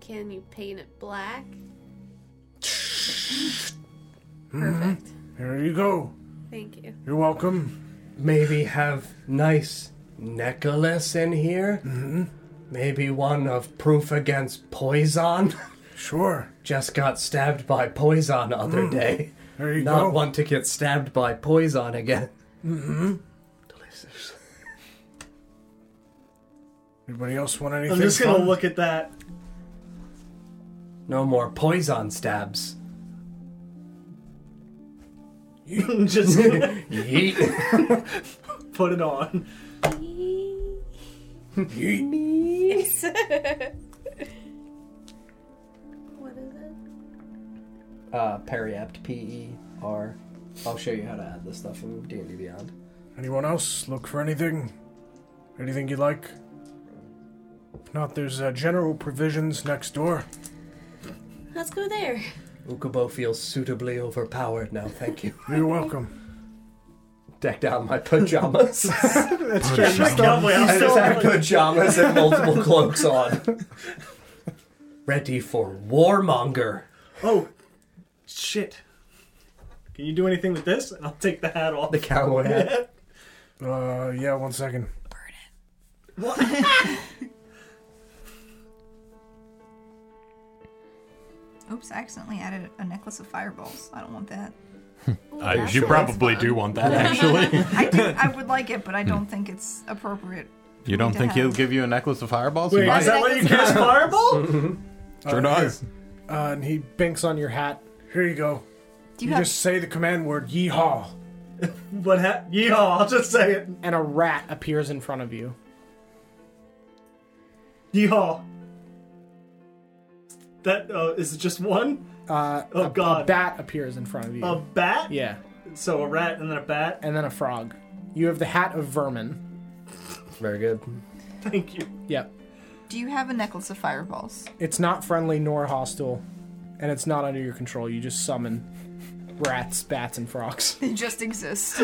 Can you paint it (laughs) black? Perfect. Here you go. Thank you. You're welcome. Maybe have nice necklace in here. Mm-hmm. Maybe one of proof against poison. (laughs) Sure. Just got stabbed by poison other day. There (laughs) you Not go. want to get stabbed by poison again. Anybody else want anything? I'm just gonna fun? look at that. No more poison stabs. (laughs) (laughs) just Yeet. put it on. What is it? uh, periapt. P E R. I'll show you how to add this stuff in D and D Beyond. Anyone else look for anything? Anything you like? If not, there's uh, general provisions next door. Let's go there. Ukubo feels suitably overpowered now. Thank you. You're welcome. Deck down my pajamas. (laughs) I just Still- have pajamas and multiple cloaks on. Ready for warmonger. oh, shit. Can you do anything with this? And I'll take the hat off. The cowboy hat. Uh, yeah, one second. Oops, I accidentally added a necklace of fireballs. I don't want that. I, you probably do want (laughs) that, actually. I do. I would like it, but I don't think it's appropriate. you don't think he'll give you a necklace of fireballs? Wait, You is might. that what you (laughs) cast fireball? Sure does. Uh, and he banks on your hat. Here you go. Do you, You have? just say the command word, yeehaw. what hat? Yeehaw! I'll just say it. and a rat appears in front of you. Yeehaw. That uh, is it just one? Uh, Oh, a, a God. bat appears in front of you. A bat? yeah, So a rat and then a bat. (laughs) and then a frog. You have the hat of vermin. Very good. Thank you. Yep. Do you have a necklace of fireballs? (laughs) It's not friendly nor hostile, and it's not under your control. You just summon rats, bats, and frogs. They just exist.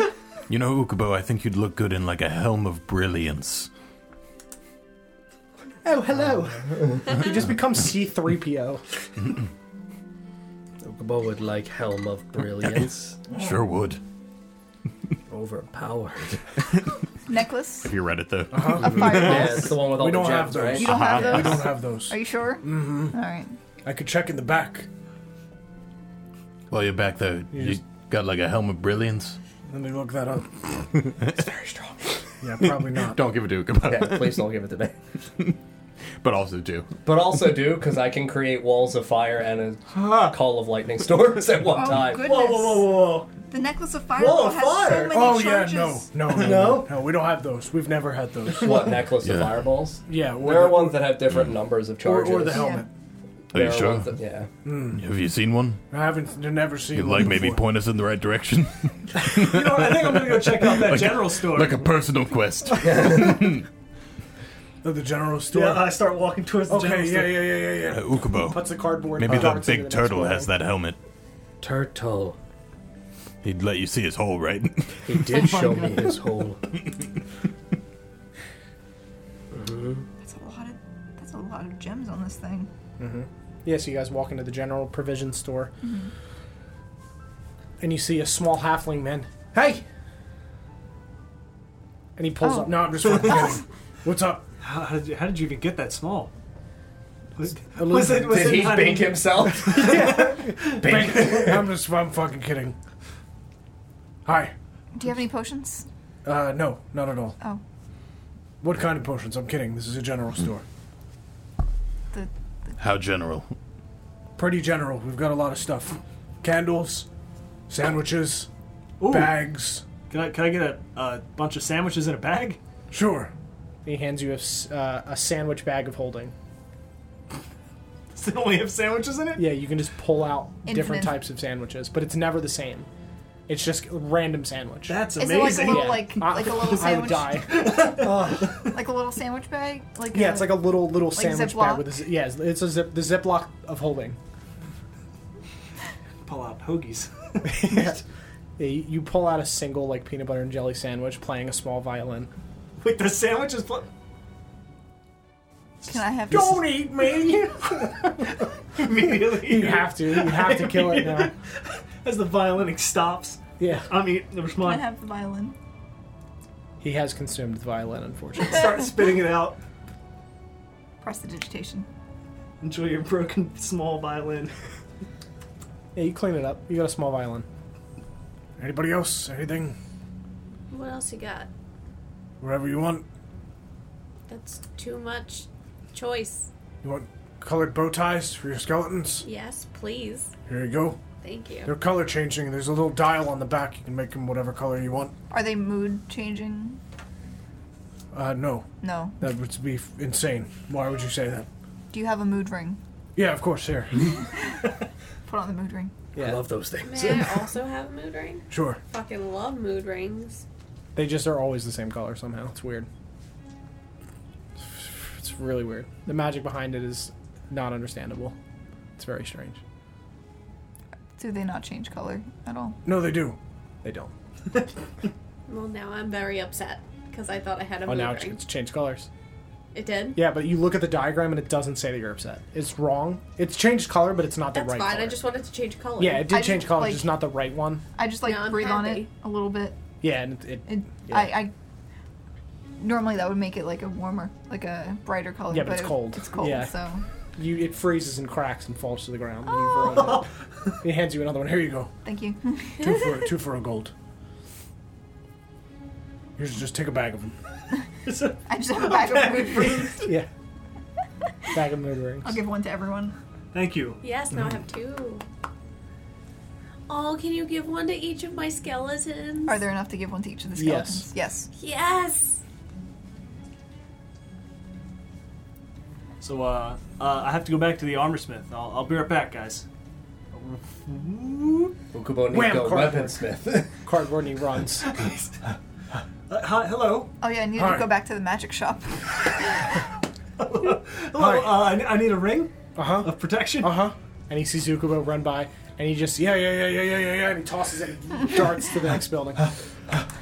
You know, Ukubo, I think you'd look good in like a helm of brilliance. Oh, hello. (laughs) you just become C3PO. Bo would like Helm of Brilliance. Sure would. Overpowered. Necklace If you read it though, Uh-huh. of Yeah, fireballs. it's the one with all We the don't have gems, those. right? (laughs) You don't have I those? don't have those. Are you sure? Mm-hmm. All right. I could check in the back. While you're back there, you just- got like a helm of brilliance. Let me look (laughs) that up. Very strong. Yeah, (laughs) probably not. don't give a duke about it. Yeah, please don't give it to me. But also do. But also do, because I can create walls of fire and a call of lightning storms at one Oh, time. goodness. whoa. The necklace of fireball has fire! so many Oh yeah, charges. no, no, no, no, no. We don't have those. We've never (laughs) had those. What, necklace of Yeah. fireballs? Yeah, or There are the- ones that have different numbers of or, charges. or the helmet. Are There you Mm. are sure? ones that- yeah. Have you seen one? I haven't, I've never seen. You'd one like maybe before. point us in the right direction, (laughs) You know, what, I think I'm gonna go check out that Like a- general store. like a personal quest. At the general store. uh, yeah, I start walking towards the general okay, yeah, store. yeah, yeah, yeah, yeah. Uh, Ukubo. Puts the cardboard. Maybe uh, that darts into big the next turtle one. has that helmet. (laughs) Turtle. He'd let you see his (laughs) hole, right? He did show me his hole. That's a lot of. That's a lot of gems on this thing. Yeah, so you guys walk into the general provision store. Mm-hmm. And you see a small halfling man. Hey! And he pulls Oh. up. No, I'm just fucking kidding. (laughs) What's up? How, how, did you, how did you even get that small? Was, little was it? (laughs) Was Did it he not bink even- himself? (laughs) I'm just, I'm fucking kidding. Hi. Do you have any potions? Uh, no, not at all. Oh, What kind of potions? I'm kidding. This is a general Hmm. store. the How general? Pretty general. We've got a lot of stuff. Candles, sandwiches, Ooh, bags. Can I can I get a, a bunch of sandwiches in a bag? (laughs) Sure. He hands you a, s- uh, a sandwich bag of holding. Does it only have sandwiches in it? Yeah, you can just pull out different Infinite. types of sandwiches, but it's never the same. It's just a random sandwich. That's Is amazing. it like a little I- like like a little (laughs) I would sandwich die. like a little sandwich bag? Like Yeah, it's like a little little sandwich bag Ziploc? with a zi- yeah, it's- it's a zip the ziploc of holding. Pull out hoagies. (laughs) Yeah, you you pull out a single like peanut butter and jelly sandwich, playing a small violin. Wait, the sandwiches. Pl- Can I have Don't eat me! (laughs) Immediately, You have to, you have to kill it (laughs) now. As the violin stops, Yeah, I mean, there's Can I mine. have the violin? he has consumed the violin, unfortunately. Start spitting it out. Press the digitation. Enjoy your broken small violin. (laughs) Yeah, you clean it up. You got a small violin. Anybody else? Anything? What else you got? Wherever you want. That's too much choice. You want colored bow ties for your skeletons? Yes, please. Here you go. Thank They're you. color changing. There's a little dial on the back. You can make them whatever color you want. Are they mood changing? Uh, no. No. That would be f- insane. Why would you say that? Do you have a mood ring? Yeah, of course, here. Put on the mood ring. I love those things. (laughs) May I also have a mood ring? Sure. Fucking love mood rings. They just are always the same color somehow. It's weird. It's really weird. The magic behind it is not understandable. It's very strange. Do they not change color at all? No, they do. They don't. Well, now I'm very upset because I thought I had a Oh, mood now it's, ring. it's changed colors. It did. Yeah, but you look at the diagram and it doesn't say that you're upset. It's wrong. It's changed color, but it's not the That's right fine. color. I just wanted to change color. yeah, it did I just, change color, like- just not the right one. I just like No, I'm breathe on it happy. a little bit. Yeah, and it, it It, Yeah. I, I normally that would make it like a warmer, like a brighter color. Yeah, but it's it- cold. It's cold, Yeah. so you it freezes and cracks and falls to the ground. And you've ruined it. He hands you another one. Here you go. (laughs) thank you. Two for two for a gold. You should just take a bag of them. I just have a bag of mood rings. Yeah. Bag of mood rings. I'll give one to everyone. Thank you. Yes, Mm-hmm. now I have two. Oh, can you give one to each of my skeletons? Are there enough to give one to each of the Yes. skeletons? Yes. Yes. So, uh, uh, I have to go back to the armor smith. I'll, I'll be right back, guys. Ukubo Wham, Nico cardboard. Weaponsmith. Cardboard and he runs. Uh, hi, hello. Oh yeah, I need Hi. to go back to the magic shop. (laughs) Hello. Uh, I, I need a ring Uh huh. of protection. Uh huh. And he sees Ukubo run by, and he just yeah Yeah, yeah, yeah, yeah, yeah, yeah, yeah. tosses it, and darts to the next building.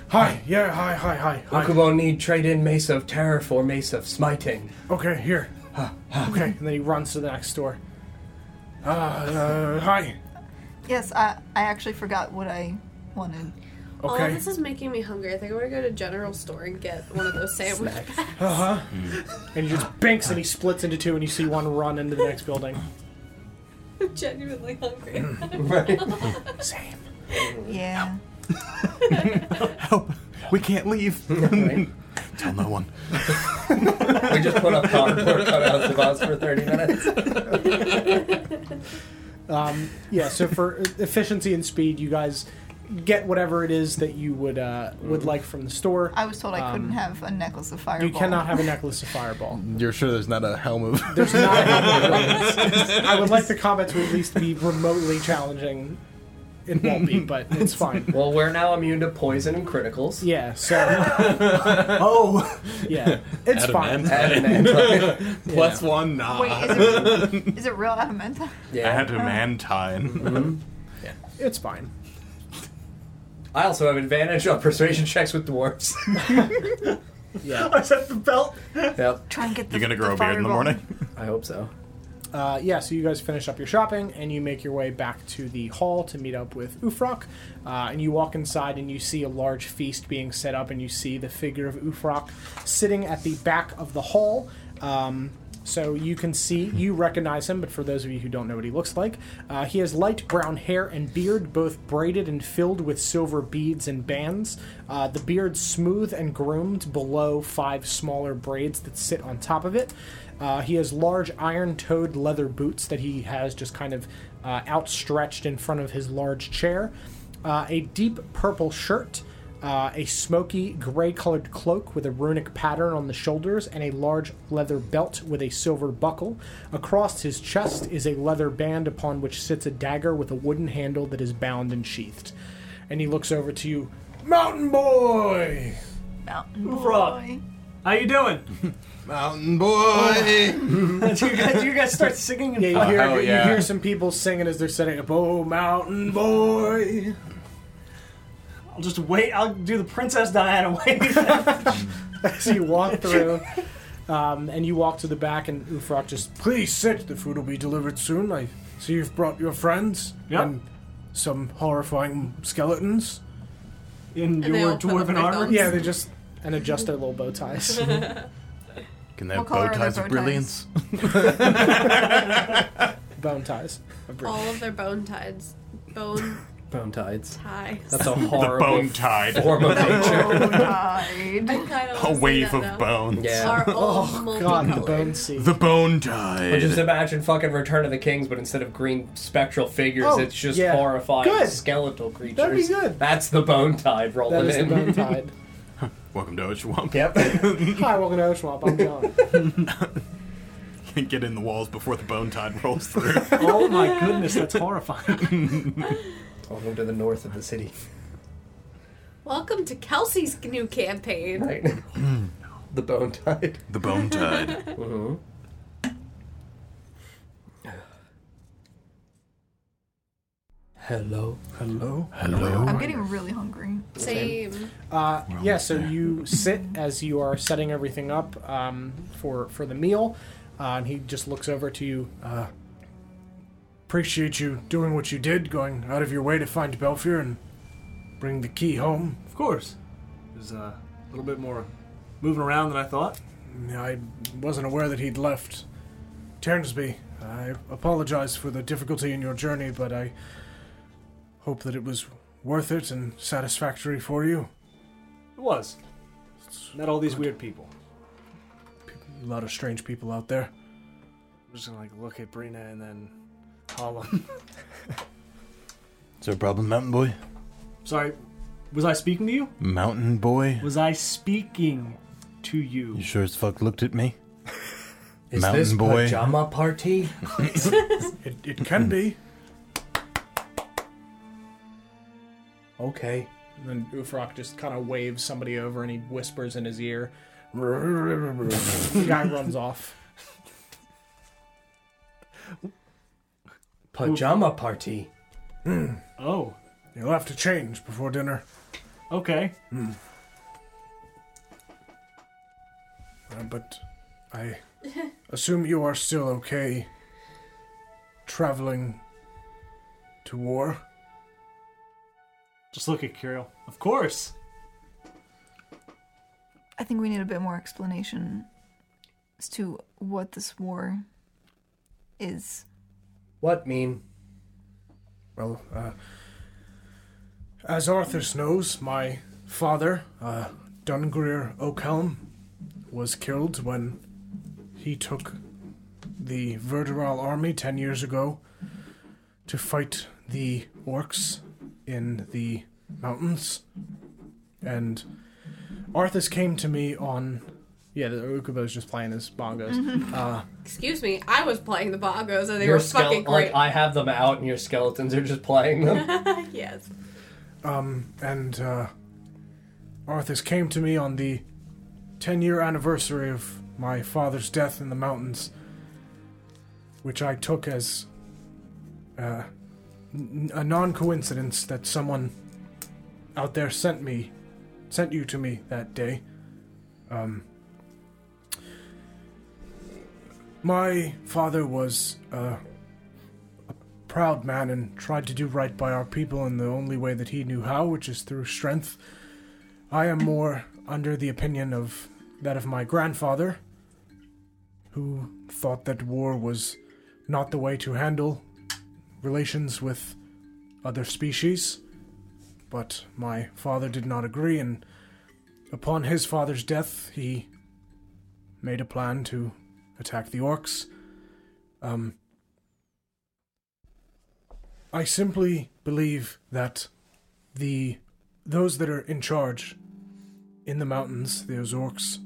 Hi, yeah, hi, hi, hi, hi. Ukubo need trade in Mace of Terror for Mace of Smiting. Okay, here. Okay, And then he runs to the next door. uh, uh, hi. Yes, I, I actually forgot what I wanted. All of Okay. this is making me hungry. I think I'm gonna go to general store and get one of those sandwiches. Uh huh. And he just binks and he splits into two, and you see one run into the next building. (laughs) I'm genuinely hungry. Right. Same. Yeah. Help! We can't leave. (laughs) Right. Tell no one. (laughs) We just (laughs) put up cardboard cutouts of us for 30 minutes. Um, yeah. So for efficiency and speed, you guys get whatever it is that you would uh, would like from the store. I was told I couldn't Um, have a necklace of fireball. You cannot have a necklace of fireball. You're sure there's not a helm of. (laughs) There's not. I would like the combat to at least be remotely challenging. It won't be, but it's (laughs) fine. Well, we're now immune to poison and criticals. Yeah. So Oh! yeah, it's fine. Add an anti- (laughs) Plus one, nah. (laughs) Wait, is it, is it real adamantine? I yeah. had (laughs) a mantine. It's fine. I also have advantage on persuasion checks with dwarves. (laughs) Yeah. I set the belt. yep. Try and get the You're gonna the grow a beard in the fireball. morning? I hope so. Uh, yeah, so you guys finish up your shopping and you make your way back to the hall to meet up with Ufrock. Uh, and you walk inside and you see a large feast being set up, and you see the figure of Ufrock sitting at the back of the hall. Um, so you can see, you recognize him, but for those of you who don't know what he looks like, uh, he has light brown hair and beard, both braided and filled with silver beads and bands. Uh, the beard smooth and groomed below five smaller braids that sit on top of it. Uh, he has large iron toed leather boots that he has just kind of uh, outstretched in front of his large chair, uh, a deep purple shirt, uh, a smoky gray colored cloak with a runic pattern on the shoulders, and a large leather belt with a silver buckle. Across his chest is a leather band upon which sits a dagger with a wooden handle that is bound and sheathed. And he looks over to you. Mountain boy. Mountain Hoorah. boy. How you (laughs) doing? Mountain boy! you, guys, you guys start singing. And Yeah, you, Oh, hear, hell you yeah. hear some people singing as they're setting up. Oh, mountain boy. I'll just wait. I'll do the Princess Diana (laughs) wave. So you walk through, (laughs) um, and you walk to the back, and Ufrock just Please sit. The food will be delivered soon. I see you've brought your friends Yep. and some horrifying skeletons. In they your all put up dwarven their armor. thumbs. yeah, they just and adjust their little bow (laughs) ties. Can they What color have bow are their ties bow ties? of brilliance? Bone ties. All of their bone ties. Bone Bone tides. ties. That's a The horrible bone (laughs) tied. form of nature. Oh, died. A wave of bones. Yeah. Are all Oh, God, the multicolored. bone sea. The bone But just tied. imagine fucking Return of the Kings, but instead of green spectral figures, Oh, it's just yeah. horrifying Good. skeletal creatures. That'd be good. That's the bone tide rolling That is the in. (laughs) bone tied. Welcome to Oshawamp. (laughs) (laughs) Yep. Hi, welcome to Oshwamp. I'm John. Get in the walls before the bone tide rolls (laughs) through. Oh my goodness, that's horrifying. Welcome to the north of (laughs) the city. Welcome to Kelsey's new campaign. Right. Hmm, the bone tide. the bone tide. Mm-hmm. Hello. Hello. Hello. I'm getting really hungry. Same. Uh, yeah, so you sit as you are setting everything up um, for for the meal, uh, and he just looks over to you. Appreciate you doing what you did, going out of your way to find Belphier and bring the key home. Of course. There's uh, a little bit more moving around than I thought. I wasn't aware that he'd left Ternsby. I apologize for the difficulty in your journey, but I hope that it was worth it and satisfactory for you. It was. Met all these weird people. A lot of strange people out there. I'm just gonna like look at Brina and then Hollum. Is there a problem, Mountain Boy? Sorry, was I speaking to you? Mountain Boy? Was I speaking to you? You sure as fuck looked at me? Is Mountain this boy. pajama party? (laughs) It, it can be. Okay. And then Ufrock just kind of waves somebody over, and he whispers in his ear. The guy runs off. Pajama party. Oh, You'll have to change before dinner. Oh, Okay. Uh, but I assume you are still okay traveling to war. Just look at Kirill. Of course. I think we need a bit more explanation as to what this war is. What mean? Well, uh, as Arthas knows, my father, uh, Dungreer Oakhelm, was killed when he took the Verderal army ten years ago to fight the orcs in the mountains. And Arthas came to me on. Yeah, the Ukubo's just playing his bongos. Uh, Excuse me, I was playing the bongos and they Your were skele- fucking like great. (laughs) I have them out, and your skeletons are just (laughs) playing them. yes. Um, and uh, Arthas came to me on the 10 year anniversary of my father's death in the mountains, which I took as uh, n- a non coincidence that someone out there sent me, sent you to me that day. Um, my father was uh, proud man and tried to do right by our people in the only way that he knew how, which is through strength. I am more under the opinion of that of my grandfather, who thought that war was not the way to handle relations with other species. But my father did not agree, and upon his father's death, he made a plan to attack the orcs. Um, I simply believe that the those that are in charge in the mountains, those orcs,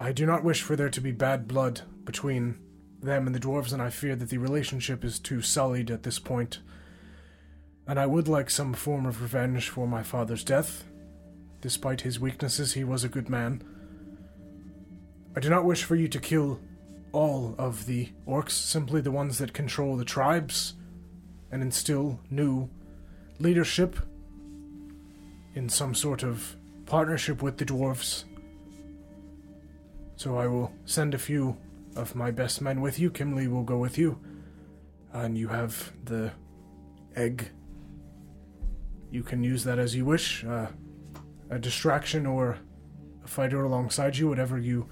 I do not wish for there to be bad blood between them and the dwarves, and I fear that the relationship is too sullied at this point. And I would like some form of revenge for my father's death. Despite his weaknesses, he was a good man. I do not wish for you to kill all of the orcs, simply the ones that control the tribes, and instill new leadership in some sort of partnership with the dwarves. So I will send a few of my best men with you. Kimley will go with you. And you have the egg. You can use that as you wish uh, a distraction or a fighter alongside you, whatever you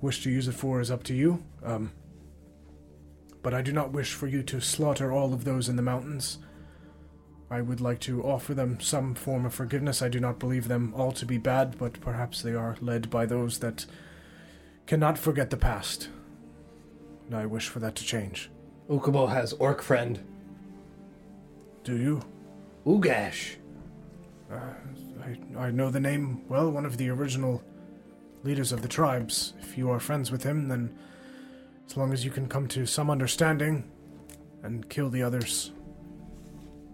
wish to use it for is up to you. Um, but I do not wish for you to slaughter all of those in the mountains. I would like to offer them some form of forgiveness. I do not believe them all to be bad, but perhaps they are led by those that cannot forget the past. And I wish for that to change. Ukubo has orc friend Do you? Ugash. I, I know the name well, one of the original leaders of the tribes. If you are friends with him, then as long as you can come to some understanding and kill the others,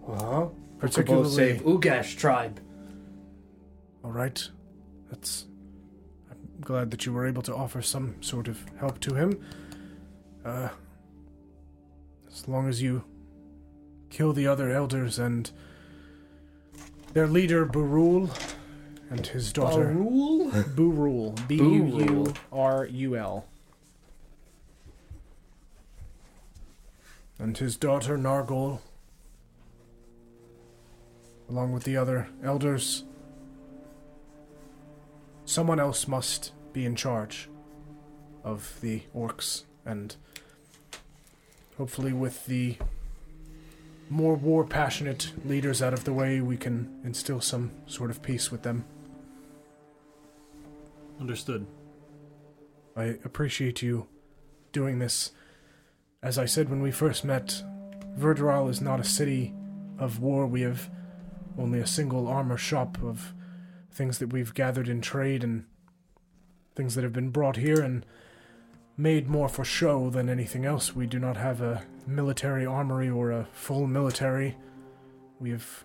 Uh-huh. Ukubo Particularly- save Ugash tribe. All right. That's. I'm glad that you were able to offer some sort of help to him. Uh, as long as you kill the other elders and their leader, Burul, and his daughter, rule? Boo Rule. B U U R U L. and his daughter, Nargol, along with the other elders, someone else must be in charge of the orcs and hopefully with the more war passionate leaders out of the way we can instill some sort of peace with them Understood. i appreciate you doing this as i said when we first met verderal is not a city of war we have only a single armor shop of things that we've gathered in trade and things that have been brought here and made more for show than anything else. We do not have a military armory or a full military. We have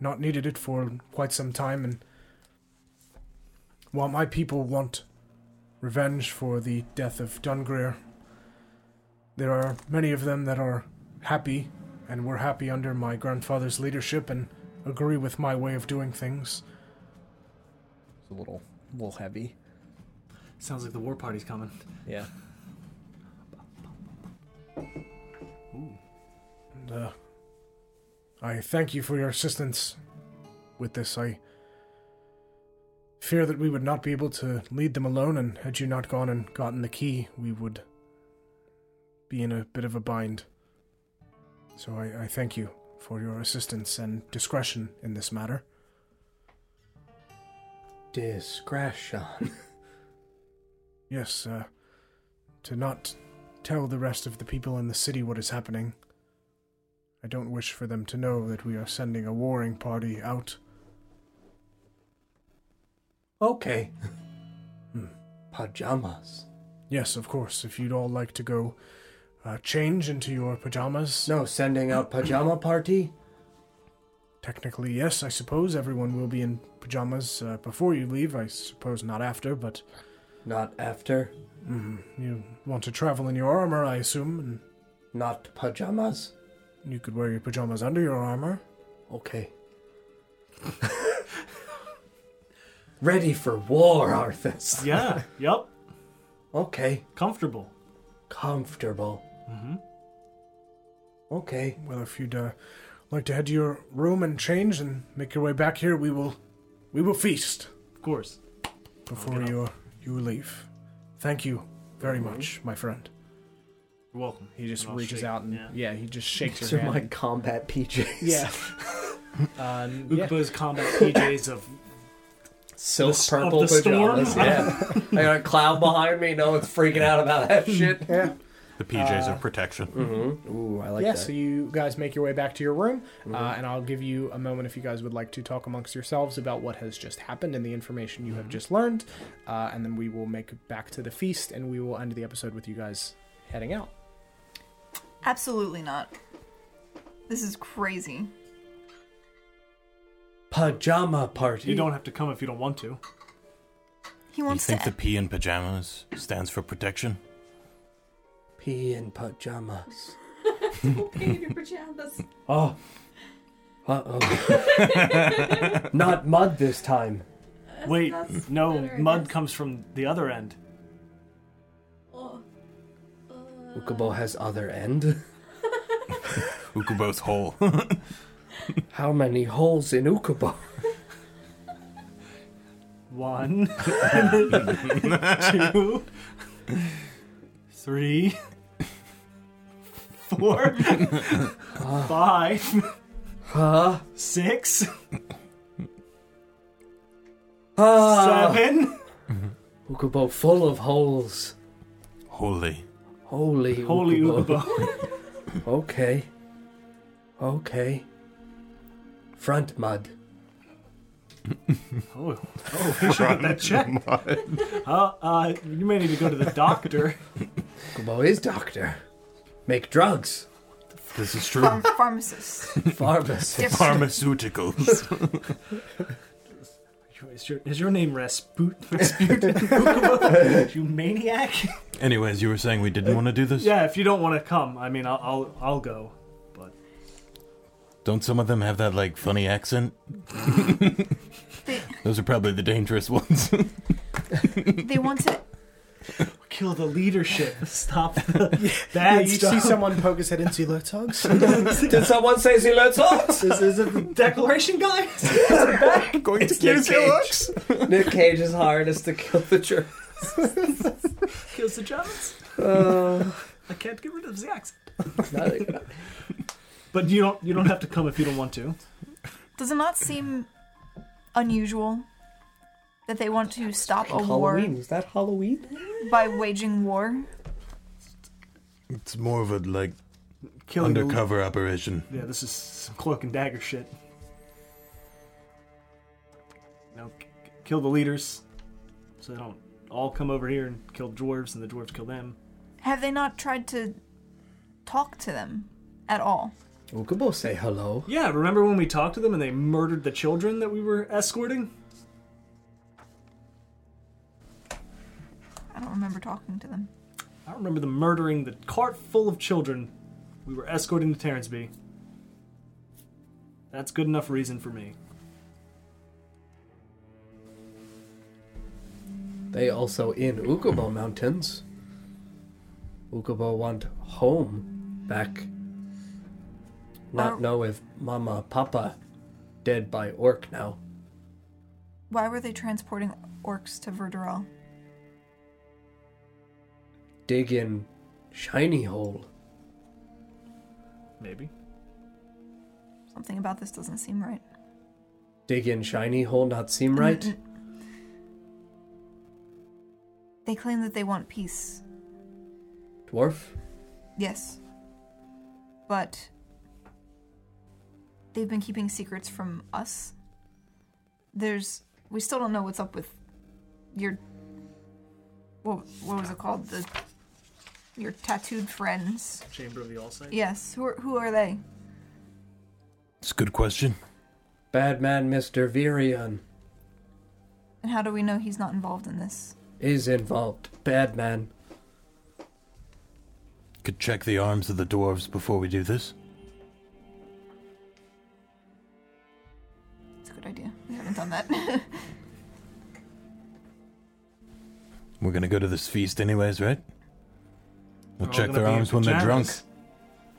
not needed it for quite some time, and while my people want revenge for the death of Dungreer, there are many of them that are happy and were happy under my grandfather's leadership and agree with my way of doing things. It's a little, little heavy. Sounds like the war party's coming. Yeah. And, uh, I thank you for your assistance with this. I fear that we would not be able to lead them alone, and had you not gone and gotten the key, we would be in a bit of a bind. So I, I thank you for your assistance and discretion in this matter. Discretion. Yes, uh, to not tell the rest of the people in the city what is happening. I don't wish for them to know that we are sending a warring party out. Okay. Hmm. Pajamas. Yes, of course, if you'd all like to go uh, change into your pajamas. No, sending out pajama party? Technically, yes, I suppose everyone will be in pajamas uh, before you leave. I suppose not after, but mm-hmm, Not after. you want to travel in your armor, I assume, and Not pajamas? you could wear your pajamas under your armor. Okay. (laughs) Ready for war, Arthas. (laughs) Yeah. yep. Okay. Comfortable. Comfortable. Mm-hmm. Okay. Well, if you'd uh, like to head to your room and change and make your way back here, we will, we will feast Of course. before you you leave. Thank you very Mm-hmm. much, my friend. You're welcome. He just And I'll reaches shake- out and yeah. yeah. he just shakes These her are my hand. combat PJs. Yeah. (laughs) um, yeah. Ukubo's combat PJs of Silk The s- purple of the storm? pajamas. (laughs) Yeah. I got a cloud behind me. No one's freaking out about that Hmm, shit. The PJs Uh, of protection. mm-hmm. Ooh, I like yeah, Mm-hmm. so you guys make your way back to your room, uh, and I'll give you a moment if you guys would like to talk amongst yourselves about what has just happened and the information you have Mm-hmm. just learned, uh, and then we will make it back to the feast, and we will end the episode with you guys heading out. Absolutely not. This is crazy. Pajama party. (laughs) you don't have to come if you don't want to. He You wants think to. the P in pajamas stands for protection? pee in pajamas. Baby pajamas. Oh. Uh oh. (laughs) Not mud this time. Wait, that's no, better, I mud guess. comes from the other end. Oh. Uh, Ukubo has other end. Ukubo's hole. How many holes (laughs) in Ukubo? (laughs) One, two, three, four, five, Huh? six, Ah, seven. Ukubo full of holes. Holy. Holy Holy Ukubo. Ukubo. Okay. Okay. Front mud. Oh, oh, we should get that checked. Uh, uh, you may need to go to the doctor. Ukubo is doctor. Make (laughs) drugs. This is true. Pharm- (laughs) pharmacist. Pharmacist. Pharmaceuticals. Is your, is your name Rasputin? (laughs) Rasputin? Ukubo? you maniac? Anyways, you were saying we didn't want to do this? Yeah, if you don't want to come, I mean, I'll, I'll, I'll go. But Don't some of them have that, like, funny accent? They- Those are probably the dangerous ones. they want to. kill the (laughs) leadership. Stop the (laughs) bad you stuff. see someone poke his head in see (laughs) Lurtogs? Did someone say he learns holes? Is, is it the declaration guy? (laughs) Going to Nick Cage. (laughs) Nick Cage is hardest to kill the church. (laughs) Kills the Germans? Uh, I can't get rid of the accent. (laughs) But you don't you don't have to come if you don't want to. Does it not seem unusual that they want to stop a war Halloween. Was that Halloween? by waging war? It's more of a, like, Killing the- undercover operation. yeah, this is some cloak and dagger shit. No, c- kill the leaders, so they don't all come over here and kill dwarves, and the dwarves kill them. Have they not tried to talk to them at all? Ukubo say hello. Yeah, remember when we talked to them and they murdered the children that we were escorting? I don't remember talking to them. I remember them murdering the cart full of children we were escorting to Terransby. That's good enough reason for me. They also in Ukubo Mountains. Ukubo want home back. Not Are- know if Mama Papa dead by orc now. Why were they transporting orcs to Verderal? Dig in shiny hole. Maybe. Something about this doesn't seem right. Mm, Dig in shiny hole not seem Mm, right? They claim that they want peace. Dwarf? Yes. But they've been keeping secrets from us. There's we still don't know what's up with your what what was it called? The your tattooed friends. Chamber of the All Sight. Yes, who are, who are they? It's a good question. Bad man Mr. Virion And how do we know he's not involved in this? is involved. Bad man. Could check the arms of the dwarves before we do this. It's a good idea. We haven't done that. (laughs) We're gonna go to this feast anyways, right? They're We'll all check gonna their be in arms when they're drunk. pajamas.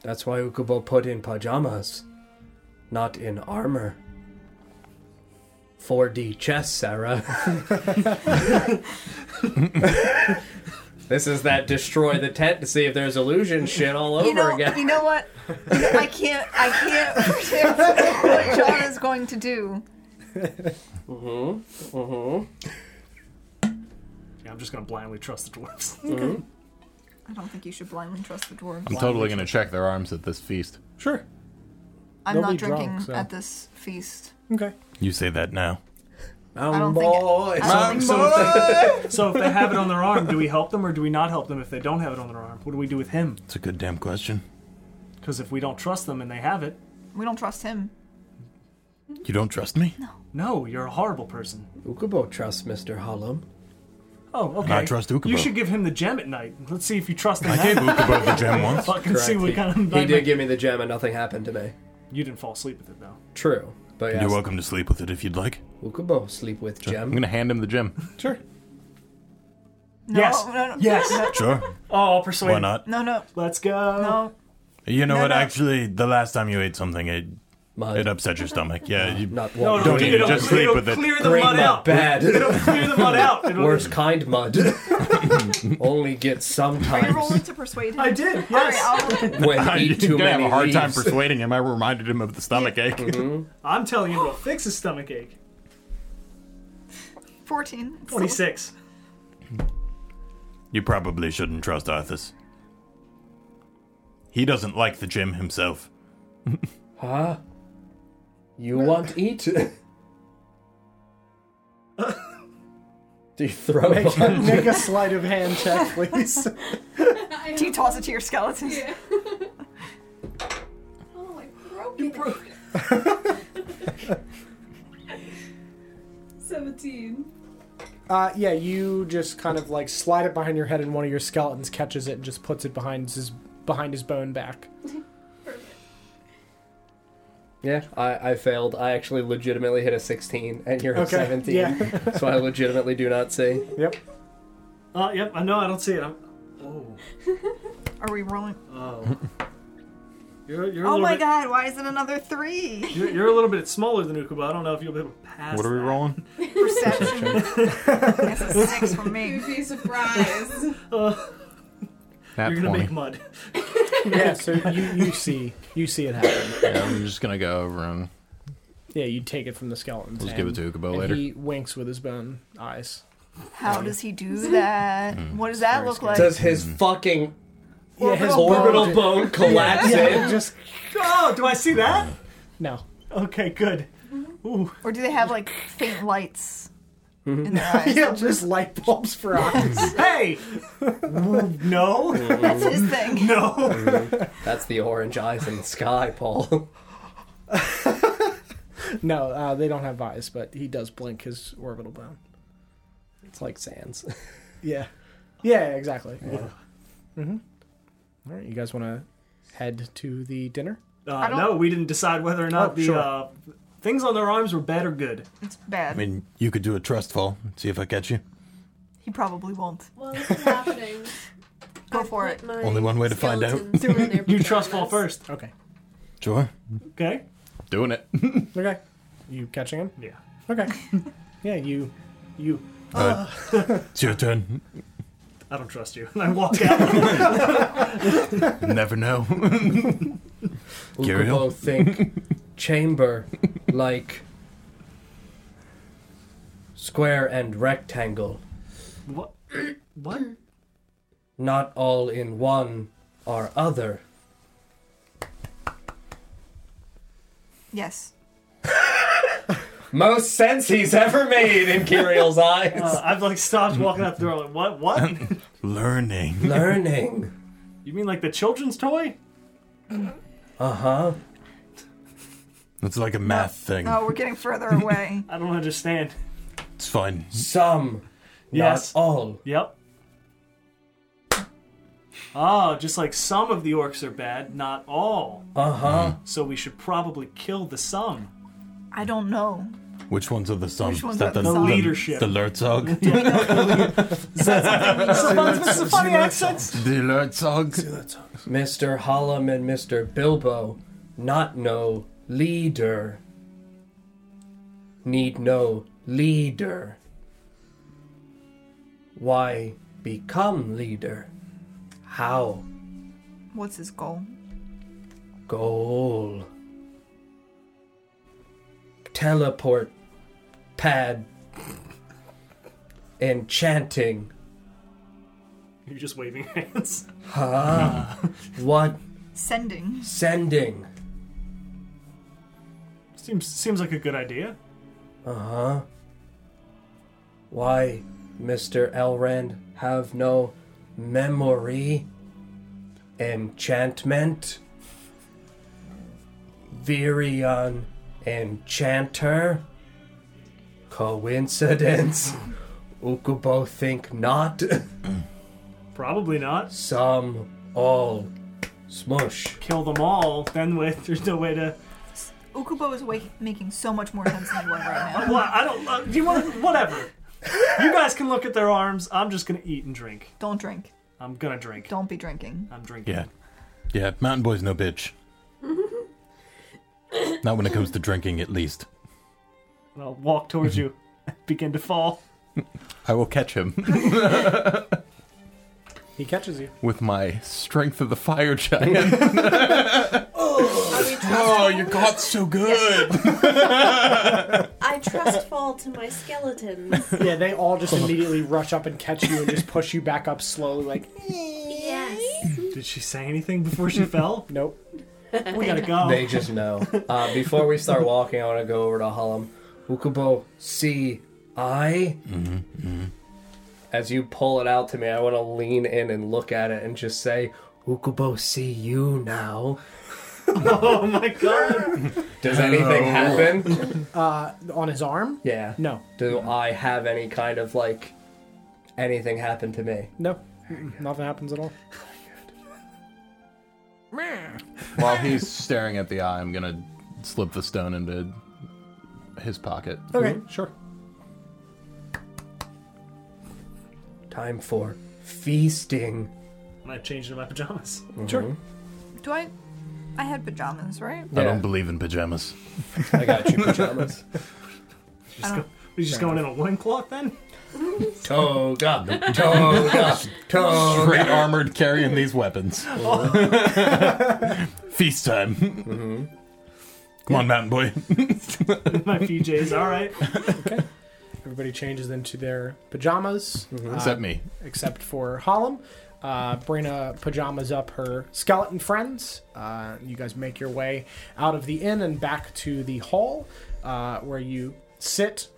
That's why Ukubo put in pajamas, not in armor. 4D chess, Sarah. this is that destroy the tent to see if there's illusion shit all over you know, again. you know what? You know, I can't, I can't predict what John is going to do. Yeah, I'm just gonna blindly trust the (laughs) dwarves. I don't think you should blindly trust the dwarves. I'm totally gonna check their arms at this feast. Sure. I'm They'll not be drinking drunk, so. at this feast. Okay. You say that now. I don't think. Oh, boy. I don't think so if they have it on their arm, do we help them or do we not help them? If they don't have it on their arm, what do we do with him? It's a good damn question. Because if we don't trust them and they have it, we don't trust him. You don't trust me? no, you're a horrible person. Ukubo trusts Mr. Hollum. Oh, okay. I trust Ukubo. You should give him the gem at night. Let's see if you trust him. I (laughs) gave Ukubo the gem once. Fucking see what He, kind of he nightmare- did give me the gem and nothing happened to me. You didn't fall asleep with it though. True. But (laughs) You're yes, welcome to sleep with it if you'd like. Ukubo sleep with I'm gem. gonna hand him (laughs) the gem. Sure. No, Yes. no, no, Yes. no, (laughs) Sure. Oh, I'll persuade. Why not? no, no, Let's go. no. You know No, what? no. Actually, the last time you ate something, it Mud. it upset your stomach. Yeah. You, Not No, one. no, Don't eat it, it'll- just sleep it'll with it. Clear the Bring mud my out. bad. It'll clear the mud out. It'll- Worst (laughs) kind mud. Only gets Are you sometimes rolling to persuade him? I did. All right, Yes. I'll roll it. (laughs) when I eat too gonna have many a hard time leaves. persuading him. I reminded him of the stomach ache. I'm telling you, it'll fix his stomach (laughs) ache. Fourteen. So- (laughs) Twenty-six. (laughs) you probably shouldn't trust Arthas. He doesn't like the gem himself. Huh? You want (laughs) eat? Do you throw Make, it? make a sleight of hand check, please. Do you toss it to your skeletons? Oh, I broke it. broke 17. Uh, yeah, you just kind of like slide it behind your head, and one of your skeletons catches it and just puts it behind his behind his bone back. (laughs) Yeah, I, I failed. I actually legitimately hit a 16, and you're a Okay, (laughs) 17. yeah. so I legitimately do not see. Yep. (laughs) Uh, yep. I know. I don't see it. I'm... Oh. Are we rolling? Oh. (laughs) You're, you're a Oh little my bit, god! Why is it another three? You're, you're a little bit smaller than Ukuba. I don't know if you'll be able to pass. What are we that. rolling? (laughs) Perception. That's a six for me. You'd be surprised. At You're gonna 20. make mud. Yeah. So you you see you see it happen. Yeah, I'm just gonna go over and Yeah, you take it from the skeleton's Let's give it to Ukubo and later. He winks with his bone eyes. How does he do that? Mm. What does that look like? Does his fucking Yeah, his orbital bone- bone collapse Yeah, in? just (laughs) Oh, do I see that? no. (laughs) Okay, good. Or do they have like faint lights in their eyes? Yeah, just light bulbs for eyes. Hey. (laughs) no. That's his thing. No. That's the orange eyes in the sky, Paul. (laughs) No, uh, they don't have eyes, but he does blink his orbital bone. it's like sands. Yeah. Yeah, exactly. Mm-hmm. All right, you guys want to head to the dinner? Uh, I don't- no, we didn't decide whether or not Oh, the sure. uh, things on their arms were bad or good. It's bad. I mean, you could do a trust fall. See if I catch you. he probably won't. Well, this is happening. Go I for put it. my Only one way to find out. skeletons in their (laughs) You trust fall pajamas. first. Okay. Sure. Okay. Doing it. (laughs) Okay. You catching him? Yeah. (laughs) Okay. yeah, you. You. It's your turn. I don't trust you. (laughs) And I walk out. Never (laughs) know. Gary-o? Ukubo think chamber like square and rectangle, what? What? not all in one or other. Yes. Most sense he's ever made in Kiriel's eyes. (laughs) Uh, I've like stopped walking out the door. Like what? What? (laughs) Learning. Learning. You mean like the children's toy? Uh huh. It's like a math thing. No, we're getting (laughs) further away. I don't (laughs) understand. It's fun. Some. Yes. Not all. Yep. Oh, just like some of the orcs are bad, not all. Uh huh. So we should probably kill the some. I don't know. Which ones are the sums? Which ones Is are the The Um, leadership. The Lertzog? It's a funny accent. The Lertzog? Mr. Hallam and Mr. Bilbo, not no leader. Need no leader. Why become leader? How? What's his goal? Goal. Teleport pad. Enchanting. You're just waving (laughs) hands. What Sending. sending? Seems seems like a good idea. Uh huh. Why, Mr. Elrond, have no memory? Enchantment? Virion Enchanter? Coincidence? (laughs) Ukubo think not. Probably not. Some all smush. Kill them all. Then with there's no way (laughs) to. Ukubo is wake- making so much more sense than anyone right (laughs) now. Well, I don't. Uh, do you want? Whatever. You guys can look at their arms. I'm just gonna eat and drink. Don't drink. I'm gonna drink. Don't be drinking. I'm drinking. Yeah. Yeah, Mountain Boy's no (laughs) bitch. Not when it comes to drinking, at least. And I'll walk towards you. Begin to fall. I will catch (laughs) him He catches you. with my strength of the fire giant. (laughs) Oh, you caught so good. I trust fall to my skeletons. (laughs) Yeah, they all just immediately rush up and catch you and just push you back up slowly, like, yes. Did she say anything before she (laughs) fell? nope. We gotta go. They just know. Uh, before we start walking, I want to go over to Hallam. Ukubo, see I? As you pull it out to me, I want to lean in and look at it and just say, Ukubo, see you now. (laughs) Oh my god. Does anything (laughs) happen? On his arm? Yeah. No. Do I have any kind of like anything happen to me? No. Nothing happens at all. (laughs) While he's staring at the eye, I'm gonna slip the stone into his pocket. Okay, Mm-hmm. sure. Time for feasting. And I changed into my pajamas. Sure. Do I? I had pajamas, right? I Yeah. don't believe in pajamas. I got you (laughs) pajamas. Just go, he's just going in a loincloth then? Toga, toga, toga. Straight armored carrying these (laughs) weapons. Feast time. Come on, Mountain Boy. My PJs, alright. Everybody changes into their pajamas, Mm-hmm. uh, Except me. except for Hollum. Uh, Brina pajamas up her skeleton friends. Uh, you guys make your way out of the inn and back to the hall uh, where you sit.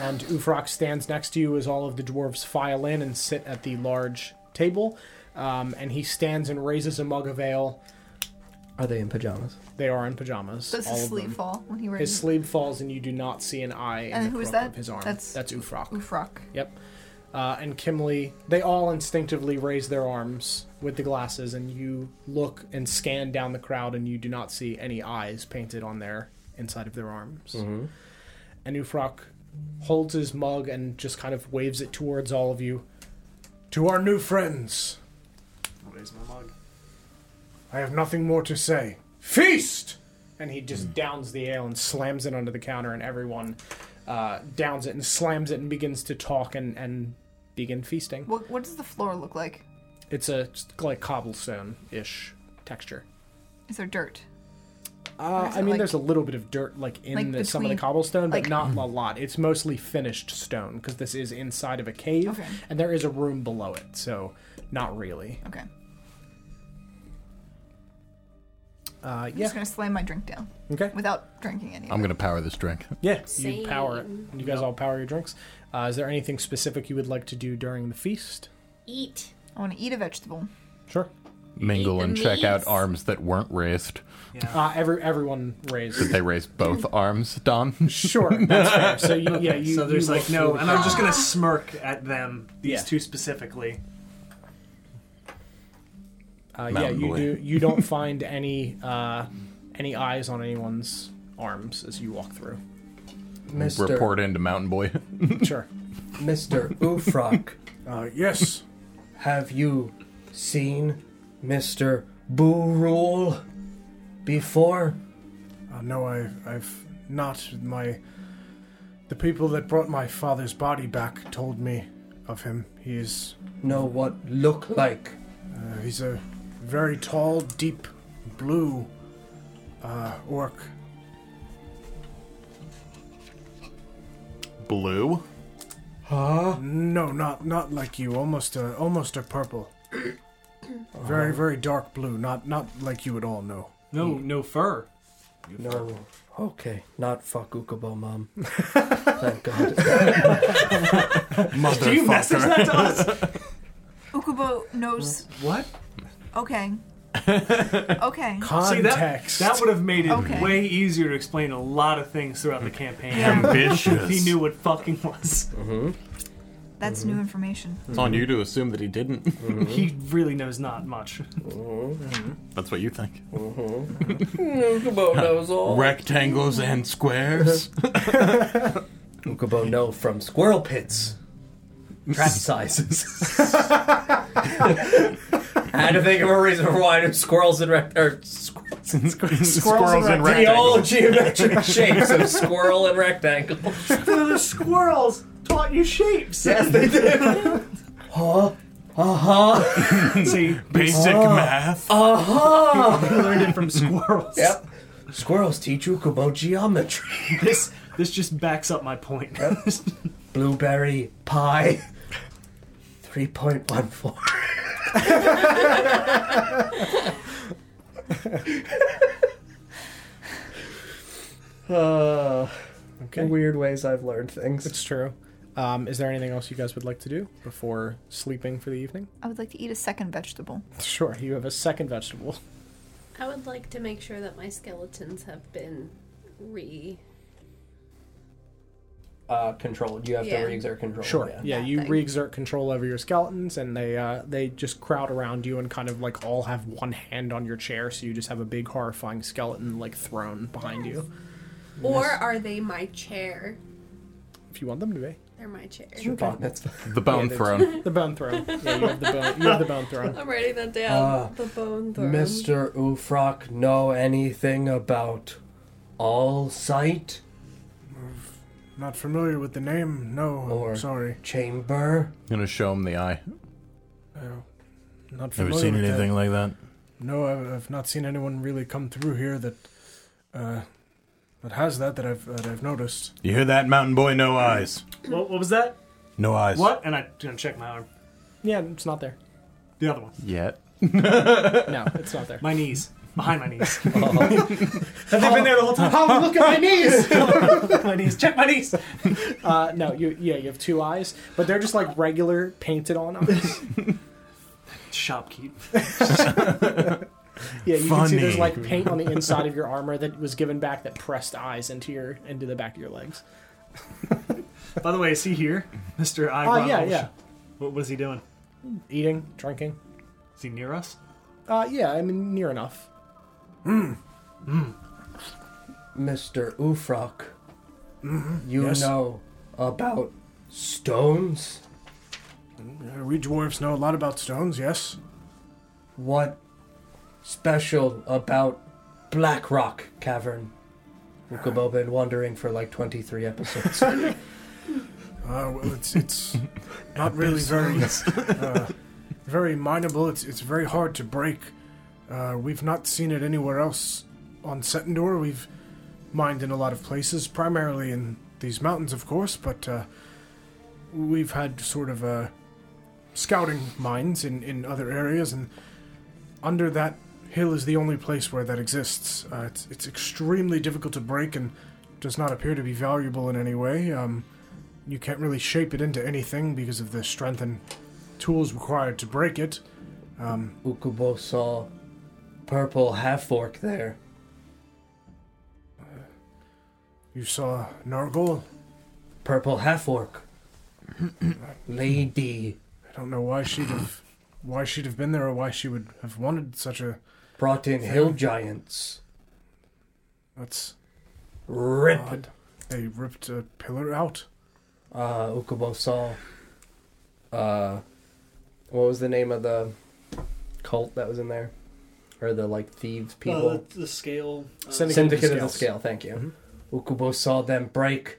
And Ufrock stands next to you as all of the dwarves file in and sit at the large table. Um, and he stands and raises a mug of ale. Are they in pajamas? They are in pajamas. Does all his of them. sleeve fall when he His wears sleeve falls, and you do not see an eye in And the Uh, who is crook that? of his arm. That's- That's Ufrock. Ufrock? Yep. Uh, and Kimley, they all instinctively raise their arms with the glasses and you look and scan down the crowd and you do not see any eyes painted on their inside of their arms. And Ufrock holds his mug and just kind of waves it towards all of you. To our new friends, Raise my mug. I have nothing more to say. Feast! And he just downs the ale and slams it under the counter, and everyone uh, downs it and slams it and begins to talk and, and begin feasting. What, what does the floor look like? It's a it's like cobblestone ish texture. Is there dirt? Uh, Or is I it mean, like- there's a little bit of dirt like in Like the, some of the between- cobblestone, but like- not a lot. It's mostly finished stone because this is inside of a cave, Okay. and there is a room below it, so not really. Okay. Uh, I'm yeah. just gonna slam my drink down Okay. without drinking any. of I'm it. gonna power this drink. Yeah. Same. You power it. You guys all power your drinks. Uh, is there anything specific you would like to do during the feast? Eat. I want to eat a vegetable. Sure. Mingle the and check out meats. arms that weren't raised. Uh, every everyone raised. They raised both arms, (laughs) Don. sure, that's fair. So you, (laughs) yeah, you. so there's you like look no, through and I'm just gonna smirk at them. These Yeah. two specifically. Uh, yeah, Mountain you boy. do. You don't find any uh, any eyes on anyone's arms as you walk through. Mr. Report into Mountain Boy. Sure. Mr. Ufrock, Uh, (laughs) yes, have you seen Mr. Boo Rule before? Uh, no, I, I've not. My the people that brought my father's body back told me of him. He is Know what look like? uh, he's a very tall, deep blue uh, orc. Blue? No, not not like you. Almost a almost a purple. Very very dark blue. Not not like you at all. No. No, no fur. No. Okay, not fuck Ukubo, mom. (laughs) Thank God. Do you message that to us? Ukubo knows. what? Mm. Okay. (laughs) Okay. See that? Context. That would have made it Okay. way easier to explain a lot of things throughout the campaign. Ambitious. He knew what fucking was. That's new information. It's on you to assume that he didn't. He really knows not much. That's what you think. Mm-hmm. (laughs) Ukubo knows all. Rectangles and squares. Ukubo know from squirrel pits. Trap sizes. (laughs) I had to think of a reason for why I knew squirrels and rect- or squirrels and Squirrels, and and the rectangles. old geometric shapes of squirrel and rectangle. the squirrels taught you shapes. Yes, they do. (laughs) Huh? Uh-huh. (laughs) (laughs) (laughs) See, Basic math. Uh-huh. he learned it (laughs) from squirrels. yep. Squirrels teach Ukubo geometry. This this just backs up my point. (laughs) Blueberry pie. 3.14. (laughs) Uh, Okay. Weird ways I've learned things. It's true. Um, is there anything else you guys would like to do before sleeping for the evening? I would like to eat a second vegetable. Sure. You have a second vegetable. I would like to make sure that my skeletons have been re. Uh, control. You have Yeah. to re-exert control. Sure. Yeah. Yeah. That You thing. re-exert control over your skeletons, and they uh, they just crowd around you and kind of like all have one hand on your chair, so you just have a big horrifying skeleton like thrown behind you. Or are they my chair? If you want them to be. They're my chair. Bon mitzvah. The bone Yeah, (laughs) throne. The bone throne. Yeah, you have the bone. You have the bone (laughs) throne. I'm writing that down. Ah, the bone throne. Mr. Ufrock know anything about all sight Not familiar with the name. No. I'm Or- sorry. chamber? I'm gonna show him the eye. Uh, Not familiar. Never seen with that. anything like that. No, I've, I've not seen anyone really come through here that uh, that has that that I've that I've noticed. You hear that, Mountain Boy? No eyes. what, what was that? No eyes. What? And I didn't check my arm. Yeah, it's not there. The other one. Yet. No, it's not there. My knees. Behind my (laughs) knees. Have they been there the whole (laughs) time? Oh, look at my knees! my knees. Check my knees. (laughs) Uh, no, you yeah, you have two eyes, but they're just like regular painted on (laughs) eyes. Shopkeep. Yeah, you can see there's Funny. like paint on the inside of (laughs) your armor that was given back that pressed eyes into your into the back of your legs. By the way, is he here? Mr. I Oh yeah, yeah. What was he doing? Eating, drinking. Is he near us? Uh, yeah, I mean, near enough. Mr. Ufrock, you yes. know about stones? Uh, we dwarves know a lot about stones, yes? What special about Black Rock Cavern? Ukubo been wondering for like 23 episodes. Uh, well, it's it's not really very uh, very mineable. It's it's very hard to break. Uh, we've not seen it anywhere else on Setendor. We've mined in a lot of places, primarily in these mountains, of course, but uh, we've had sort of uh, scouting mines in, in other areas, and under that hill is the only place where that exists. Uh, it's it's extremely difficult to break and does not appear to be valuable in any way. Um, you can't really shape it into anything because of the strength and tools required to break it. Um, Ukubo saw purple half orc there. You saw Nargol. Purple half orc. Lady I don't know why she'd have why she'd have been there or why she would have wanted such a brought in hill giants. that's Rip. odd. They ripped a pillar out. Uh, Ukubo saw. Uh, what was the name of the cult that was in there? Or the like thieves people? Uh, the, the scale. Uh, Syndicate. Syndicate of the Scales. Scale, thank you. Ukubo saw them break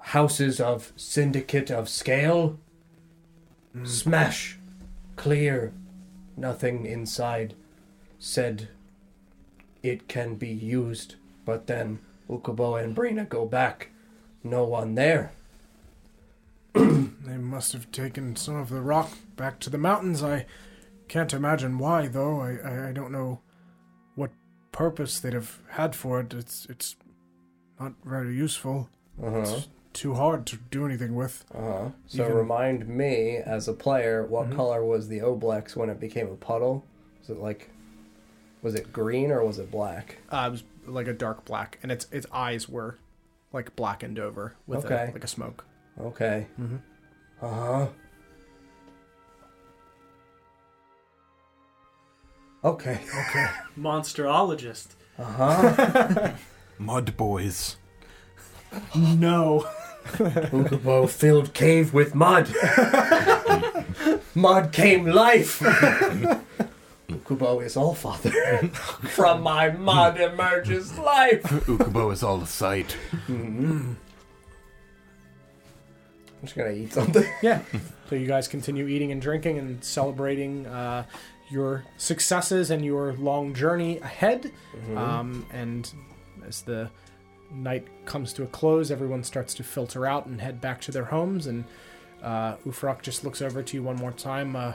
houses of Syndicate of Scale, Mm-hmm. Mm. smash, clear, nothing inside. Said it can be used, but then Ukubo and Brina go back. No one there. They must have taken some of the rock back to the mountains. I can't imagine why, though. I, I, I don't know what purpose they'd have had for it. It's it's not very useful. Uh-huh. It's too hard to do anything with. Uh-huh. So Mm-hmm. Even- remind me as a player, what color was the Oblex when it became a puddle? Was it like, was it green or was it black? Uh, it was like a dark black, and its its eyes were like blackened over with a- Okay. like a smoke. Okay. Mhm. Uh huh. Okay. (laughs) monsterologist. Uh huh. Mud boys. No. Ukubo filled cave with mud. mud came life. Ukubo is all father. From my mud emerges life. Ukubo is all the sight. I'm just gonna eat something. Yeah. so you guys continue eating and drinking and celebrating uh, your successes and your long journey ahead. Um, and as the night comes to a close, everyone starts to filter out and head back to their homes. And uh, Ufrok just looks over to you one more time. Uh,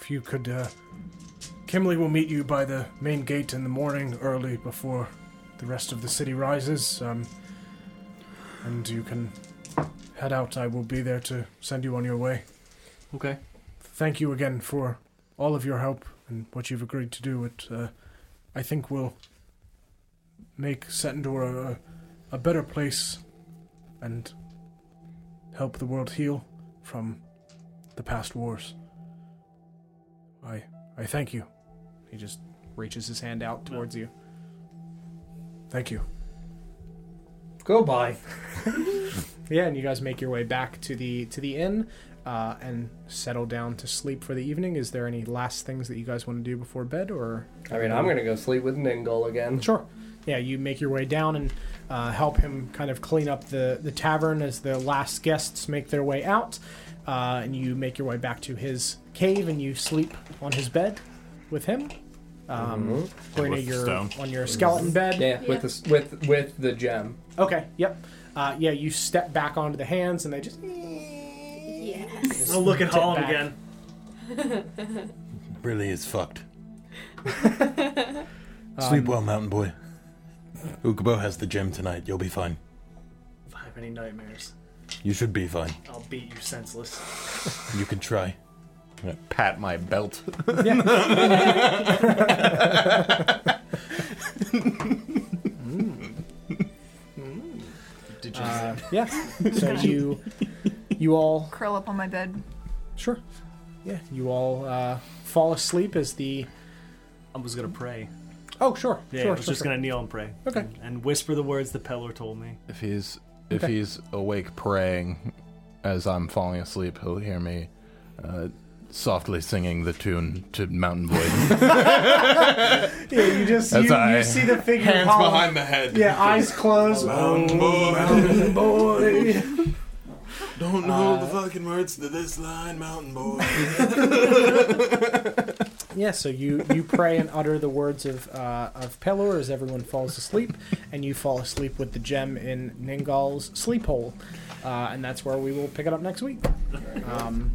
If you could, uh, Kimley will meet you by the main gate in the morning, early before the rest of the city rises. Um, and you can head out. I will be there to send you on your way. Okay. thank you again for all of your help and what you've agreed to do. It, uh, I think, will make Setendor a, a better place and help the world heal from the past wars. I, I thank you. he just reaches his hand out towards you. Thank you. Goodbye. Yeah, and you guys make your way back to the to the inn uh, and settle down to sleep for the evening. Is there any last things that you guys want to do before bed, or I mean, I'm gonna go sleep with Ningle again. Sure. Yeah, you make your way down and uh, help him kind of clean up the, the tavern as the last guests make their way out. Uh, and you make your way back to his cave and you sleep on his bed with him. Um, Brina, Mm-hmm. With you're stone. Mm-hmm. on your skeleton bed. Yeah, with the s- with with the gem. Okay, yep. Uh, yeah, you step back onto the hands and they just. Yes. I'll look at Tip Holland back. again. Really is fucked. Sleep well, mountain boy. Ukubo has the gem tonight. You'll be fine. If I have any nightmares, You should be fine. I'll beat you senseless. You can try. Pat my belt. Did Uh, yeah. So you you all. Curl up on my bed. Sure. yeah, you all uh, fall asleep as the. I'm just gonna pray. Oh, sure, Yeah, sure, I was sure, just sure. gonna kneel and pray. Okay. And, and whisper the words the Peller told me. If he's if Okay. he's awake praying as I'm falling asleep, he'll hear me uh, softly singing the tune to Mountain Void. (laughs) Yeah, you just you, That's all you right. see the figure. Hands Hollow- behind the head. Yeah, eyes closed. Mountain boy. Don't know the fucking words to this line, mountain boy. Yeah, so you, you pray and utter the words of uh, of Pelor as everyone falls asleep, and you fall asleep with the gem in Ningal's sleep hole, uh, and that's where we will pick it up next week. Um,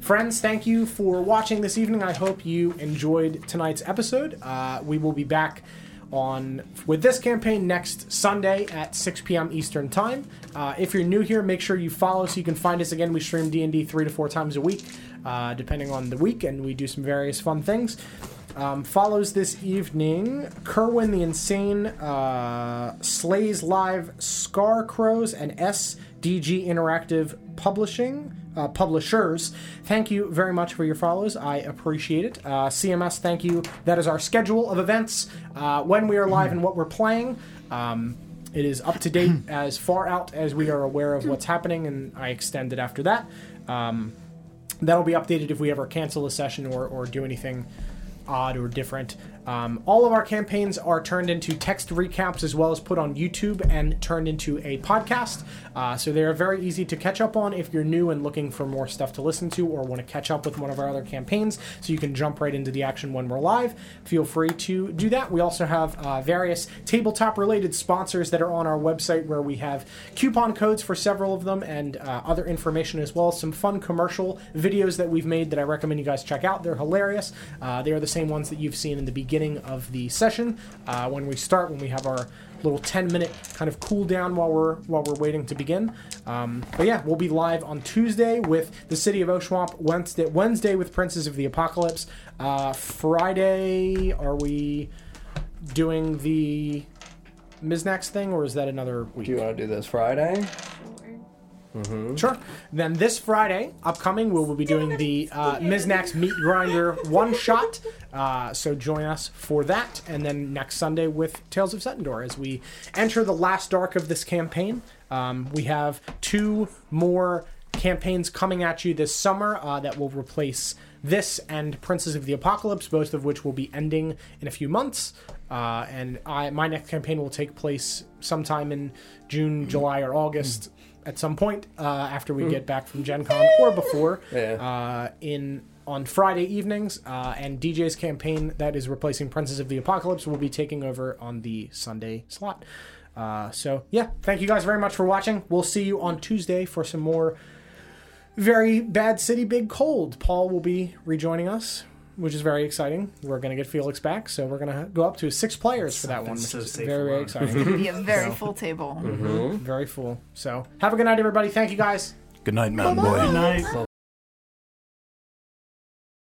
friends, thank you for watching this evening. I hope you enjoyed tonight's episode. Uh, we will be back on with this campaign next Sunday at 6 p.m. Eastern Time. Uh, if you're new here, make sure you follow so you can find us again. We stream D&D three to four times a week, uh, depending on the week, and we do some various fun things. Um, follows this evening Kerwin the Insane, uh, Slays Live, Scar Crows, and SDG Interactive Publishing. Uh, publishers, thank you very much for your follows. I appreciate it. Uh, CMS, thank you. That is our schedule of events, uh, when we are live and what we're playing. Um, it is up to date as far out as we are aware of what's happening, and I extend it after that. Um, that'll be updated if we ever cancel a session or, or do anything odd or different. Um, all of our campaigns are turned into text recaps as well as put on YouTube and turned into a podcast. Uh, so they are very easy to catch up on if you're new and looking for more stuff to listen to or want to catch up with one of our other campaigns so you can jump right into the action when we're live. Feel free to do that. We also have uh, various tabletop related sponsors that are on our website where we have coupon codes for several of them and uh, other information as well as some fun commercial videos that we've made that I recommend you guys check out. They're hilarious. Uh, they are the same ones that you've seen in the beginning of the session uh, when we start, when we have our little 10 minute kind of cool down while we're while we're waiting to begin um, but yeah we'll be live on tuesday with the city of oshwamp wednesday wednesday with princes of the apocalypse uh, friday are we doing the Miznax thing, or is that another week? Do you want to do this Friday? Sure. Then this Friday, upcoming, we will be doing the uh, Miznax Meat Grinder one shot. Uh, so join us for that. And then next Sunday with Tales of Setendor as we enter the last dark of this campaign. Um, we have two more campaigns coming at you this summer uh, that will replace this and Princes of the Apocalypse, both of which will be ending in a few months. Uh, and I, my next campaign will take place sometime in June, July, or August at some point uh, after we get back from Gen Con or before uh, in on Friday evenings. Uh, and DJ's campaign that is replacing Princes of the Apocalypse will be taking over on the Sunday slot. Uh, so yeah, thank you guys very much for watching. We'll see you on Tuesday for some more very bad city, big cold. Paul will be rejoining us. Which is very exciting. We're going to get Felix back, so we're going to go up to six players for that one. Which so is safe very, very alone. exciting. (laughs) It'd be a very full table. Very full. So have a good night, everybody. Thank you guys. Good night, Mountain Boy. Good night. Bye